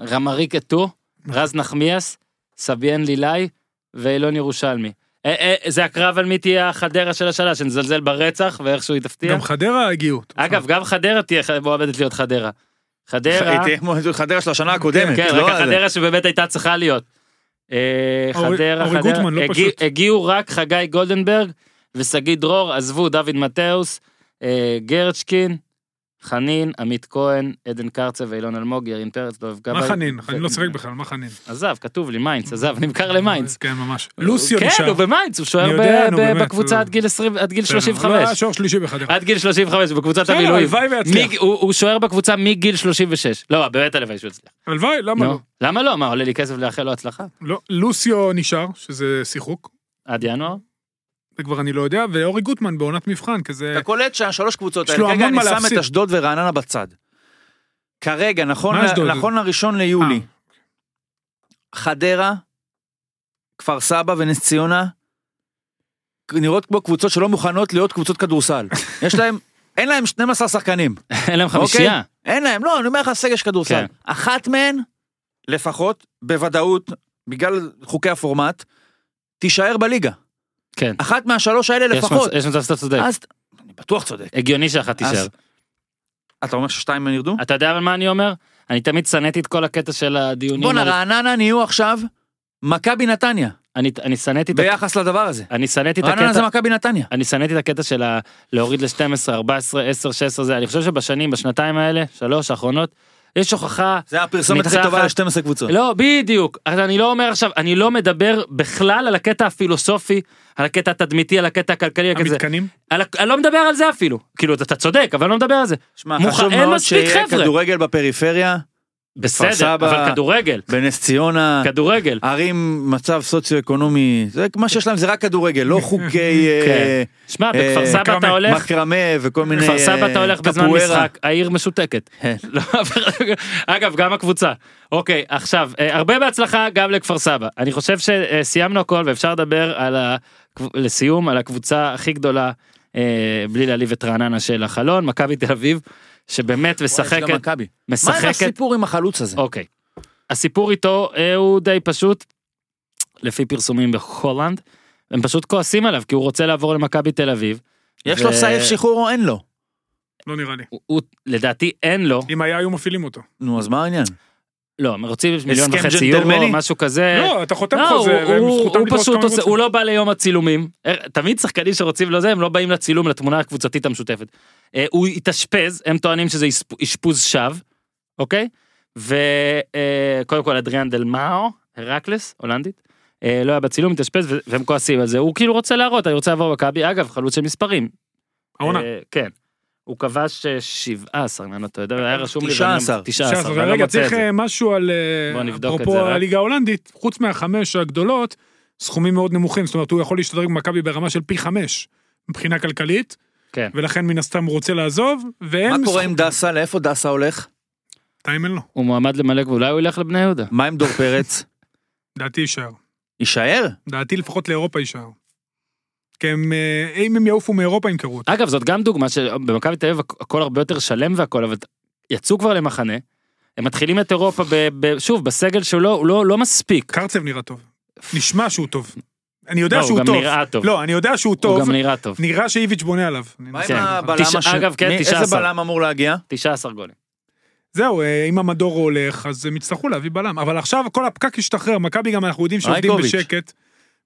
רמריק אטו, רז נחמיאס, סביאן לילאי ואילון ירושלמי. אה, אה, זה הקרב על מי תהיה החדרה של השאלה, שנזלזל ברצח ואיכשהו היא תפתיע.
גם חדרה הגיעו.
אגב, גם חדרה תהיה ח- מועמדת להיות חדרה. חדרה,
היא תהיה כמו חדרה של השנה [LAUGHS] הקודמת.
כן,
לא
רק
הזה.
החדרה שבאמת הייתה צריכה להיות. אה,
אורי-
חדרה,
אורי
חדרה,
גוטמן, לא
הגיע-
פשוט.
הגיעו רק חגי גולדנברג ושגיא דרור, עזבו דוד מתאוס, אה, גרצ'קין, חנין, עמית כהן, עדן קרצה ואילון אלמוג, ירין פרץ, דוב גבאי.
מה חנין?
ו-
אני לא צוחק בכלל, מה חנין?
עזב, כתוב לי מיינץ, עזב, נמכר למיינץ.
כן, ממש. לוסיו
כן,
נשאר.
הוא במיינץ, הוא שוער
אני יודע,
ב-
נו,
ב-
באמת,
בקבוצה
הוא-
עד גיל 20 עד גיל
בסדר, לא היה
35.
שוער שלישי בחדרה.
עד גיל 35 בקבוצת
בסדר,
המילואים.
הלוואי ויצליח.
מי- הוא הוא שוער בקבוצה מגיל 36. לא, באמת הלוואי שהוא יצליח.
הלוואי, למה
נו,
לא?
למה לא? מה, עולה לי כסף לאחל לו הצלחה?
לא? לוסיו נשאר, שזה שיחוק.
עד ינואר?
זה כבר אני לא יודע, ואורי גוטמן בעונת מבחן, כזה...
אתה קולט שהשלוש קבוצות
יש לו
האלה, כרגע
המון
אני
מה
שם את
להפסיד.
אשדוד ורעננה בצד. כרגע, נכון
מה
ל-
אשדוד? אה.
נכון לראשון ליולי, חדרה, כפר סבא ונס ציונה, נראות כמו קבוצות שלא מוכנות להיות קבוצות
[LAUGHS]
כדורסל. יש להם, אין להם 12 שחקנים.
אין להם חמישייה.
אין להם, לא, אני אומר לך סגל של כדורסל.
כן.
אחת מהן, לפחות, בוודאות, בגלל חוקי הפורמט, תישאר בליגה.
כן.
אחת מהשלוש האלה
יש
אוקיי. אה, לפחות.
מצב- יש מצב שאתה צודק.
אז, אני בטוח צודק.
הגיוני שאחת תישאר.
אז- אתה אומר ששתיים מהן ירדו?
אתה יודע אבל מה אני אומר? אני תמיד שנאתי את כל הקטע של הדיונים.
בואנה
על-
רעננה נהיו עכשיו מכבי נתניה
אני- אני שנאתי את ה-
ביחס לדבר הזה.
אני שנאתי את
רעננה
הקטע.
זה מכבי נתניה.
אני שנאתי את הקטע של ה- להוריד ל-12, 14, 10, 16 זה, אני חושב שבשנים, בשנתיים האלה, שלוש האחרונות, יש הוכחה
זה הפרסומת הכי
ניצחת.
טובה ל-12 קבוצות.
לא, בדיוק. אז אני לא אומר עכשיו, אני לא מדבר בכלל על הקטע הפילוסופי, על הקטע התדמיתי, על הקטע הכלכלי, על כזה.
המתקנים?
על ה- אני לא מדבר על זה אפילו. כאילו, אתה- אתה צודק, אבל אני לא מדבר על זה.
שמע,
מוכן-
חשוב
אין
מאוד
מספיק
שיהיה
חבר'ה.
כדורגל בפריפריה,
בסדר,
סבא- אה.
אבל כדורגל,
בנס ציונה,
כדורגל.
ערים מצב סוציו-אקונומי, זה מה שיש להם זה רק כדורגל, לא
[LAUGHS]
חוקי אה,
שמע,
אה,
כן. בכפר סבא אתה
מקרמה,
הולך,
מקרמה וכל מיני...
בכפר
אה,
סבא אתה הולך בזמן
קפוארה.
משחק, העיר משותקת.
כן.
[LAUGHS] לא, אבל- אגב, גם הקבוצה. אוקיי, עכשיו, אה, הרבה בהצלחה גם לכפר סבא. אני חושב שסיימנו הכל ואפשר לדבר על ה... לסיום, על הקבוצה הכי גדולה, אה, בלי להעליב את רעננה של החלון, מכבי תל אביב, שבאמת
וואי, יש גם
משחקת,
מכבי. מה עם
משחקת
הסיפור עם החלוץ הזה?
אוקיי. הסיפור איתו אה, הוא די פשוט, לפי פרסומים בהולנד, הם פשוט כועסים עליו כי הוא רוצה לעבור למכבי תל אביב.
יש לו
ו-
סעיף שחרור או אין לו?
לא נראה לי.
הוא- הוא לדעתי אין לו,
אם היה, היו מפעילים אותו.
אה,
נו, אז מה העניין?
לא, הם רוצים מיליון
הסכם
וחצי
ג'נטלמני?
יורו, משהו כזה.
לא, אתה חותם
לא,
חוזה,
הוא-
והם
הוא
זכותם
הוא
לדרוש
פשוט
כמה
עושה,
רוצים.
הוא לא בא ליום הצילומים, אה, תמיד שחקנים שרוצים לא זה, הם לא באים לצילום, לתמונה הקבוצתית המשותפת. אה, הוא התאשפז, הם טוענים שזה אשפ- אשפוז שווא, אוקיי? וקודם כל אדריאן דלמאו, הרקלס, הולנדית, אה, לא היה בצילום, התאשפז, ו- והם כועסים על זה, הוא כאילו רוצה להראות, אני רוצה לעבור מכבי, אגב, חלוץ של מספרים.
העונה.
אה, כן. הוא כבש אה, 17, אם אני לא טועה, היה רשום לי, ואני לא-
19.
19,
ש"ס,
ואני לא מוצא
רגע,
את
צריך
זה.
אה, משהו על... אה,
בוא נבדוק את
אפרופו
זה, רק.
הליגה ההולנדית, חוץ מהחמש הגדולות, סכומים מאוד נמוכים, זאת אומרת, הוא יכול להשתדרג במכבי ברמה של פי חמש מבחינה כלכלית,
כן.
ולכן מן הסתם הוא רוצה לעזוב,
מה
והם...
קורה עם דסה? לאיפה דסה הולך?
טיים אין לו,
הוא מועמד למלא, ואולי הוא ילך לבני יהודה.
מה עם דור פרץ?
דעתי יישאר.
יישאר?
דעתי לפחות לאירופה יישאר. כי הם, אה, אם הם יעופו מאירופה הם קראו אותו.
אגב זאת גם דוגמה שבמכבי תל אביב הכ- הכל הרבה יותר שלם והכל אבל יצאו כבר למחנה הם מתחילים את אירופה, ב, ב, שוב, בסגל שלו הוא לא, לא מספיק.
קרצב נראה טוב. נשמע שהוא טוב. אני יודע
לא, הוא
שהוא
גם
טוב.
נראה טוב.
לא, אני יודע שהוא
הוא
טוב.
גם נראה טוב.
נראה שאיביץ' בונה עליו.
מה
כן.
עם הבלם
תשע-
השני?
אגב, כן,
מי-
19.
איזה בלם אמור להגיע?
19 גולים.
זהו, אה, אם המדור הולך, אז הם יצטרכו להביא בלם. אבל עכשיו כל הפקק השתחרר, מכבי גם אנחנו יודעים שעובדים
רייקוביץ'.
בשקט.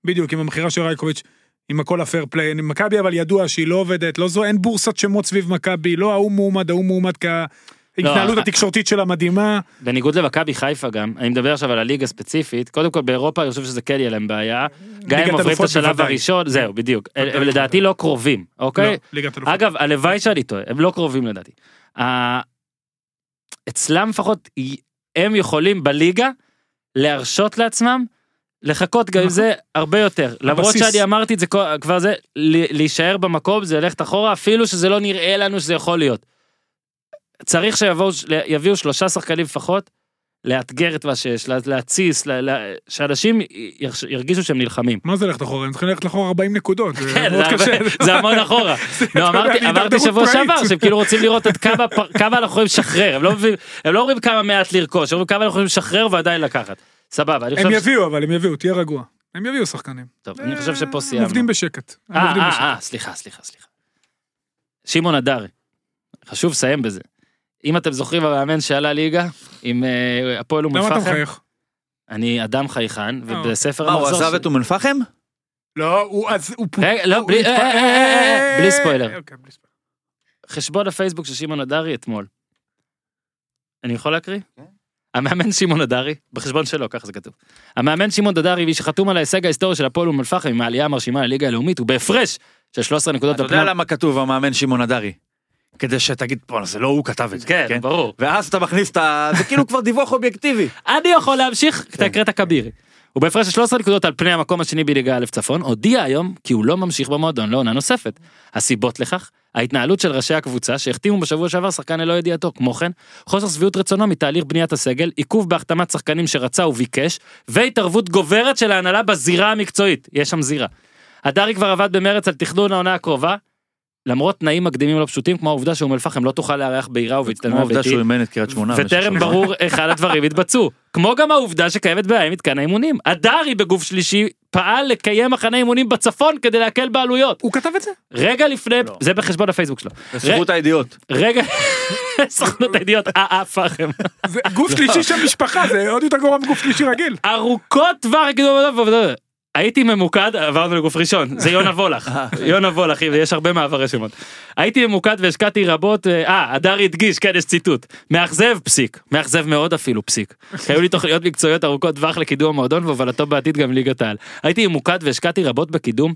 בדיוק, עם המכירה של רייקוביץ', עם הכל הפייר פליי. מכבי אבל ידוע שהיא לא עובדת, לא זו, אין בורסת שמות סביב מכבי, לא ההוא מועמד, ההוא מועמד, כי ההתנהלות
לא,
התקשורתית שלה מדהימה.
בניגוד למכבי חיפה גם, אני מדבר עכשיו על הליגה ספציפית, קודם כל באירופה אני חושב שזה כן יהיה להם בעיה, גם
ליגת
אם עוברים את
אלופות
השלב
בוודאי.
הראשון, זהו בדיוק, הם
בוודאי.
לדעתי לא קרובים,
לא,
אוקיי?
ליגת אלופות.
אגב, הלוואי שאני טועה, הם לא קרובים לדעתי. ה- אצלם לפחות, י- הם יכולים בליגה להרשות לעצמם לחכות גם עם זה הרבה יותר, למרות
הבסיס.
שאני אמרתי את זה כל- כבר זה, ל- להישאר במקום זה ללכת אחורה, אפילו שזה לא נראה לנו שזה יכול להיות. צריך שיביאו שלושה שחקנים לפחות, לאתגר את מה שיש, לה- להציס, לה- לה- שאנשים ירש- ירגישו שהם נלחמים.
מה זה ללכת אחורה? הם צריכים ללכת לאחור 40 נקודות. זה
כן,
מאוד
זה הרבה-
קשה.
זה המון אחורה. לא,
אתה יודע,
אמרתי-
[LAUGHS] זה
אמרתי
הידרדרות
שבוע
פראית.
שעבר שהם כאילו רוצים לראות עד כמה פר- [LAUGHS] כמה אנחנו יכולים לשחרר, הם לא מבינים- הם לא אומרים כמה מעט לרכוש, הם אומרים כמה אנחנו יכולים לשחרר ועדיין לקחת. סבבה, אני
הם
חושב ש-
יביאו, אבל הם יביאו, תהיה רגוע. הם יביאו שחקנים.
טוב, אני חושב
אה,
שפה
הם עובדים
סיימנו.
בשקט. הם
אה,
עובדים בשקט.
אה, אה, סליחה, סליחה, סליחה. שמעון הדרי, חשוב לסיים בזה. אם אתם זוכרים המאמן שעלה ליגה עם אה, הפועל אום
למה אתה אה.
אל-פחם,
מחייך?
אני אדם חייכן, ובספר
מה, הוא
המחזור...
עזב
שלי-
את אום אל-פחם?
לא, הוא אז... הוא פוט-
רגע, לא,
הוא
בלי-
התפ-
אה, אה, אה, אה, בלי ספוילר.
אוקיי, בלי ספוילר.
חשבון הפייסבוק של שמעון הדרי אתמול. אני יכול להקריא?
כן.
המאמן שמעון הדרי, בחשבון שלו, ככה זה כתוב. המאמן שמעון הדרי, מי שחתום על ההישג ההיסטורי של הפועל אום אל-פחם עם העלייה המרשימה לליגה הלאומית, הוא בהפרש של 13 נקודות
אתה יודע
בפנאל.
למה כתוב המאמן שמעון הדרי? כדי שתגיד, בואנה, זה לא הוא כתב את זה.
כן, ברור.
ואז אתה מכניס את ה... זה כאילו כבר דיווח אובייקטיבי.
אני יכול להמשיך,
כן.
תקרא את הכבירי. הוא בהפרש של 13 נקודות על פני המקום השני בליגה א' צפון, הודיע היום כי הוא לא ממשיך במועדון לעונה נוספת. הסיבות לכך, ההתנהלות של ראשי הקבוצה שהחתימו בשבוע שעבר שחקן ללא ידיעתו, כמו כן, חוסר שביעות רצונו מתהליך בניית הסגל, עיכוב בהחתמת שחקנים שרצה וביקש, והתערבות גוברת של ההנהלה בזירה המקצועית, יש שם זירה. הדרי כבר עבד במרץ על תכנון העונה הקרובה, למרות תנאים מקדימים לא פשוטים, כמו העובדה שאום אל-פחם לא תוכל לארח בעירה
כמו
ובהצטדיון
העובדה
הביתי,
שהוא אימן את קריית
אה,
שמונה. במשך
וטרם
שבוע.
ברור היכן הדברים התבצעו. כמו גם העובדה שקיימת בעיה עם מתקן האימונים. הדרי בגוף שלישי פעל לקיים מחנה אימונים בצפון כדי להקל בעלויות.
הוא כתב את זה?
רגע לפני, זה בחשבון הפייסבוק שלו.
זכות הידיעות.
ר- רגע, [LAUGHS] סוכנות הידיעות, אה אה פחם.
זה גוף
לא.
שלישי של משפחה, זה עוד יותר גרוע מגוף שלישי
[LAUGHS]
רגיל.
ארוכות טווח, כאילו, הייתי ממוקד, עברנו לגוף ראשון, זה יונה וולך, יונה וולך, יש הרבה מעברי שמות. הייתי ממוקד והשקעתי רבות, אה, אה, הדר הדגיש, כן, יש ציטוט, מאכזב פסיק, מאכזב מאוד אפילו פסיק. היו לי תוכניות מקצועיות ארוכות טווח לקידום המועדון והובלתו בעתיד גם ליגת העל. הייתי ממוקד והשקעתי רבות בקידום.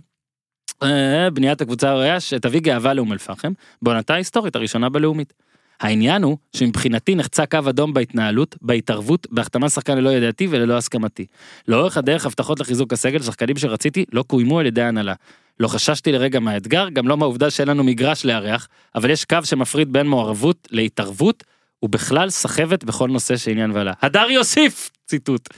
אה, בניית הקבוצה הראויה שתביא גאווה לאום אל-פחם, בעונתה ההיסטורית הראשונה בלאומית. העניין הוא שמבחינתי נחצה קו אדום בהתנהלות, בהתערבות, בהחתמת שחקן ללא ידעתי וללא הסכמתי. לאורך הדרך הבטחות לחיזוק הסגל, שחקנים שרציתי לא קוימו על ידי ההנהלה. לא חששתי לרגע מהאתגר, גם לא מהעובדה שאין לנו מגרש לארח, אבל יש קו שמפריד בין מעורבות להתערבות, ובכלל סחבת בכל נושא שעניין ועלה. הדר יוסיף! ציטוט.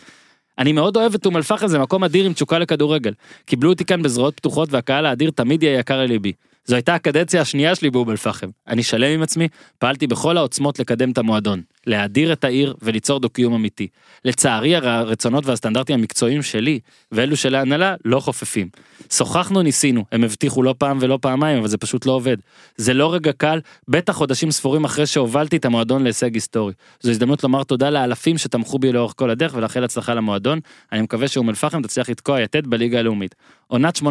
אני מאוד אוהב את אום אל-פחם, זה מקום אדיר עם תשוקה לכדורגל. קיבלו אותי כאן בזרועות פתוחות והקהל האדיר תמיד יהיה יקר לליבי. זו הייתה הקדנציה השנייה שלי באום אל-פחם. אני שלם עם עצמי, פעלתי בכל העוצמות לקדם את המועדון, להאדיר את העיר וליצור דו-קיום אמיתי. לצערי הר- הרצונות והסטנדרטים המקצועיים שלי ואלו של ההנהלה לא חופפים. שוחחנו ניסינו, הם הבטיחו לא פעם ולא פעמיים אבל זה פשוט לא עובד. זה לא רגע קל, בטח חודשים ספורים אחרי שהובלתי את המועדון להישג היסטורי. זו הזדמנות לומר תודה לאלפים שתמכו בי לאורך כל הדרך ולאחל הצלחה למועדון. אני מקווה שאום אל-פחם תצליח לתקוע יתד בליגה הלאומית. עונת 18-19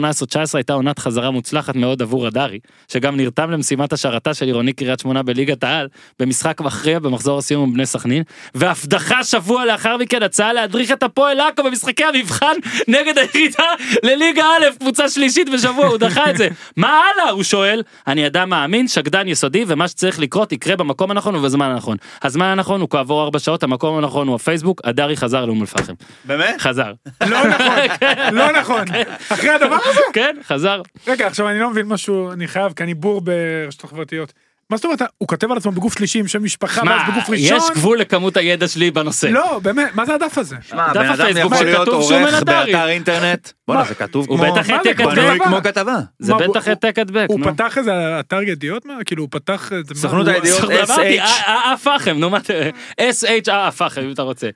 הייתה עונת חזרה מוצלחת מאוד עבור הדרי, שגם נרתם למשימת השארתה של עירוני קריית שמונה בליגת העל, במשחק מכריע במחזור הסיום עם בני סכנין, ואף דחה שבוע לאחר מכן הצעה להדריך את הפועל עכו במשחקי המבחן נגד הירידה לליגה א', קבוצה שלישית בשבוע, הוא דחה את זה. מה הלאה? הוא שואל. אני אדם מאמין, שקדן יסודי, ומה שצריך לקרות יקרה במקום הנכון ובזמן הנכון. הזמן הנכון הוא כעבור ארבע שעות, המקום הנכון הוא הפייסבוק, הדרי חזר לאום אל-פחם.
באמת?
חזר.
לא
[LAUGHS]
נכון, לא נכון. אחרי הדבר הזה?
כן, חזר.
רגע, עכשיו אני לא מבין משהו, אני חייב, כי אני בור ברשתות חברתיות. מה זאת אומרת, הוא כותב על עצמו בגוף שלישי עם שם משפחה,
מה,
ואז בגוף ראשון?
יש גבול לא לכמות הידע שלי בנושא.
לא, באמת, מה זה הדף הזה?
שמע,
דף
בן אדם
הפייסבוק
יכול להיות
שכתוב שהוא
עורך
מנטרי.
באתר אינטרנט. בואנה, זה כתוב
הוא
כמו...
בטח
מה זה,
העתק
כבר
הדבק.
בנוי כמו כתבה.
זה
מה,
בטח
הוא-
העתק הדבק.
הוא
נו.
פתח איזה אתר ידיעות? מה? כאילו, הוא פתח... איזה-
סוכנות
מה, הוא-
הידיעות.
סוכנות, [LAUGHS] אמרתי,
SH.
אה, אה, פחם, נו מה אתה... SH אה פחם אם אתה רוצה.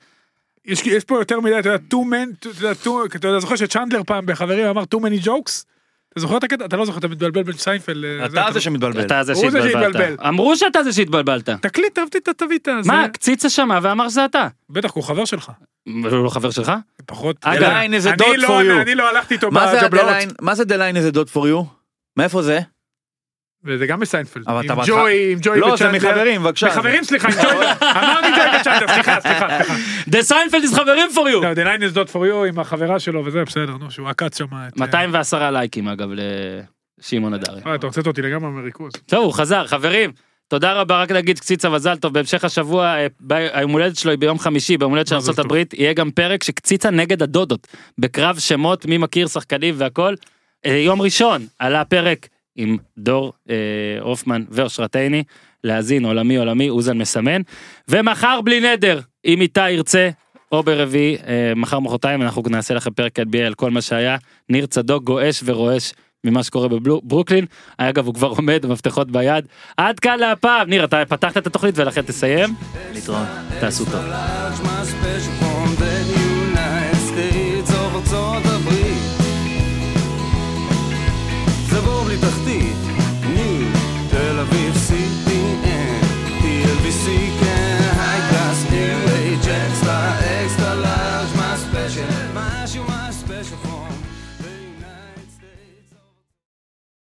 יש יש פה יותר מדי, אתה יודע, two men, אתה יודע, two- אתה יודע, זוכר שצ'נדלר פעם בחברים אמר two many jokes? אתה זוכר את הקטע? אתה לא זוכר, אתה מתבלבל בין סיינפלד. אה, לזה,
אתה זה שמתבלבל.
אתה זה
הוא זה
שהתבלבלת.
שהתבלבל.
אמרו שאתה זה שהתבלבלת.
תקליט, אהבתי את התווית. זה-
מה, קציצה שמע ואמר שזה אתה.
בטח, הוא חבר שלך.
אבל הוא לא חבר שלך?
פחות...
אגב,
דליין is a
אני
dot
לא-
for you.
אני לא הלכתי איתו
מה זה
בג'בלאות.
הדליין? מה זה דליין איזה דוד פור יו? מאיפה זה?
וזה גם בסיינפלד.
אבל
עם
אתה בהתחלה-
ג'וי, עם ג'וי
לא, זה
וצ'נדלר.
מחברים, בבקשה.
מחברים, סליחה, עם
[LAUGHS]
ג'וי. אמרתי ג'וי וצ'נדלר, סליחה, סליחה, סליחה.
The Seinfeld is חברים for you.
לא, The Line is not for you עם החברה שלו וזה, בסדר, נו, שהוא עקץ שם את...
210 לייקים אגב לשמעון הדרי.
אה, אתה הוצאת אותי לגמרי מריכוז.
טוב, הוא חזר, חברים. תודה רבה, רק להגיד קציצה מזל טוב, בהמשך השבוע, אה, ב- היום הולדת שלו היא ביום חמישי, ביום הולדת של
מזל טוב.
ארה"ב, יהיה גם פרק שקציצה נגד הדודות, בקרב שמות, מי מכיר שחקנים והכל. אה, יום ראשון עלה הפרק עם דור אה, הופמן ואושרת עיני, להאזין עולמי עולמי, אוזן מסמן. ומחר בלי נדר, אם איתי ירצה, או ברביעי, אה, מחר מחרתיים, אנחנו נעשה לכם פרק NBA על כל מה שהיה. ניר צדוק גועש ורועש ממה שקורה בברוקלין. אגב, הוא כבר עומד, המפתחות ביד. עד כאן להפעם. ניר, אתה פתחת את התוכנית ולכן תסיים.
להתראות.
תעשו טוב.
large, my special form, the United States of Old